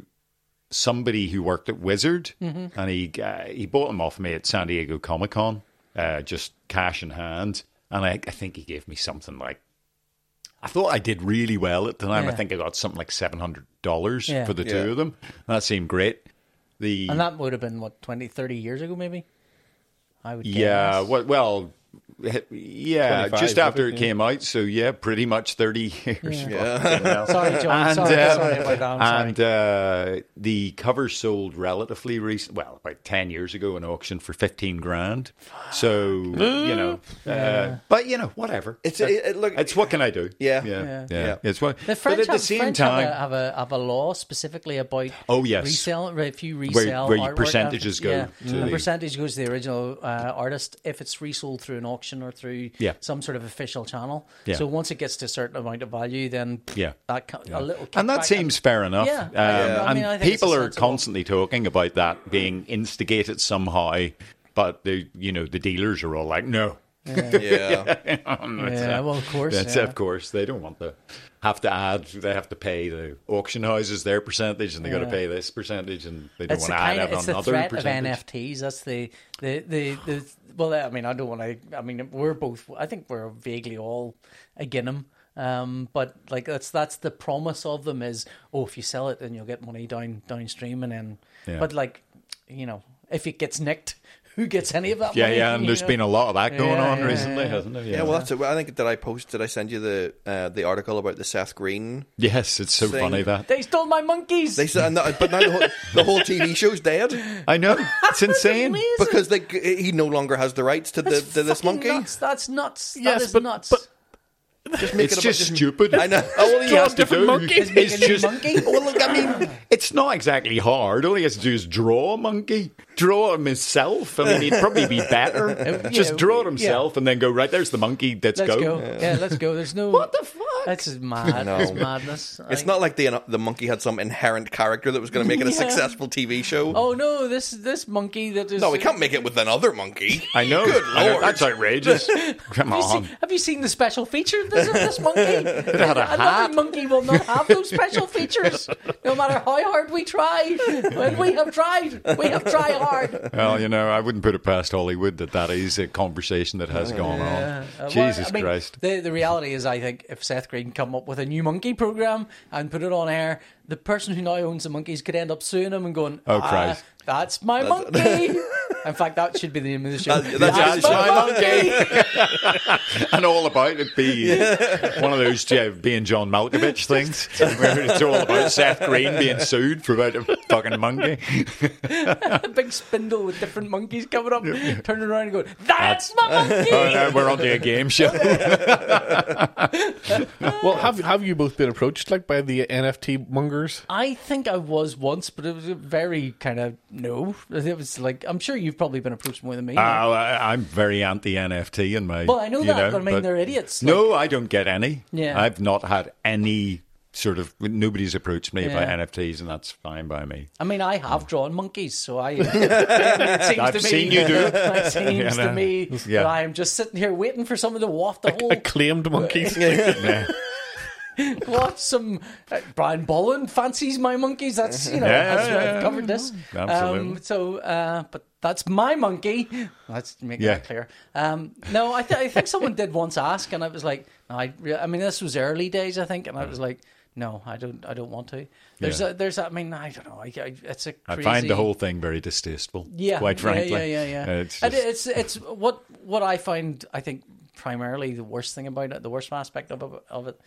[SPEAKER 4] somebody who worked at Wizard,
[SPEAKER 2] Mm-hmm.
[SPEAKER 4] and he uh, he bought them off me at San Diego Comic Con, uh, just cash in hand, and I, I think he gave me something like. I thought I did really well at the time. I
[SPEAKER 2] Yeah.
[SPEAKER 4] think I got something like seven hundred dollars
[SPEAKER 2] Yeah.
[SPEAKER 4] for the
[SPEAKER 3] Yeah.
[SPEAKER 4] two of them. That seemed great. The
[SPEAKER 2] and that would have been what 20, 30 years ago, maybe. I would.
[SPEAKER 4] Yeah,
[SPEAKER 2] guess.
[SPEAKER 4] well, well h- yeah,
[SPEAKER 1] 25,
[SPEAKER 4] just after
[SPEAKER 1] wasn't
[SPEAKER 4] it
[SPEAKER 1] it?
[SPEAKER 4] came out. So yeah, pretty much thirty years.
[SPEAKER 2] Sorry, John.
[SPEAKER 4] And,
[SPEAKER 2] sorry,
[SPEAKER 4] uh,
[SPEAKER 2] sorry about that. I'm sorry.
[SPEAKER 4] and uh, the cover sold relatively recent, well, about ten years ago in auction for fifteen grand. So you know, uh, but you know, whatever.
[SPEAKER 3] It's it, it, look.
[SPEAKER 4] It's what can I do?
[SPEAKER 3] Yeah.
[SPEAKER 4] yeah,
[SPEAKER 2] Yeah.
[SPEAKER 4] yeah.
[SPEAKER 3] Yeah.
[SPEAKER 4] It's what.
[SPEAKER 2] The French,
[SPEAKER 4] but at the
[SPEAKER 2] have,
[SPEAKER 4] same
[SPEAKER 2] French have a-
[SPEAKER 4] time,
[SPEAKER 2] have, a, have, a, law specifically about
[SPEAKER 4] Oh, yes.
[SPEAKER 2] resell if you resell
[SPEAKER 4] where your
[SPEAKER 2] artwork,
[SPEAKER 4] percentages
[SPEAKER 2] uh,
[SPEAKER 4] go
[SPEAKER 2] yeah,
[SPEAKER 4] to
[SPEAKER 2] a
[SPEAKER 4] the-
[SPEAKER 2] percentage goes to the original uh, artist if it's resold through an auction or through
[SPEAKER 4] Yeah.
[SPEAKER 2] some sort of official channel.
[SPEAKER 4] Yeah.
[SPEAKER 2] So once it gets to a certain amount of value, then pff,
[SPEAKER 4] Yeah.
[SPEAKER 2] that co- a little kickback-
[SPEAKER 4] and that seems fair enough.
[SPEAKER 2] Yeah,
[SPEAKER 4] um,
[SPEAKER 2] I- yeah. I mean, I
[SPEAKER 4] and
[SPEAKER 2] think it's
[SPEAKER 4] people
[SPEAKER 2] a
[SPEAKER 4] are
[SPEAKER 2] sensible-
[SPEAKER 4] constantly talking about that being instigated somehow, but the you know the dealers are all like, no,
[SPEAKER 3] yeah,
[SPEAKER 2] Yeah, well, of course.
[SPEAKER 4] that's
[SPEAKER 2] yeah.
[SPEAKER 4] of course they don't want to have to add. They have to pay the auction houses their percentage, and they got
[SPEAKER 2] Yeah.
[SPEAKER 4] to pay this percentage, and they don't
[SPEAKER 2] It's
[SPEAKER 4] want
[SPEAKER 2] the,
[SPEAKER 4] to add
[SPEAKER 2] kind
[SPEAKER 4] up
[SPEAKER 2] of, it's the
[SPEAKER 4] another
[SPEAKER 2] threat
[SPEAKER 4] percentage.
[SPEAKER 2] of NFTs. That's the the, the the well. I mean, I don't want to. I mean, we're both. I think we're vaguely all again them. Um, but like that's that's the promise of them is oh if you sell it then you'll get money down downstream and then
[SPEAKER 4] Yeah.
[SPEAKER 2] but like you know if it gets nicked who gets any of that
[SPEAKER 4] yeah,
[SPEAKER 2] money,
[SPEAKER 4] yeah, and
[SPEAKER 2] you
[SPEAKER 4] there's
[SPEAKER 2] know?
[SPEAKER 4] been a lot of that going
[SPEAKER 2] Yeah,
[SPEAKER 4] on
[SPEAKER 2] yeah,
[SPEAKER 4] recently,
[SPEAKER 2] yeah.
[SPEAKER 4] hasn't there?
[SPEAKER 3] yeah. Well, that's it. I think did I post? Did I send you the uh, the article about the Seth Green?
[SPEAKER 4] yes, it's so
[SPEAKER 3] Thing-
[SPEAKER 4] funny that
[SPEAKER 2] they stole my monkeys
[SPEAKER 3] They said, and that- but now the whole, the whole TV show's dead.
[SPEAKER 4] I know it's insane.
[SPEAKER 2] Amazing.
[SPEAKER 3] because they, he no longer has the rights to, the,
[SPEAKER 2] That's
[SPEAKER 3] to this
[SPEAKER 2] fucking
[SPEAKER 3] monkey.
[SPEAKER 2] nuts. that's nuts
[SPEAKER 1] Yes,
[SPEAKER 2] that is
[SPEAKER 1] but-
[SPEAKER 2] nuts
[SPEAKER 1] but-
[SPEAKER 3] Just make
[SPEAKER 4] It's
[SPEAKER 3] it about
[SPEAKER 4] just stupid.
[SPEAKER 3] I know. Oh, well, he
[SPEAKER 1] Draw a
[SPEAKER 3] has to
[SPEAKER 1] different
[SPEAKER 4] do.
[SPEAKER 1] monkey.
[SPEAKER 4] It's
[SPEAKER 2] Making a
[SPEAKER 4] just-
[SPEAKER 2] monkey
[SPEAKER 4] Well, look, I mean, it's not exactly hard. All he has to do is draw a monkey, draw him himself. I mean, he'd probably be better. Just draw it himself and then go, right, there's the monkey, let's,
[SPEAKER 2] let's go yeah let's go there's no
[SPEAKER 4] What the fuck?
[SPEAKER 2] That's just mad.
[SPEAKER 3] No.
[SPEAKER 2] That's madness.
[SPEAKER 3] It's
[SPEAKER 2] I-
[SPEAKER 3] not like the uh, the monkey had some inherent character that was going to make it a
[SPEAKER 2] Yeah.
[SPEAKER 3] successful TV show.
[SPEAKER 2] Oh no! This this monkey that is.
[SPEAKER 3] no, we can't make it with another monkey.
[SPEAKER 4] I know. I know,
[SPEAKER 3] lord.
[SPEAKER 4] That's outrageous. Come
[SPEAKER 2] Have you,
[SPEAKER 4] on.
[SPEAKER 2] seen, have you seen the special feature of this, of this monkey? it
[SPEAKER 4] had a
[SPEAKER 2] Another
[SPEAKER 4] hat.
[SPEAKER 2] monkey will not have those special features, no matter how hard we try. When we have tried, we have tried hard.
[SPEAKER 4] Well, you know, I wouldn't put it past Hollywood that that is a conversation that has gone
[SPEAKER 2] Uh,
[SPEAKER 4] on.
[SPEAKER 2] well,
[SPEAKER 4] Jesus
[SPEAKER 2] I mean,
[SPEAKER 4] Christ.
[SPEAKER 2] The, the reality is, I think if Seth Green come up with a new monkey program and put it on air, the person who now owns the monkeys could end up suing him and going,
[SPEAKER 4] Oh,
[SPEAKER 2] "Ah,
[SPEAKER 4] Christ.
[SPEAKER 2] that's my monkey." In fact, that should be the name of the show.
[SPEAKER 3] That- that's- that's my
[SPEAKER 4] and all about it be one of those yeah, being John Malkovich things where it's all about Seth Green being sued for about a fucking monkey.
[SPEAKER 2] a big spindle with different monkeys coming up, turning around and going, "That's my
[SPEAKER 4] Oh,
[SPEAKER 2] monkey."
[SPEAKER 4] no, we're onto a game show.
[SPEAKER 1] Well, have have you both been approached like by the NFT mongers?
[SPEAKER 2] I think I was once, but it was a very kind of no. It was like I'm sure you've probably been approached more than me.
[SPEAKER 4] Oh, I, I'm very anti NFT in my.
[SPEAKER 2] Well, I know
[SPEAKER 4] you
[SPEAKER 2] that, but I mean,
[SPEAKER 4] but-
[SPEAKER 2] they're idiots,
[SPEAKER 4] No, I don't get any.
[SPEAKER 2] Yeah.
[SPEAKER 4] I've not had any sort of. Nobody's approached me about
[SPEAKER 2] Yeah.
[SPEAKER 4] NFTs, and that's fine by me.
[SPEAKER 2] I mean, I have drawn monkeys, so I. it seems
[SPEAKER 4] I've
[SPEAKER 2] to me,
[SPEAKER 4] seen you do it.
[SPEAKER 2] It seems
[SPEAKER 4] You
[SPEAKER 2] to
[SPEAKER 4] know.
[SPEAKER 2] me
[SPEAKER 4] Yeah.
[SPEAKER 2] that I am just sitting here waiting for someone to waft the whole.
[SPEAKER 1] Acclaimed monkeys.
[SPEAKER 4] Yeah.
[SPEAKER 2] What some uh, Brian Bolland fancies my monkeys? That's you know
[SPEAKER 4] Yeah,
[SPEAKER 2] that's,
[SPEAKER 4] yeah,
[SPEAKER 2] I've
[SPEAKER 4] yeah.
[SPEAKER 2] covered this.
[SPEAKER 4] Absolutely.
[SPEAKER 2] Um, so, uh, but that's my monkey. Let's make
[SPEAKER 4] Yeah.
[SPEAKER 2] that clear. Um, no, I, th- I think someone did once ask, and I was like, no, I, re- I mean, this was early days, I think, and I was like, no, I don't, I don't want to. There's,
[SPEAKER 4] Yeah.
[SPEAKER 2] a, there's, a, I mean, I don't know. I, I, it's a
[SPEAKER 4] I
[SPEAKER 2] crazy.
[SPEAKER 4] find the whole thing very distasteful.
[SPEAKER 2] Yeah,
[SPEAKER 4] quite frankly.
[SPEAKER 2] Yeah, yeah, yeah. yeah.
[SPEAKER 4] Uh,
[SPEAKER 2] It's,
[SPEAKER 4] It's just,
[SPEAKER 2] it's it's what what I find I think primarily the worst thing about it, the worst aspect of it, of it,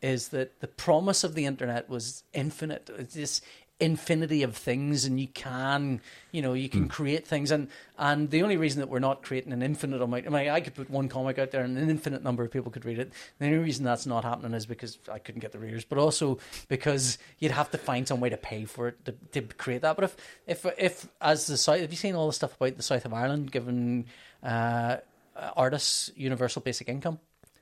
[SPEAKER 2] is that the promise of the internet was infinite. It's this infinity of things, and you can you know you can
[SPEAKER 4] Hmm.
[SPEAKER 2] create things, and and the only reason that we're not creating an infinite amount, I mean, I could put one comic out there, and an infinite number of people could read it. The only reason that's not happening is because I couldn't get the readers, but also because you'd have to find some way to pay for it to, to create that. But if if if as the South, have you seen all the stuff about the South of Ireland giving uh, artists universal basic income?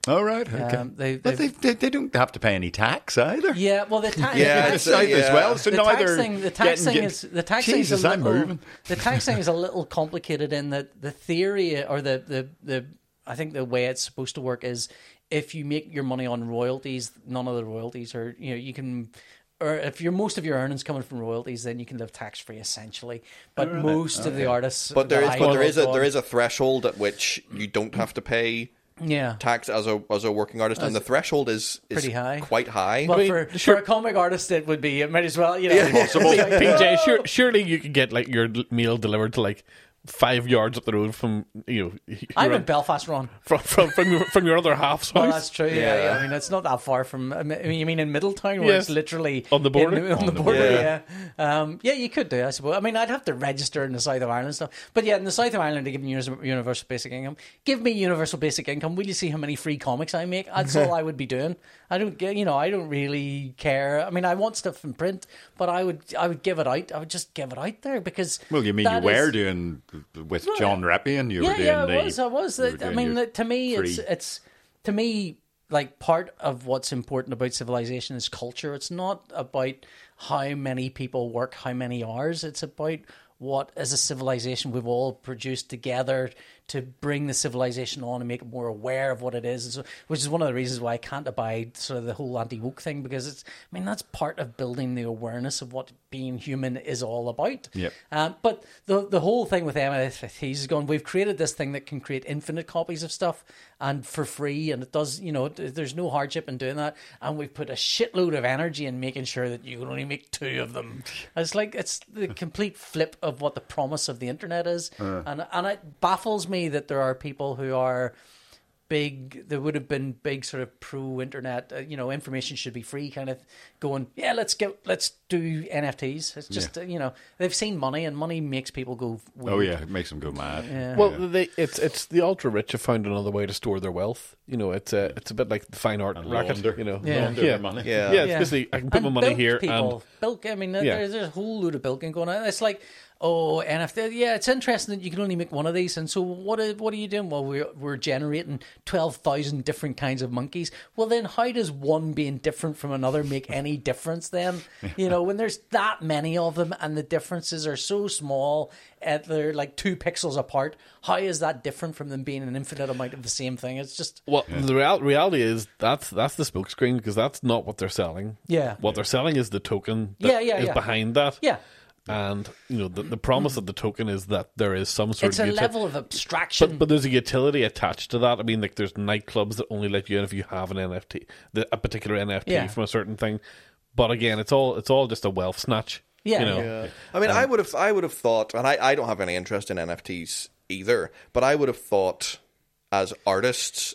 [SPEAKER 4] all right. Okay.
[SPEAKER 2] Um, they-
[SPEAKER 4] but they,
[SPEAKER 2] they've-
[SPEAKER 4] they, they don't have to pay any tax either.
[SPEAKER 2] Yeah, well, the tax,
[SPEAKER 3] Yeah,
[SPEAKER 2] the
[SPEAKER 4] In the
[SPEAKER 3] it's
[SPEAKER 2] tax,
[SPEAKER 3] a-
[SPEAKER 4] south as
[SPEAKER 3] yeah.
[SPEAKER 4] well. So
[SPEAKER 2] the
[SPEAKER 4] now
[SPEAKER 2] tax
[SPEAKER 4] they're
[SPEAKER 2] thing, the tax
[SPEAKER 4] getting-
[SPEAKER 2] thing
[SPEAKER 4] getting-
[SPEAKER 2] is the tax
[SPEAKER 4] Jesus,
[SPEAKER 2] thing is a
[SPEAKER 4] I'm
[SPEAKER 2] little,
[SPEAKER 4] moving.
[SPEAKER 2] the tax thing is a little complicated in that the theory or the the the I think the way it's supposed to work is if you make your money on royalties, none of the royalties are you know you can. Or if your most of your earnings coming from royalties, then you can live tax free essentially. But most of the artists,
[SPEAKER 3] But there
[SPEAKER 2] that
[SPEAKER 3] is,
[SPEAKER 2] I
[SPEAKER 3] but there
[SPEAKER 2] work
[SPEAKER 3] is a there
[SPEAKER 2] on-
[SPEAKER 3] is a threshold at which you don't have to pay
[SPEAKER 2] yeah.
[SPEAKER 3] tax as a as a working artist, and the threshold is, is
[SPEAKER 2] Pretty high.
[SPEAKER 3] quite high.
[SPEAKER 2] Well,
[SPEAKER 1] mean,
[SPEAKER 2] for,
[SPEAKER 1] sure-
[SPEAKER 2] for a comic artist, it would be. It might as well, you know.
[SPEAKER 1] PJ, sure, surely you could get like your meal delivered to like five yards up the road from you know.
[SPEAKER 2] I'm
[SPEAKER 1] your-
[SPEAKER 2] in Belfast, Ron.
[SPEAKER 1] from from from your, from your other half's
[SPEAKER 2] Well,
[SPEAKER 1] house.
[SPEAKER 2] that's true. Yeah.
[SPEAKER 3] Yeah.
[SPEAKER 2] yeah, I mean, it's not that far from. I mean, you mean in Middletown, where
[SPEAKER 1] Yes.
[SPEAKER 2] it's literally
[SPEAKER 1] On the border?
[SPEAKER 2] in- on, the,
[SPEAKER 4] the
[SPEAKER 2] border,
[SPEAKER 3] border.
[SPEAKER 2] yeah. Yeah. Um, yeah, you could do, I suppose. I mean, I'd have to register in the South of Ireland stuff, but yeah, in the South of Ireland, they give me uni- universal basic income. Give me universal basic income. Will you see how many free comics I make? That's all I would be doing. I don't, get- you know, I don't really care. I mean, I want stuff in print, but I would, I would give it out. I would just give it out there because.
[SPEAKER 4] Well, you mean you
[SPEAKER 2] that
[SPEAKER 4] were
[SPEAKER 2] is-
[SPEAKER 4] doing with John Rappian? You were
[SPEAKER 2] yeah,
[SPEAKER 4] doing
[SPEAKER 2] yeah, I
[SPEAKER 4] the.
[SPEAKER 2] was, I was.
[SPEAKER 4] you were
[SPEAKER 2] I
[SPEAKER 4] doing
[SPEAKER 2] mean,
[SPEAKER 4] your
[SPEAKER 2] to me, it's
[SPEAKER 4] free-
[SPEAKER 2] it's to me like part of what's important about civilization is culture. It's not about how many people work, how many hours. It's about what as a civilization we've all produced together to bring the civilization on and make it more aware of what it is, And so, which is one of the reasons why I can't abide sort of the whole anti woke thing because it's I mean that's part of building the awareness of what being human is all about.
[SPEAKER 4] Yep.
[SPEAKER 2] Um, but the the whole thing with MFTs is going. We've created this thing that can create infinite copies of stuff and for free, and it does. You know, it- there's no hardship in doing that. And we've put a shitload of energy in making sure that you can only make two of them. And It's like it's the complete flip of what the promise of the internet is, and and it baffles me that there are people who are big there would have been big sort of pro internet uh, you know information should be free kind of going yeah let's get let's do nfts it's just uh, you know they've seen money and money makes people go weird.
[SPEAKER 4] Oh yeah, it makes them go mad.
[SPEAKER 1] Well, they, it's it's the ultra rich have found another way to store their wealth. You know, it's a it's a bit like the fine art racket.
[SPEAKER 4] launder.
[SPEAKER 1] You know,
[SPEAKER 2] Yeah.
[SPEAKER 4] Launder
[SPEAKER 1] yeah,
[SPEAKER 4] their money.
[SPEAKER 1] yeah.
[SPEAKER 3] Yeah.
[SPEAKER 1] it's
[SPEAKER 2] Yeah.
[SPEAKER 1] basically I can put
[SPEAKER 2] And
[SPEAKER 1] my money
[SPEAKER 2] bilk
[SPEAKER 1] here
[SPEAKER 2] people.
[SPEAKER 1] and
[SPEAKER 2] bilk i mean
[SPEAKER 1] Yeah.
[SPEAKER 2] there's, there's a whole load of bilking going on it's like oh nft yeah it's interesting that you can only make one of these and so what are, what are you doing well we're, we're generating 12,000 different kinds of monkeys well then how does one being different from another make any difference then you know when there's that many of them and the differences are so small and they're like two pixels apart how is that different from them being an infinite amount of the same thing it's just
[SPEAKER 1] Well, the real, reality is that's that's the smokescreen because that's not what they're selling.
[SPEAKER 2] Yeah.
[SPEAKER 1] what they're selling is the token. That
[SPEAKER 2] Yeah, yeah,
[SPEAKER 1] is
[SPEAKER 2] yeah.
[SPEAKER 1] behind that.
[SPEAKER 2] Yeah.
[SPEAKER 1] and you know the, the promise of the token is that there is some sort
[SPEAKER 2] it's a
[SPEAKER 1] of utility.
[SPEAKER 2] level of abstraction
[SPEAKER 1] But, but there's a utility attached to that. I mean, like there's nightclubs that only let you in if you have an NFT, the, a particular NFT
[SPEAKER 2] Yeah.
[SPEAKER 1] from a certain thing. But again, it's all it's all just a wealth snatch.
[SPEAKER 2] Yeah,
[SPEAKER 1] you know?
[SPEAKER 2] yeah.
[SPEAKER 3] I mean, I would have, I would have thought, and I, I don't have any interest in NFTs either, but I would have thought as artists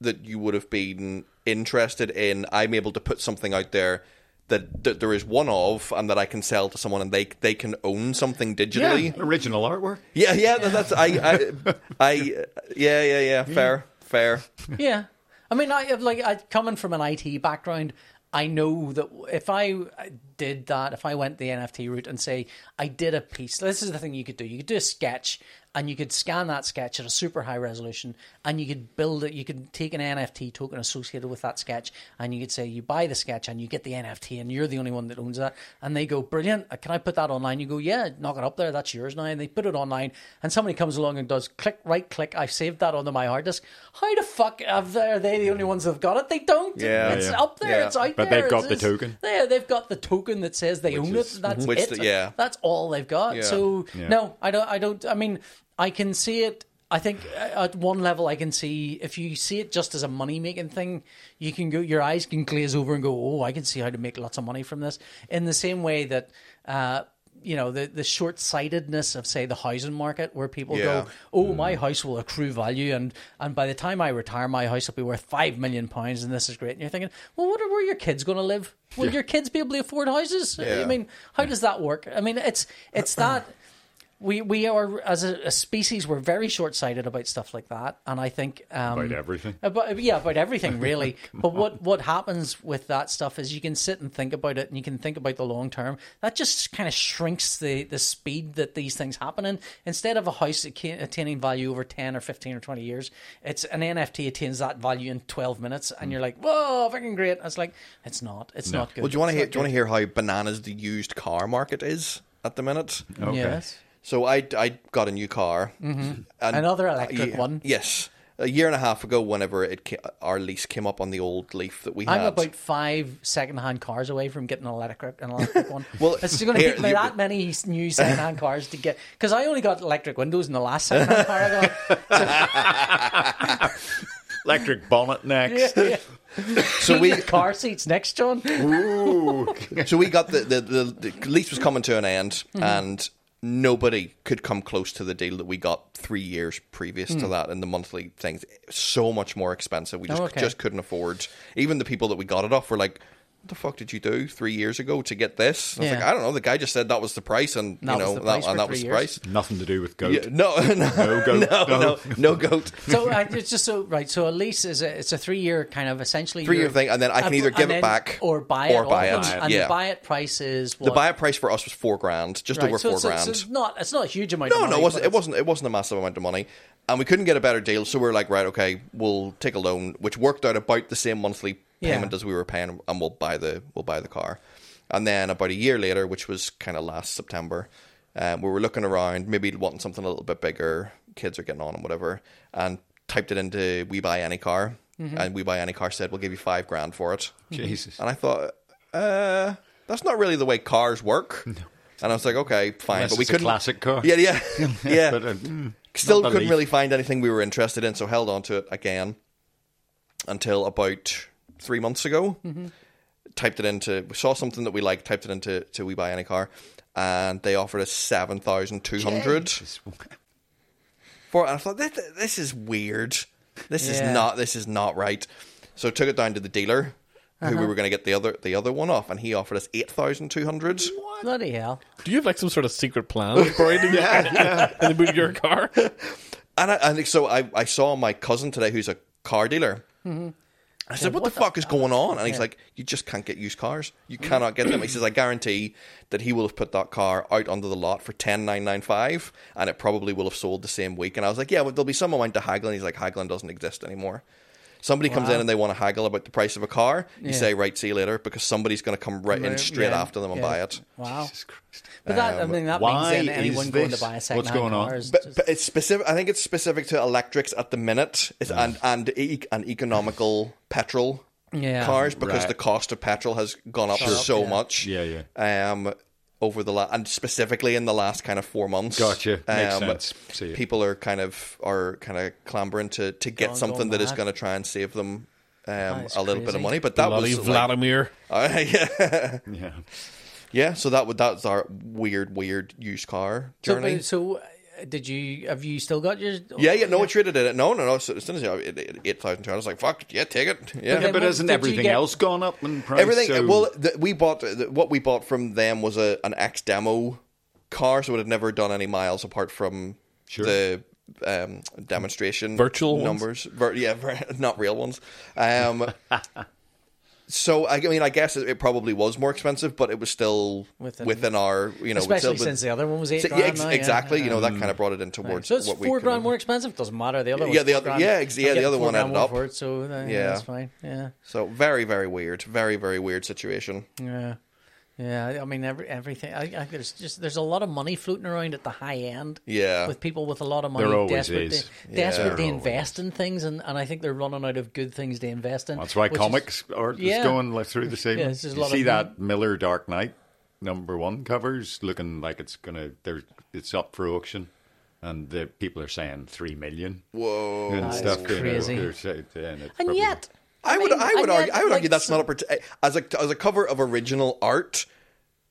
[SPEAKER 3] that you would have been interested in. I'm able to put something out there that, that there is one of, and that I can sell to someone, and they they can own something digitally.
[SPEAKER 4] original artwork.
[SPEAKER 3] Yeah, yeah, that- that's I, I, I, yeah, yeah, yeah. Fair, fair.
[SPEAKER 2] Yeah, I mean, I like I coming from an IT background. I know that if I did that, if I went the NFT route and say I did a piece, this is the thing you could do. You could do a sketch and you could scan that sketch at a super high resolution, and you could build it. You could take an NFT token associated with that sketch, and you could say you buy the sketch and you get the NFT, and you're the only one that owns that. And they go, "Brilliant! uh, Can I put that online?" You go, "Yeah, knock it up there. That's yours now." And they put it online, and somebody comes along and does click, right click. I've saved that onto my hard disk. How the fuck have they- are they the only ones that've got it? They don't.
[SPEAKER 3] Yeah.
[SPEAKER 2] it's
[SPEAKER 4] Yeah.
[SPEAKER 2] up there.
[SPEAKER 3] Yeah.
[SPEAKER 2] It's out
[SPEAKER 4] But
[SPEAKER 2] there.
[SPEAKER 4] they've got
[SPEAKER 2] It's-
[SPEAKER 4] the
[SPEAKER 2] it's-
[SPEAKER 4] token.
[SPEAKER 2] Yeah, they've got the token that says they own
[SPEAKER 4] is-
[SPEAKER 2] it. That's
[SPEAKER 3] Which
[SPEAKER 2] it.
[SPEAKER 3] the- yeah.
[SPEAKER 2] That's all they've got.
[SPEAKER 3] Yeah.
[SPEAKER 2] So
[SPEAKER 4] Yeah.
[SPEAKER 2] no, I don't. I don't. I mean, I can see it. I think uh, at one level, I can see if you see it just as a money making thing, you can go. Your eyes can glaze over and go, "Oh, I can see how to make lots of money from this." In the same way that. Uh, you know the the short sightedness of say the housing market, where people
[SPEAKER 3] Yeah. Mm-hmm.
[SPEAKER 2] go, "Oh, my house will accrue value, and and by the time I retire, my house will be worth five million pounds, and this is great." And you're thinking, "Well, what are, where are your kids going to live? Will your kids be able to afford houses? I
[SPEAKER 3] Yeah. Uh,
[SPEAKER 2] mean, how does that work? I mean, it's it's that we we are as a, a species we're very short sighted about stuff like that, and I think um,
[SPEAKER 4] About everything.
[SPEAKER 2] about yeah, about everything really. but what what happens with that stuff is you can sit and think about it, and you can think about the long term. That just kind of shrinks the the speed that these things happen. And instead of a house that can- attaining value over ten or fifteen or twenty years, it's an NFT attains that value in twelve minutes,
[SPEAKER 4] Hmm.
[SPEAKER 2] and you're like, whoa, fucking great. It's like it's not. It's not good.
[SPEAKER 3] Well, do you want to hear? Do you want to hear how bananas the used car market is at the minute?
[SPEAKER 4] Okay.
[SPEAKER 2] Yes.
[SPEAKER 3] So I, I got a new car. And
[SPEAKER 2] Mm-hmm. Another electric
[SPEAKER 3] yeah,
[SPEAKER 2] one.
[SPEAKER 3] Yes. A year and a half ago, whenever it ca- our lease came up on the old Leaf that we
[SPEAKER 2] I'm
[SPEAKER 3] had.
[SPEAKER 2] about five second-hand cars away from getting an electric, an electric one.
[SPEAKER 3] Well,
[SPEAKER 2] it's going to
[SPEAKER 3] here,
[SPEAKER 2] take me
[SPEAKER 3] you-
[SPEAKER 2] that many s- new second-hand cars to get because I only got electric windows in the last second-hand car I got.
[SPEAKER 4] Electric bonnet next.
[SPEAKER 2] Yeah,
[SPEAKER 3] so we
[SPEAKER 2] car seats next, John.
[SPEAKER 4] Ooh.
[SPEAKER 3] so we got the the, the the lease was coming to an end,
[SPEAKER 2] Mm-hmm.
[SPEAKER 3] and nobody could come close to the deal that we got three years previous to that. And the monthly things so much more expensive. We just
[SPEAKER 2] Mm. Oh, okay.
[SPEAKER 3] just couldn't afford. Even the people that we got it off were like. What the fuck did you do three years ago to get this? And I was
[SPEAKER 2] Yeah.
[SPEAKER 3] like, I don't know. The guy just said that was the price, and
[SPEAKER 2] That
[SPEAKER 3] you
[SPEAKER 2] was
[SPEAKER 3] know,
[SPEAKER 2] the
[SPEAKER 3] that,
[SPEAKER 2] price for
[SPEAKER 3] and that
[SPEAKER 2] three
[SPEAKER 3] was the
[SPEAKER 2] years?
[SPEAKER 3] price.
[SPEAKER 4] Nothing to do with goat.
[SPEAKER 3] Yeah, no, no, no,
[SPEAKER 4] goat,
[SPEAKER 3] no,
[SPEAKER 4] no.
[SPEAKER 3] no, no goat.
[SPEAKER 2] So I, it's just so right. So a lease is a, it's a three-year kind of essentially
[SPEAKER 3] Three-year
[SPEAKER 2] you're-
[SPEAKER 3] thing, and then I can either
[SPEAKER 2] and
[SPEAKER 3] give it
[SPEAKER 2] then-
[SPEAKER 3] back
[SPEAKER 2] or buy it
[SPEAKER 3] or buy
[SPEAKER 2] off
[SPEAKER 3] it,
[SPEAKER 2] And
[SPEAKER 3] yeah.
[SPEAKER 2] the buy it price is what?
[SPEAKER 3] The buyout price for us was four grand, just
[SPEAKER 2] Right,
[SPEAKER 3] over
[SPEAKER 2] so
[SPEAKER 3] four
[SPEAKER 2] it's, it's-
[SPEAKER 3] grand.
[SPEAKER 2] it's not it's not a huge amount.
[SPEAKER 3] no,
[SPEAKER 2] of money,
[SPEAKER 3] no, it wasn't.
[SPEAKER 2] but
[SPEAKER 3] It wasn't. It wasn't a massive amount of money, and we couldn't get a better deal. So we were like, right, okay, we'll take a loan, which worked out about the same monthly
[SPEAKER 2] Yeah.
[SPEAKER 3] payment as we were paying, and we'll buy the we'll buy the car. And then about a year later, which was kind of last September, um, we were looking around, maybe wanting something a little bit bigger. Kids are getting on and whatever, and typed it into We Buy Any Car,
[SPEAKER 2] Mm-hmm.
[SPEAKER 3] and We Buy Any Car said we'll give you five grand for it.
[SPEAKER 2] Hmm.
[SPEAKER 4] Jesus.
[SPEAKER 3] And I thought, uh, that's not really the way cars work. And I was like, okay, fine,
[SPEAKER 4] Unless
[SPEAKER 3] but we
[SPEAKER 4] it's a
[SPEAKER 3] couldn't.
[SPEAKER 4] classic car.
[SPEAKER 3] Yeah, yeah, yeah.
[SPEAKER 4] But, uh, mm,
[SPEAKER 3] Still
[SPEAKER 4] not the
[SPEAKER 3] couldn't
[SPEAKER 4] Leaf.
[SPEAKER 3] really find anything we were interested in, so held on to it again until about three months ago.
[SPEAKER 4] Mm-hmm.
[SPEAKER 3] Typed it into, we saw something that we liked, typed it into to We Buy Any Car, and they offered us seven thousand two hundred for. And I thought, this, this is weird. This
[SPEAKER 2] Yeah.
[SPEAKER 3] is not. This is not right. So took it down to the dealer, who we were going to get the other the other one off, and he offered us eight thousand two hundred.
[SPEAKER 2] bloody hell.
[SPEAKER 1] Do you have like some sort of secret plan buried in, in the boot of your car?
[SPEAKER 3] And I, and so I, I saw my cousin today who's a car dealer. I Mm-hmm. said, what, the, fuck Mm-hmm. is going on? And he's like, you just can't get used cars. You cannot get them. He says, I guarantee that he will have put that car out onto the lot for ten nine nine five, and it probably will have sold the same week. And I was like, yeah, but there'll be some amount to haggle. And he's like, haggling doesn't exist anymore. Somebody comes in and they want to haggle about the price of a car. You
[SPEAKER 2] Yeah.
[SPEAKER 3] say, right, see you later, because somebody's going to come right in straight
[SPEAKER 2] Yeah,
[SPEAKER 3] after them and
[SPEAKER 2] yeah.
[SPEAKER 3] buy it. Um,
[SPEAKER 2] Wow.
[SPEAKER 4] Jesus Christ.
[SPEAKER 2] But that, I mean, that means
[SPEAKER 4] why
[SPEAKER 2] then
[SPEAKER 4] is
[SPEAKER 2] anyone going to
[SPEAKER 4] this?
[SPEAKER 2] buy a
[SPEAKER 4] What's
[SPEAKER 2] second hand
[SPEAKER 4] going on?
[SPEAKER 2] car is
[SPEAKER 3] But,
[SPEAKER 2] just-
[SPEAKER 3] but it's specific. I think it's specific to electrics at the minute, it's, and and e- and economical petrol
[SPEAKER 2] Yeah.
[SPEAKER 3] cars because
[SPEAKER 4] Right.
[SPEAKER 3] the cost of petrol has gone up
[SPEAKER 4] Sure.
[SPEAKER 3] so
[SPEAKER 2] Yeah.
[SPEAKER 3] much.
[SPEAKER 4] Yeah, yeah.
[SPEAKER 3] Um, over the last and specifically in the last kind of four months. Um,
[SPEAKER 4] Gotcha. Makes sense. See ya.
[SPEAKER 3] People are kind of are kind of clambering to to get
[SPEAKER 2] Gone-
[SPEAKER 3] something
[SPEAKER 2] gone
[SPEAKER 3] that is
[SPEAKER 2] mad.
[SPEAKER 3] going to try and save them um,
[SPEAKER 2] is
[SPEAKER 3] a little bit of
[SPEAKER 2] crazy.
[SPEAKER 3] money. But that
[SPEAKER 1] Bloody
[SPEAKER 3] was like-
[SPEAKER 1] Vladimir.
[SPEAKER 3] yeah,
[SPEAKER 4] Yeah.
[SPEAKER 3] yeah. So that would that's our weird, weird used car
[SPEAKER 2] So,
[SPEAKER 3] journey.
[SPEAKER 2] but- so, uh, did you have you still got your?
[SPEAKER 3] Yeah, yeah, no, I traded it. No, no, no. So as soon as I it, it, eight thousand two hundred, I was like, "Fuck, yeah, take it." Yeah,
[SPEAKER 4] Yeah, but
[SPEAKER 2] what
[SPEAKER 4] hasn't
[SPEAKER 2] did you
[SPEAKER 4] everything
[SPEAKER 2] get?
[SPEAKER 4] else gone up in price?
[SPEAKER 3] everything.
[SPEAKER 4] So-
[SPEAKER 3] Well, the, we bought the, what we bought from them was a an X demo car, so it had never done any miles apart from
[SPEAKER 4] Sure.
[SPEAKER 3] the um, demonstration
[SPEAKER 1] Virtual ones?
[SPEAKER 3] numbers. Vir- yeah, vir- not real ones. Um, So I mean, I guess it, it probably was more expensive, but it was still
[SPEAKER 2] Within-
[SPEAKER 3] within, our you know,
[SPEAKER 2] Especially
[SPEAKER 3] within-
[SPEAKER 2] since the other one was eight
[SPEAKER 3] So-
[SPEAKER 2] grand
[SPEAKER 3] yeah, ex-
[SPEAKER 2] now, yeah.
[SPEAKER 3] exactly. You know, that kind of brought it into what,
[SPEAKER 2] So it's
[SPEAKER 3] what we
[SPEAKER 2] four
[SPEAKER 3] could-
[SPEAKER 2] grand more expensive. Doesn't matter. The other
[SPEAKER 3] Yeah,
[SPEAKER 2] was
[SPEAKER 3] the
[SPEAKER 2] four
[SPEAKER 3] other-
[SPEAKER 2] grand.
[SPEAKER 3] yeah, ex-
[SPEAKER 2] I'm
[SPEAKER 3] yeah, the
[SPEAKER 2] getting
[SPEAKER 3] other
[SPEAKER 2] four
[SPEAKER 3] one
[SPEAKER 2] grand
[SPEAKER 3] added
[SPEAKER 2] more
[SPEAKER 3] up.
[SPEAKER 2] For it, so uh, yeah,
[SPEAKER 3] Yeah.
[SPEAKER 2] that's fine. Yeah,
[SPEAKER 3] So very, very weird. Very, very weird situation.
[SPEAKER 2] yeah, yeah. I- I mean, every everything. I, I, there's just there's a lot of money floating around at the high end.
[SPEAKER 3] Yeah.
[SPEAKER 2] with people with a lot of money
[SPEAKER 4] There always
[SPEAKER 2] desperate,
[SPEAKER 4] is.
[SPEAKER 2] To,
[SPEAKER 3] Yeah.
[SPEAKER 2] desperate to
[SPEAKER 4] There
[SPEAKER 2] invest in things, and, and I think they're running out of good things to invest in.
[SPEAKER 4] That's why
[SPEAKER 2] which is-
[SPEAKER 4] comics are just
[SPEAKER 2] Yeah.
[SPEAKER 4] going like, through the same.
[SPEAKER 2] Yeah, there's just a
[SPEAKER 4] you
[SPEAKER 2] lot
[SPEAKER 4] see
[SPEAKER 2] of-
[SPEAKER 4] that Miller Dark Knight number one covers looking like it's gonna. There's it's up for auction, and the people are saying three million
[SPEAKER 3] Whoa.
[SPEAKER 4] and
[SPEAKER 2] That
[SPEAKER 4] stuff.
[SPEAKER 2] is
[SPEAKER 4] you know,
[SPEAKER 2] crazy.
[SPEAKER 4] they're saying- and, it's
[SPEAKER 2] and
[SPEAKER 4] probably-
[SPEAKER 2] yet.
[SPEAKER 3] I would,
[SPEAKER 2] mean,
[SPEAKER 3] I would
[SPEAKER 2] and
[SPEAKER 3] argue,
[SPEAKER 2] yet,
[SPEAKER 3] I would
[SPEAKER 2] like,
[SPEAKER 3] argue that's
[SPEAKER 2] so-
[SPEAKER 3] not a part- as a as a cover of original art,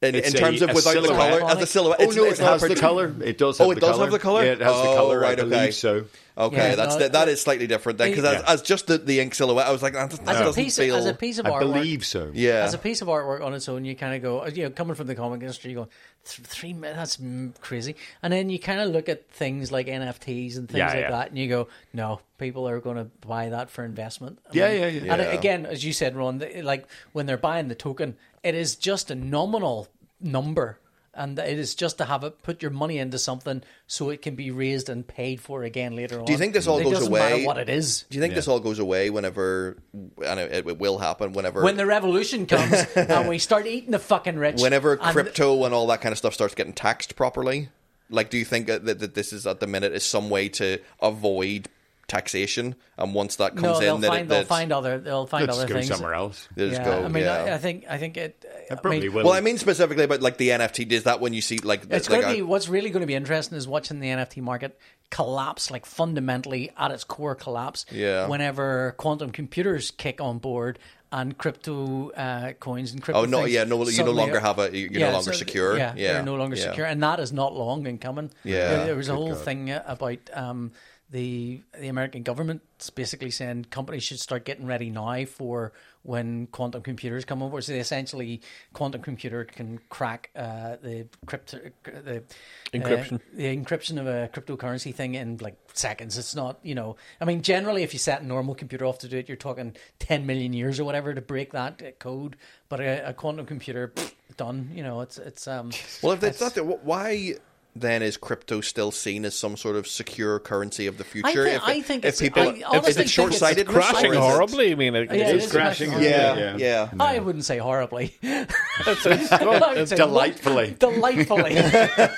[SPEAKER 3] in, in
[SPEAKER 4] It's a-
[SPEAKER 3] terms of
[SPEAKER 4] a
[SPEAKER 3] without the
[SPEAKER 4] silhouette.
[SPEAKER 3] color as a silhouette.
[SPEAKER 4] Oh
[SPEAKER 3] it's,
[SPEAKER 4] no,
[SPEAKER 3] it's
[SPEAKER 4] it
[SPEAKER 3] not a
[SPEAKER 4] has the
[SPEAKER 3] part-
[SPEAKER 4] color. It does. Have
[SPEAKER 3] Oh, it
[SPEAKER 4] the
[SPEAKER 3] does
[SPEAKER 4] color.
[SPEAKER 3] have the colour?
[SPEAKER 4] Yeah, it has the
[SPEAKER 3] Oh,
[SPEAKER 4] color. I
[SPEAKER 3] right,
[SPEAKER 4] believe
[SPEAKER 3] okay.
[SPEAKER 4] so.
[SPEAKER 3] Okay,
[SPEAKER 2] Yeah,
[SPEAKER 3] that's
[SPEAKER 2] no,
[SPEAKER 3] that, that is slightly different then because as,
[SPEAKER 4] Yeah.
[SPEAKER 3] as just the, the ink silhouette, I was like, that doesn't, that
[SPEAKER 2] As a
[SPEAKER 3] doesn't
[SPEAKER 2] piece,
[SPEAKER 3] feel.
[SPEAKER 2] as a piece of
[SPEAKER 4] I
[SPEAKER 2] artwork,
[SPEAKER 4] believe so.
[SPEAKER 3] yeah,
[SPEAKER 2] As a piece of artwork on its own, you kind of go, uh, you know, coming from the comic industry, you go, "Th- three minutes, that's mm, crazy. And then you kind of look at things like NFTs and things
[SPEAKER 4] Yeah,
[SPEAKER 2] like
[SPEAKER 4] yeah.
[SPEAKER 2] that, and you go, no, people are going to buy that for investment. I
[SPEAKER 4] Yeah, yeah, yeah.
[SPEAKER 2] And
[SPEAKER 3] Yeah.
[SPEAKER 2] again, as you said, Ron, th- like when they're buying the token, it is just a nominal number. And it is just to have it put your money into something so it can be raised and paid for again later on.
[SPEAKER 3] you think this all
[SPEAKER 2] it
[SPEAKER 3] goes
[SPEAKER 2] doesn't Matter
[SPEAKER 3] away?
[SPEAKER 2] what it is,
[SPEAKER 3] Do you think this all goes away whenever, and it, it will happen whenever,
[SPEAKER 2] when the revolution comes and we start eating the fucking rich,
[SPEAKER 3] whenever
[SPEAKER 2] and-
[SPEAKER 3] crypto and all that kind of stuff starts getting taxed properly? Like, do you think that, that that this is at the minute is some way to avoid taxation? And once that comes
[SPEAKER 2] No, they'll
[SPEAKER 3] in, that
[SPEAKER 2] find
[SPEAKER 3] it,
[SPEAKER 2] they'll
[SPEAKER 3] that's-
[SPEAKER 2] find other they'll find
[SPEAKER 4] Let's
[SPEAKER 2] other
[SPEAKER 4] go
[SPEAKER 2] things.
[SPEAKER 4] somewhere else.
[SPEAKER 3] they just
[SPEAKER 2] yeah,
[SPEAKER 3] go.
[SPEAKER 2] I mean,
[SPEAKER 3] yeah.
[SPEAKER 2] I, I think I think it. I
[SPEAKER 4] Probably
[SPEAKER 2] mean,
[SPEAKER 4] will.
[SPEAKER 3] well, I mean specifically about like the NFT. Does that when you see like
[SPEAKER 2] It's
[SPEAKER 3] like
[SPEAKER 2] going to be
[SPEAKER 3] a-
[SPEAKER 2] what's really going to be interesting is watching the NFT market collapse, like fundamentally at its core collapse.
[SPEAKER 3] Yeah.
[SPEAKER 2] Whenever quantum computers kick on board and crypto uh, coins and crypto.
[SPEAKER 3] Oh, no,
[SPEAKER 2] things
[SPEAKER 3] yeah, no, you no
[SPEAKER 2] suddenly-
[SPEAKER 3] longer have a- you're no longer secure.
[SPEAKER 2] Yeah,
[SPEAKER 3] Yeah,
[SPEAKER 2] you're no longer
[SPEAKER 3] yeah.
[SPEAKER 2] secure, and that is not long in coming.
[SPEAKER 3] Yeah.
[SPEAKER 2] There, there was a
[SPEAKER 4] Good
[SPEAKER 2] whole
[SPEAKER 4] God.
[SPEAKER 2] thing about. Um, the, the American government basically saying companies should start getting ready now for when quantum computers come over. So they essentially, quantum computer can crack uh, the crypto the
[SPEAKER 1] Encryption.
[SPEAKER 2] uh, the encryption of a cryptocurrency thing in like seconds. It's not, you know, I mean, generally, if you set a normal computer off to do it, you're talking 10 million years or whatever to break that uh, code. But a, a quantum computer, pfft, done. You know, it's, it's, um,
[SPEAKER 3] Well, if they thought that, wh- why then is crypto still seen as some sort of secure currency of the future?
[SPEAKER 2] think-
[SPEAKER 3] if
[SPEAKER 2] I think it's- I
[SPEAKER 3] if
[SPEAKER 2] honestly
[SPEAKER 3] is
[SPEAKER 2] think
[SPEAKER 3] it
[SPEAKER 2] it's
[SPEAKER 3] short sighted,
[SPEAKER 1] crashing horribly. I mean, it,
[SPEAKER 2] Oh, Yeah,
[SPEAKER 1] it's
[SPEAKER 2] it is
[SPEAKER 1] crashing.
[SPEAKER 2] crashing.
[SPEAKER 3] Yeah, yeah.
[SPEAKER 4] Yeah.
[SPEAKER 2] I wouldn't say horribly.
[SPEAKER 1] It's, it's,
[SPEAKER 2] I would
[SPEAKER 1] it's,
[SPEAKER 2] say
[SPEAKER 4] Delightfully.
[SPEAKER 2] lo- delightfully.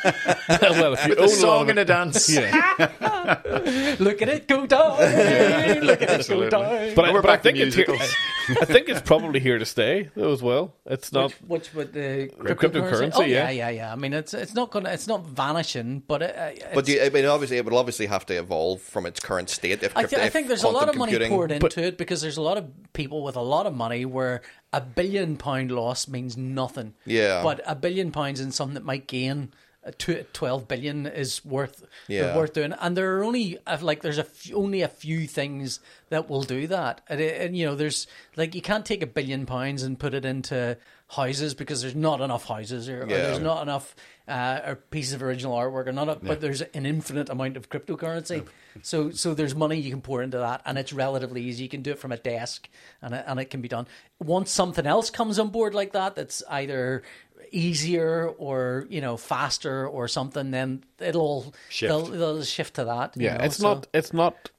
[SPEAKER 1] well, if you
[SPEAKER 4] The
[SPEAKER 1] own a lot
[SPEAKER 4] song
[SPEAKER 1] of
[SPEAKER 4] and a
[SPEAKER 1] it,
[SPEAKER 4] dance.
[SPEAKER 1] yeah.
[SPEAKER 2] Look at it go down. Look at it go
[SPEAKER 4] absolutely.
[SPEAKER 2] down.
[SPEAKER 1] But, I,
[SPEAKER 4] we're
[SPEAKER 1] but I
[SPEAKER 4] back to
[SPEAKER 1] think it's here,
[SPEAKER 4] musicals.
[SPEAKER 1] I think it's probably here to stay though as well. It's not.
[SPEAKER 2] Which with the
[SPEAKER 1] uh, Cryptocurrency,
[SPEAKER 2] Oh
[SPEAKER 1] yeah.
[SPEAKER 2] yeah, yeah, yeah. I mean, it's it's not gonna, it's not vanishing, but it, uh,
[SPEAKER 3] But do you, I mean, obviously, it will obviously have to evolve from its current state. If
[SPEAKER 2] I,
[SPEAKER 3] crypto,
[SPEAKER 2] th- I
[SPEAKER 3] if
[SPEAKER 2] think there's a lot
[SPEAKER 3] quantum
[SPEAKER 2] of money
[SPEAKER 3] computing-
[SPEAKER 2] poured into it because there's a lot of people with a lot of money where a billion pound loss means nothing.
[SPEAKER 3] Yeah.
[SPEAKER 2] But a billion pounds in something that might gain uh, two- 12 billion is worth
[SPEAKER 3] Yeah.
[SPEAKER 2] worth doing. And there are only uh, like there's a few, only a few things that will do that. And, it- and you know there's like you can't take a billion pounds and put it into houses because there's not enough houses or, or
[SPEAKER 3] Yeah.
[SPEAKER 2] there's not enough uh, or pieces of original artwork or not a- but there's an infinite amount of cryptocurrency so so there's money you can pour into that and it's relatively easy you can do it from a desk and it, and it can be done once something else comes on board like that that's either easier or you know faster or something then it'll all
[SPEAKER 4] Shift.
[SPEAKER 2] They'll, they'll shift to that you
[SPEAKER 1] Yeah,
[SPEAKER 2] know,
[SPEAKER 1] it's
[SPEAKER 2] so-
[SPEAKER 1] not. It's not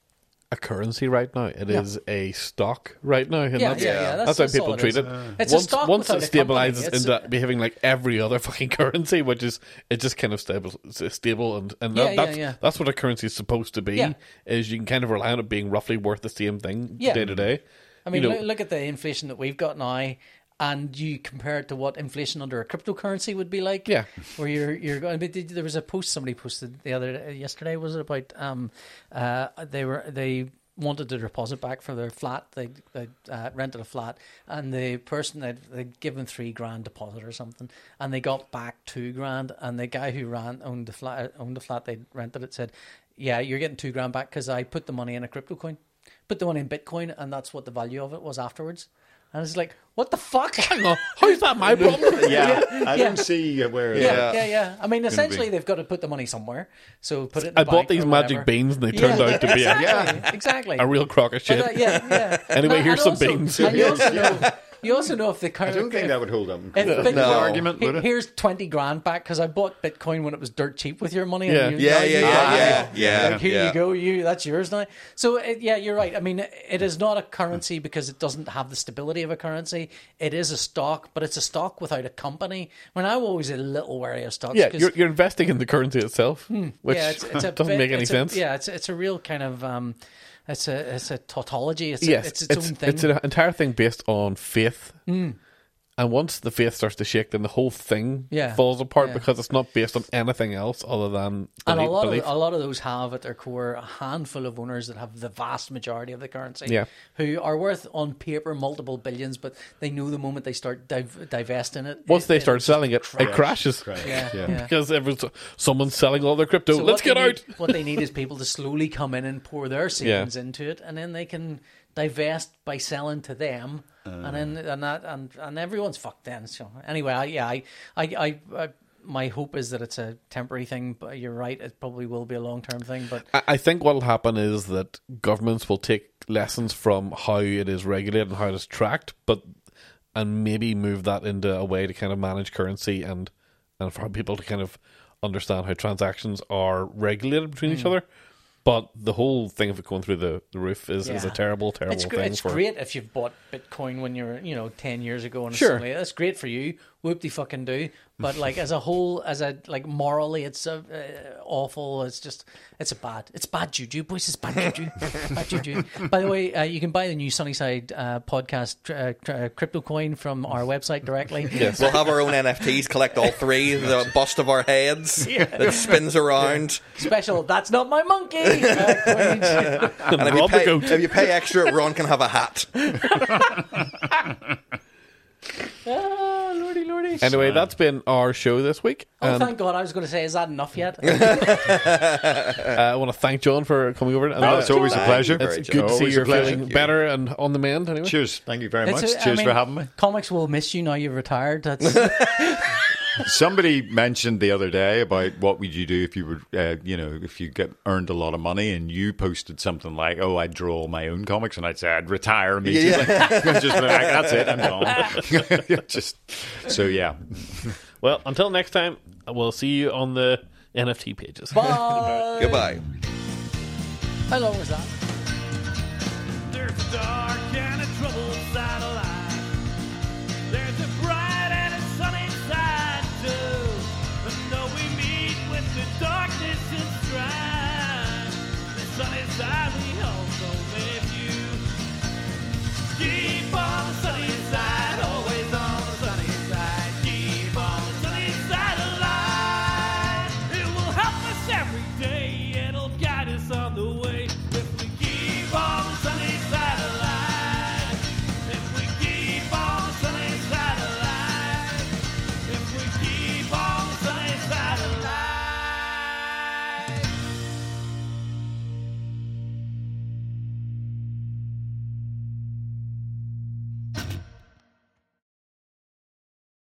[SPEAKER 1] a currency right now. It is
[SPEAKER 2] Yeah.
[SPEAKER 1] a stock right now, and
[SPEAKER 2] Yeah,
[SPEAKER 1] that's,
[SPEAKER 2] yeah, yeah, that's-
[SPEAKER 1] that's, how
[SPEAKER 2] that's all
[SPEAKER 1] people
[SPEAKER 2] it
[SPEAKER 1] treat
[SPEAKER 2] is.
[SPEAKER 1] it.
[SPEAKER 2] It's uh, a
[SPEAKER 1] once
[SPEAKER 2] stock
[SPEAKER 1] once it
[SPEAKER 2] without a company,
[SPEAKER 1] stabilizes
[SPEAKER 2] it's
[SPEAKER 1] into
[SPEAKER 2] a-
[SPEAKER 1] behaving like every other fucking currency, which is it just kind of stable, stable, and and
[SPEAKER 2] Yeah,
[SPEAKER 1] that,
[SPEAKER 2] yeah,
[SPEAKER 1] that's
[SPEAKER 2] yeah.
[SPEAKER 1] that's what a currency is supposed to be.
[SPEAKER 2] Yeah.
[SPEAKER 1] Is you can kind of rely on it being roughly worth the same thing
[SPEAKER 2] Yeah.
[SPEAKER 1] day to day.
[SPEAKER 2] I mean,
[SPEAKER 1] you
[SPEAKER 2] loo-
[SPEAKER 1] know,
[SPEAKER 2] look, at the inflation that we've got now, and you compare it to what inflation under a cryptocurrency would be like.
[SPEAKER 1] Yeah.
[SPEAKER 2] where you're you're going. But did- there was a post somebody posted the other day, yesterday. Was it about um, uh, they were they wanted to deposit back for their flat. They they uh, rented a flat, and the person they they'd given three grand deposit or something, and they got back two grand. And the guy who ran owned the flat owned the flat they rented it said, "Yeah, you're getting two grand back because I put the money in a crypto coin." put the one in Bitcoin, and that's what the value of it was afterwards. And it's like, what the fuck? Hang on.
[SPEAKER 1] "Oh, how's that my problem?
[SPEAKER 4] Yeah. I don't see uh, where.
[SPEAKER 2] Yeah, yeah,
[SPEAKER 3] Yeah.
[SPEAKER 2] yeah. I mean, essentially,
[SPEAKER 4] be.
[SPEAKER 2] they've got to put the money somewhere. So put it. In the
[SPEAKER 1] I bought
[SPEAKER 2] bank
[SPEAKER 1] these
[SPEAKER 2] or
[SPEAKER 1] magic
[SPEAKER 2] whatever.
[SPEAKER 1] beans, and they
[SPEAKER 2] Yeah,
[SPEAKER 1] turned out to be a,
[SPEAKER 2] exactly, exactly.
[SPEAKER 1] a real crock of shit.
[SPEAKER 2] But, uh, yeah, yeah.
[SPEAKER 1] Anyway,
[SPEAKER 2] No,
[SPEAKER 1] here's
[SPEAKER 2] and
[SPEAKER 1] some beans.
[SPEAKER 2] And you also know, You also know if the
[SPEAKER 4] I
[SPEAKER 2] current.
[SPEAKER 4] don't think that would hold up. in
[SPEAKER 2] If
[SPEAKER 4] court.
[SPEAKER 2] Bitcoin,
[SPEAKER 3] No.
[SPEAKER 4] argument,
[SPEAKER 2] Hey,
[SPEAKER 4] would it?
[SPEAKER 2] here's twenty grand back because I bought Bitcoin when it was dirt cheap with your money. and
[SPEAKER 1] Yeah.
[SPEAKER 2] you-
[SPEAKER 3] Yeah,
[SPEAKER 2] now
[SPEAKER 3] yeah,
[SPEAKER 2] you-
[SPEAKER 3] yeah,
[SPEAKER 4] yeah,
[SPEAKER 3] yeah,
[SPEAKER 2] Like, here
[SPEAKER 3] yeah.
[SPEAKER 2] you go, you that's yours now. So it, yeah, you're right. I mean, it is not a currency because it doesn't have the stability of a currency. It is a stock, but it's a stock without a company. I mean, I'm always a little wary of stocks.
[SPEAKER 1] Yeah,
[SPEAKER 2] 'cause-
[SPEAKER 1] you're, you're investing in the currency itself, which
[SPEAKER 2] Hmm. yeah, it's, it's a
[SPEAKER 1] doesn't
[SPEAKER 2] bit-
[SPEAKER 1] make any
[SPEAKER 2] it's a-
[SPEAKER 1] sense.
[SPEAKER 2] yeah, it's it's a real kind of um, it's a it's a tautology. It's
[SPEAKER 1] yes,
[SPEAKER 2] a, it's its, own thing. Hmm.
[SPEAKER 1] It's an entire thing based on faith. And once the faith starts to shake, then the whole thing
[SPEAKER 2] Yeah.
[SPEAKER 1] falls apart
[SPEAKER 2] Yeah.
[SPEAKER 1] because it's not based on anything else other than belief.
[SPEAKER 2] and a lot
[SPEAKER 1] belief.
[SPEAKER 2] of a lot of those have at their core a handful of owners that have the vast majority of the currency,
[SPEAKER 1] Yeah.
[SPEAKER 2] who are worth on paper multiple billions, but they know the moment they start div- divesting it,
[SPEAKER 1] Once
[SPEAKER 2] it-
[SPEAKER 1] they
[SPEAKER 2] it-
[SPEAKER 1] start selling it, it crashes.
[SPEAKER 4] Crashes.
[SPEAKER 2] yeah,
[SPEAKER 4] Yeah.
[SPEAKER 2] yeah.
[SPEAKER 1] Because everyone's, someone's selling all their crypto.
[SPEAKER 2] So
[SPEAKER 1] Let's
[SPEAKER 2] what
[SPEAKER 1] get
[SPEAKER 2] they
[SPEAKER 1] out.
[SPEAKER 2] need- what they need is people to slowly come in and pour their savings into it, and then they can divest by selling to them, and then and that and, and everyone's fucked then. So anyway, I, yeah, I, I, I, I, my hope is that it's a temporary thing. But you're right, it probably will be a long term thing. But
[SPEAKER 1] I I think what will happen is that governments will take lessons from how it is regulated and how it is tracked, but and maybe move that into a way to kind of manage currency and and for people to kind of understand how transactions are regulated between each other. But the whole thing of it going through the, the roof is, is a
[SPEAKER 2] Yeah.
[SPEAKER 1] terrible, terrible
[SPEAKER 2] It's, gr-
[SPEAKER 1] thing
[SPEAKER 2] it's
[SPEAKER 1] for
[SPEAKER 2] great if you've bought Bitcoin when you're, you know, ten years ago and
[SPEAKER 1] Sure.
[SPEAKER 2] suddenly that's great for you. Whoop de fucking do. But like as a whole, as a like morally, it's uh, uh, awful. It's just it's a bad, it's bad juju, boys. It's bad juju, bad juju. By the way, uh, you can buy the new Sunnyside uh, podcast uh, tr- uh, crypto coin from our website directly. yes.
[SPEAKER 3] We'll have our own NFTs, collect all three, the bust of our heads that spins around.
[SPEAKER 2] Special. That's not my monkey. Uh, coins.
[SPEAKER 3] And if you,
[SPEAKER 1] Rob the
[SPEAKER 3] pay,
[SPEAKER 1] goat.
[SPEAKER 3] if you pay extra, Ron can have a hat.
[SPEAKER 2] Uh, ah, lordy, lordy.
[SPEAKER 4] Um,
[SPEAKER 1] Anyway, that's been our show this week.
[SPEAKER 2] Oh,
[SPEAKER 1] and
[SPEAKER 2] thank God! I was going to say, is that enough yet?
[SPEAKER 1] uh, I want to thank John for coming over. And,
[SPEAKER 4] No,
[SPEAKER 1] uh,
[SPEAKER 4] Oh, it's always a
[SPEAKER 3] Thank
[SPEAKER 4] pleasure.
[SPEAKER 3] you very
[SPEAKER 1] it's good to see
[SPEAKER 4] Always a
[SPEAKER 1] you're
[SPEAKER 4] pleasure.
[SPEAKER 1] feeling
[SPEAKER 4] Thank you.
[SPEAKER 1] better and on the mend anyway.
[SPEAKER 4] Cheers. Thank you very much.
[SPEAKER 2] It's a- I
[SPEAKER 4] Cheers
[SPEAKER 2] mean,
[SPEAKER 4] for having me.
[SPEAKER 2] Comics will miss you now you've retired. That's
[SPEAKER 4] Somebody mentioned the other day about what would you do if you were, uh, you know, if you get earned a lot of money, and you posted something like, "Oh, I draw all my own comics," and I'd say I'd retire immediately. Just be like, that's it, I'm gone. Just so yeah.
[SPEAKER 1] Well, until next time, we'll see you on the NFT pages.
[SPEAKER 2] Bye.
[SPEAKER 3] Goodbye.
[SPEAKER 2] How long was that?
[SPEAKER 5] There's a dark and a troubled side of life. There's a bright and a sunny side too. And though we meet with the darkness and strife, the sunny side we also meet.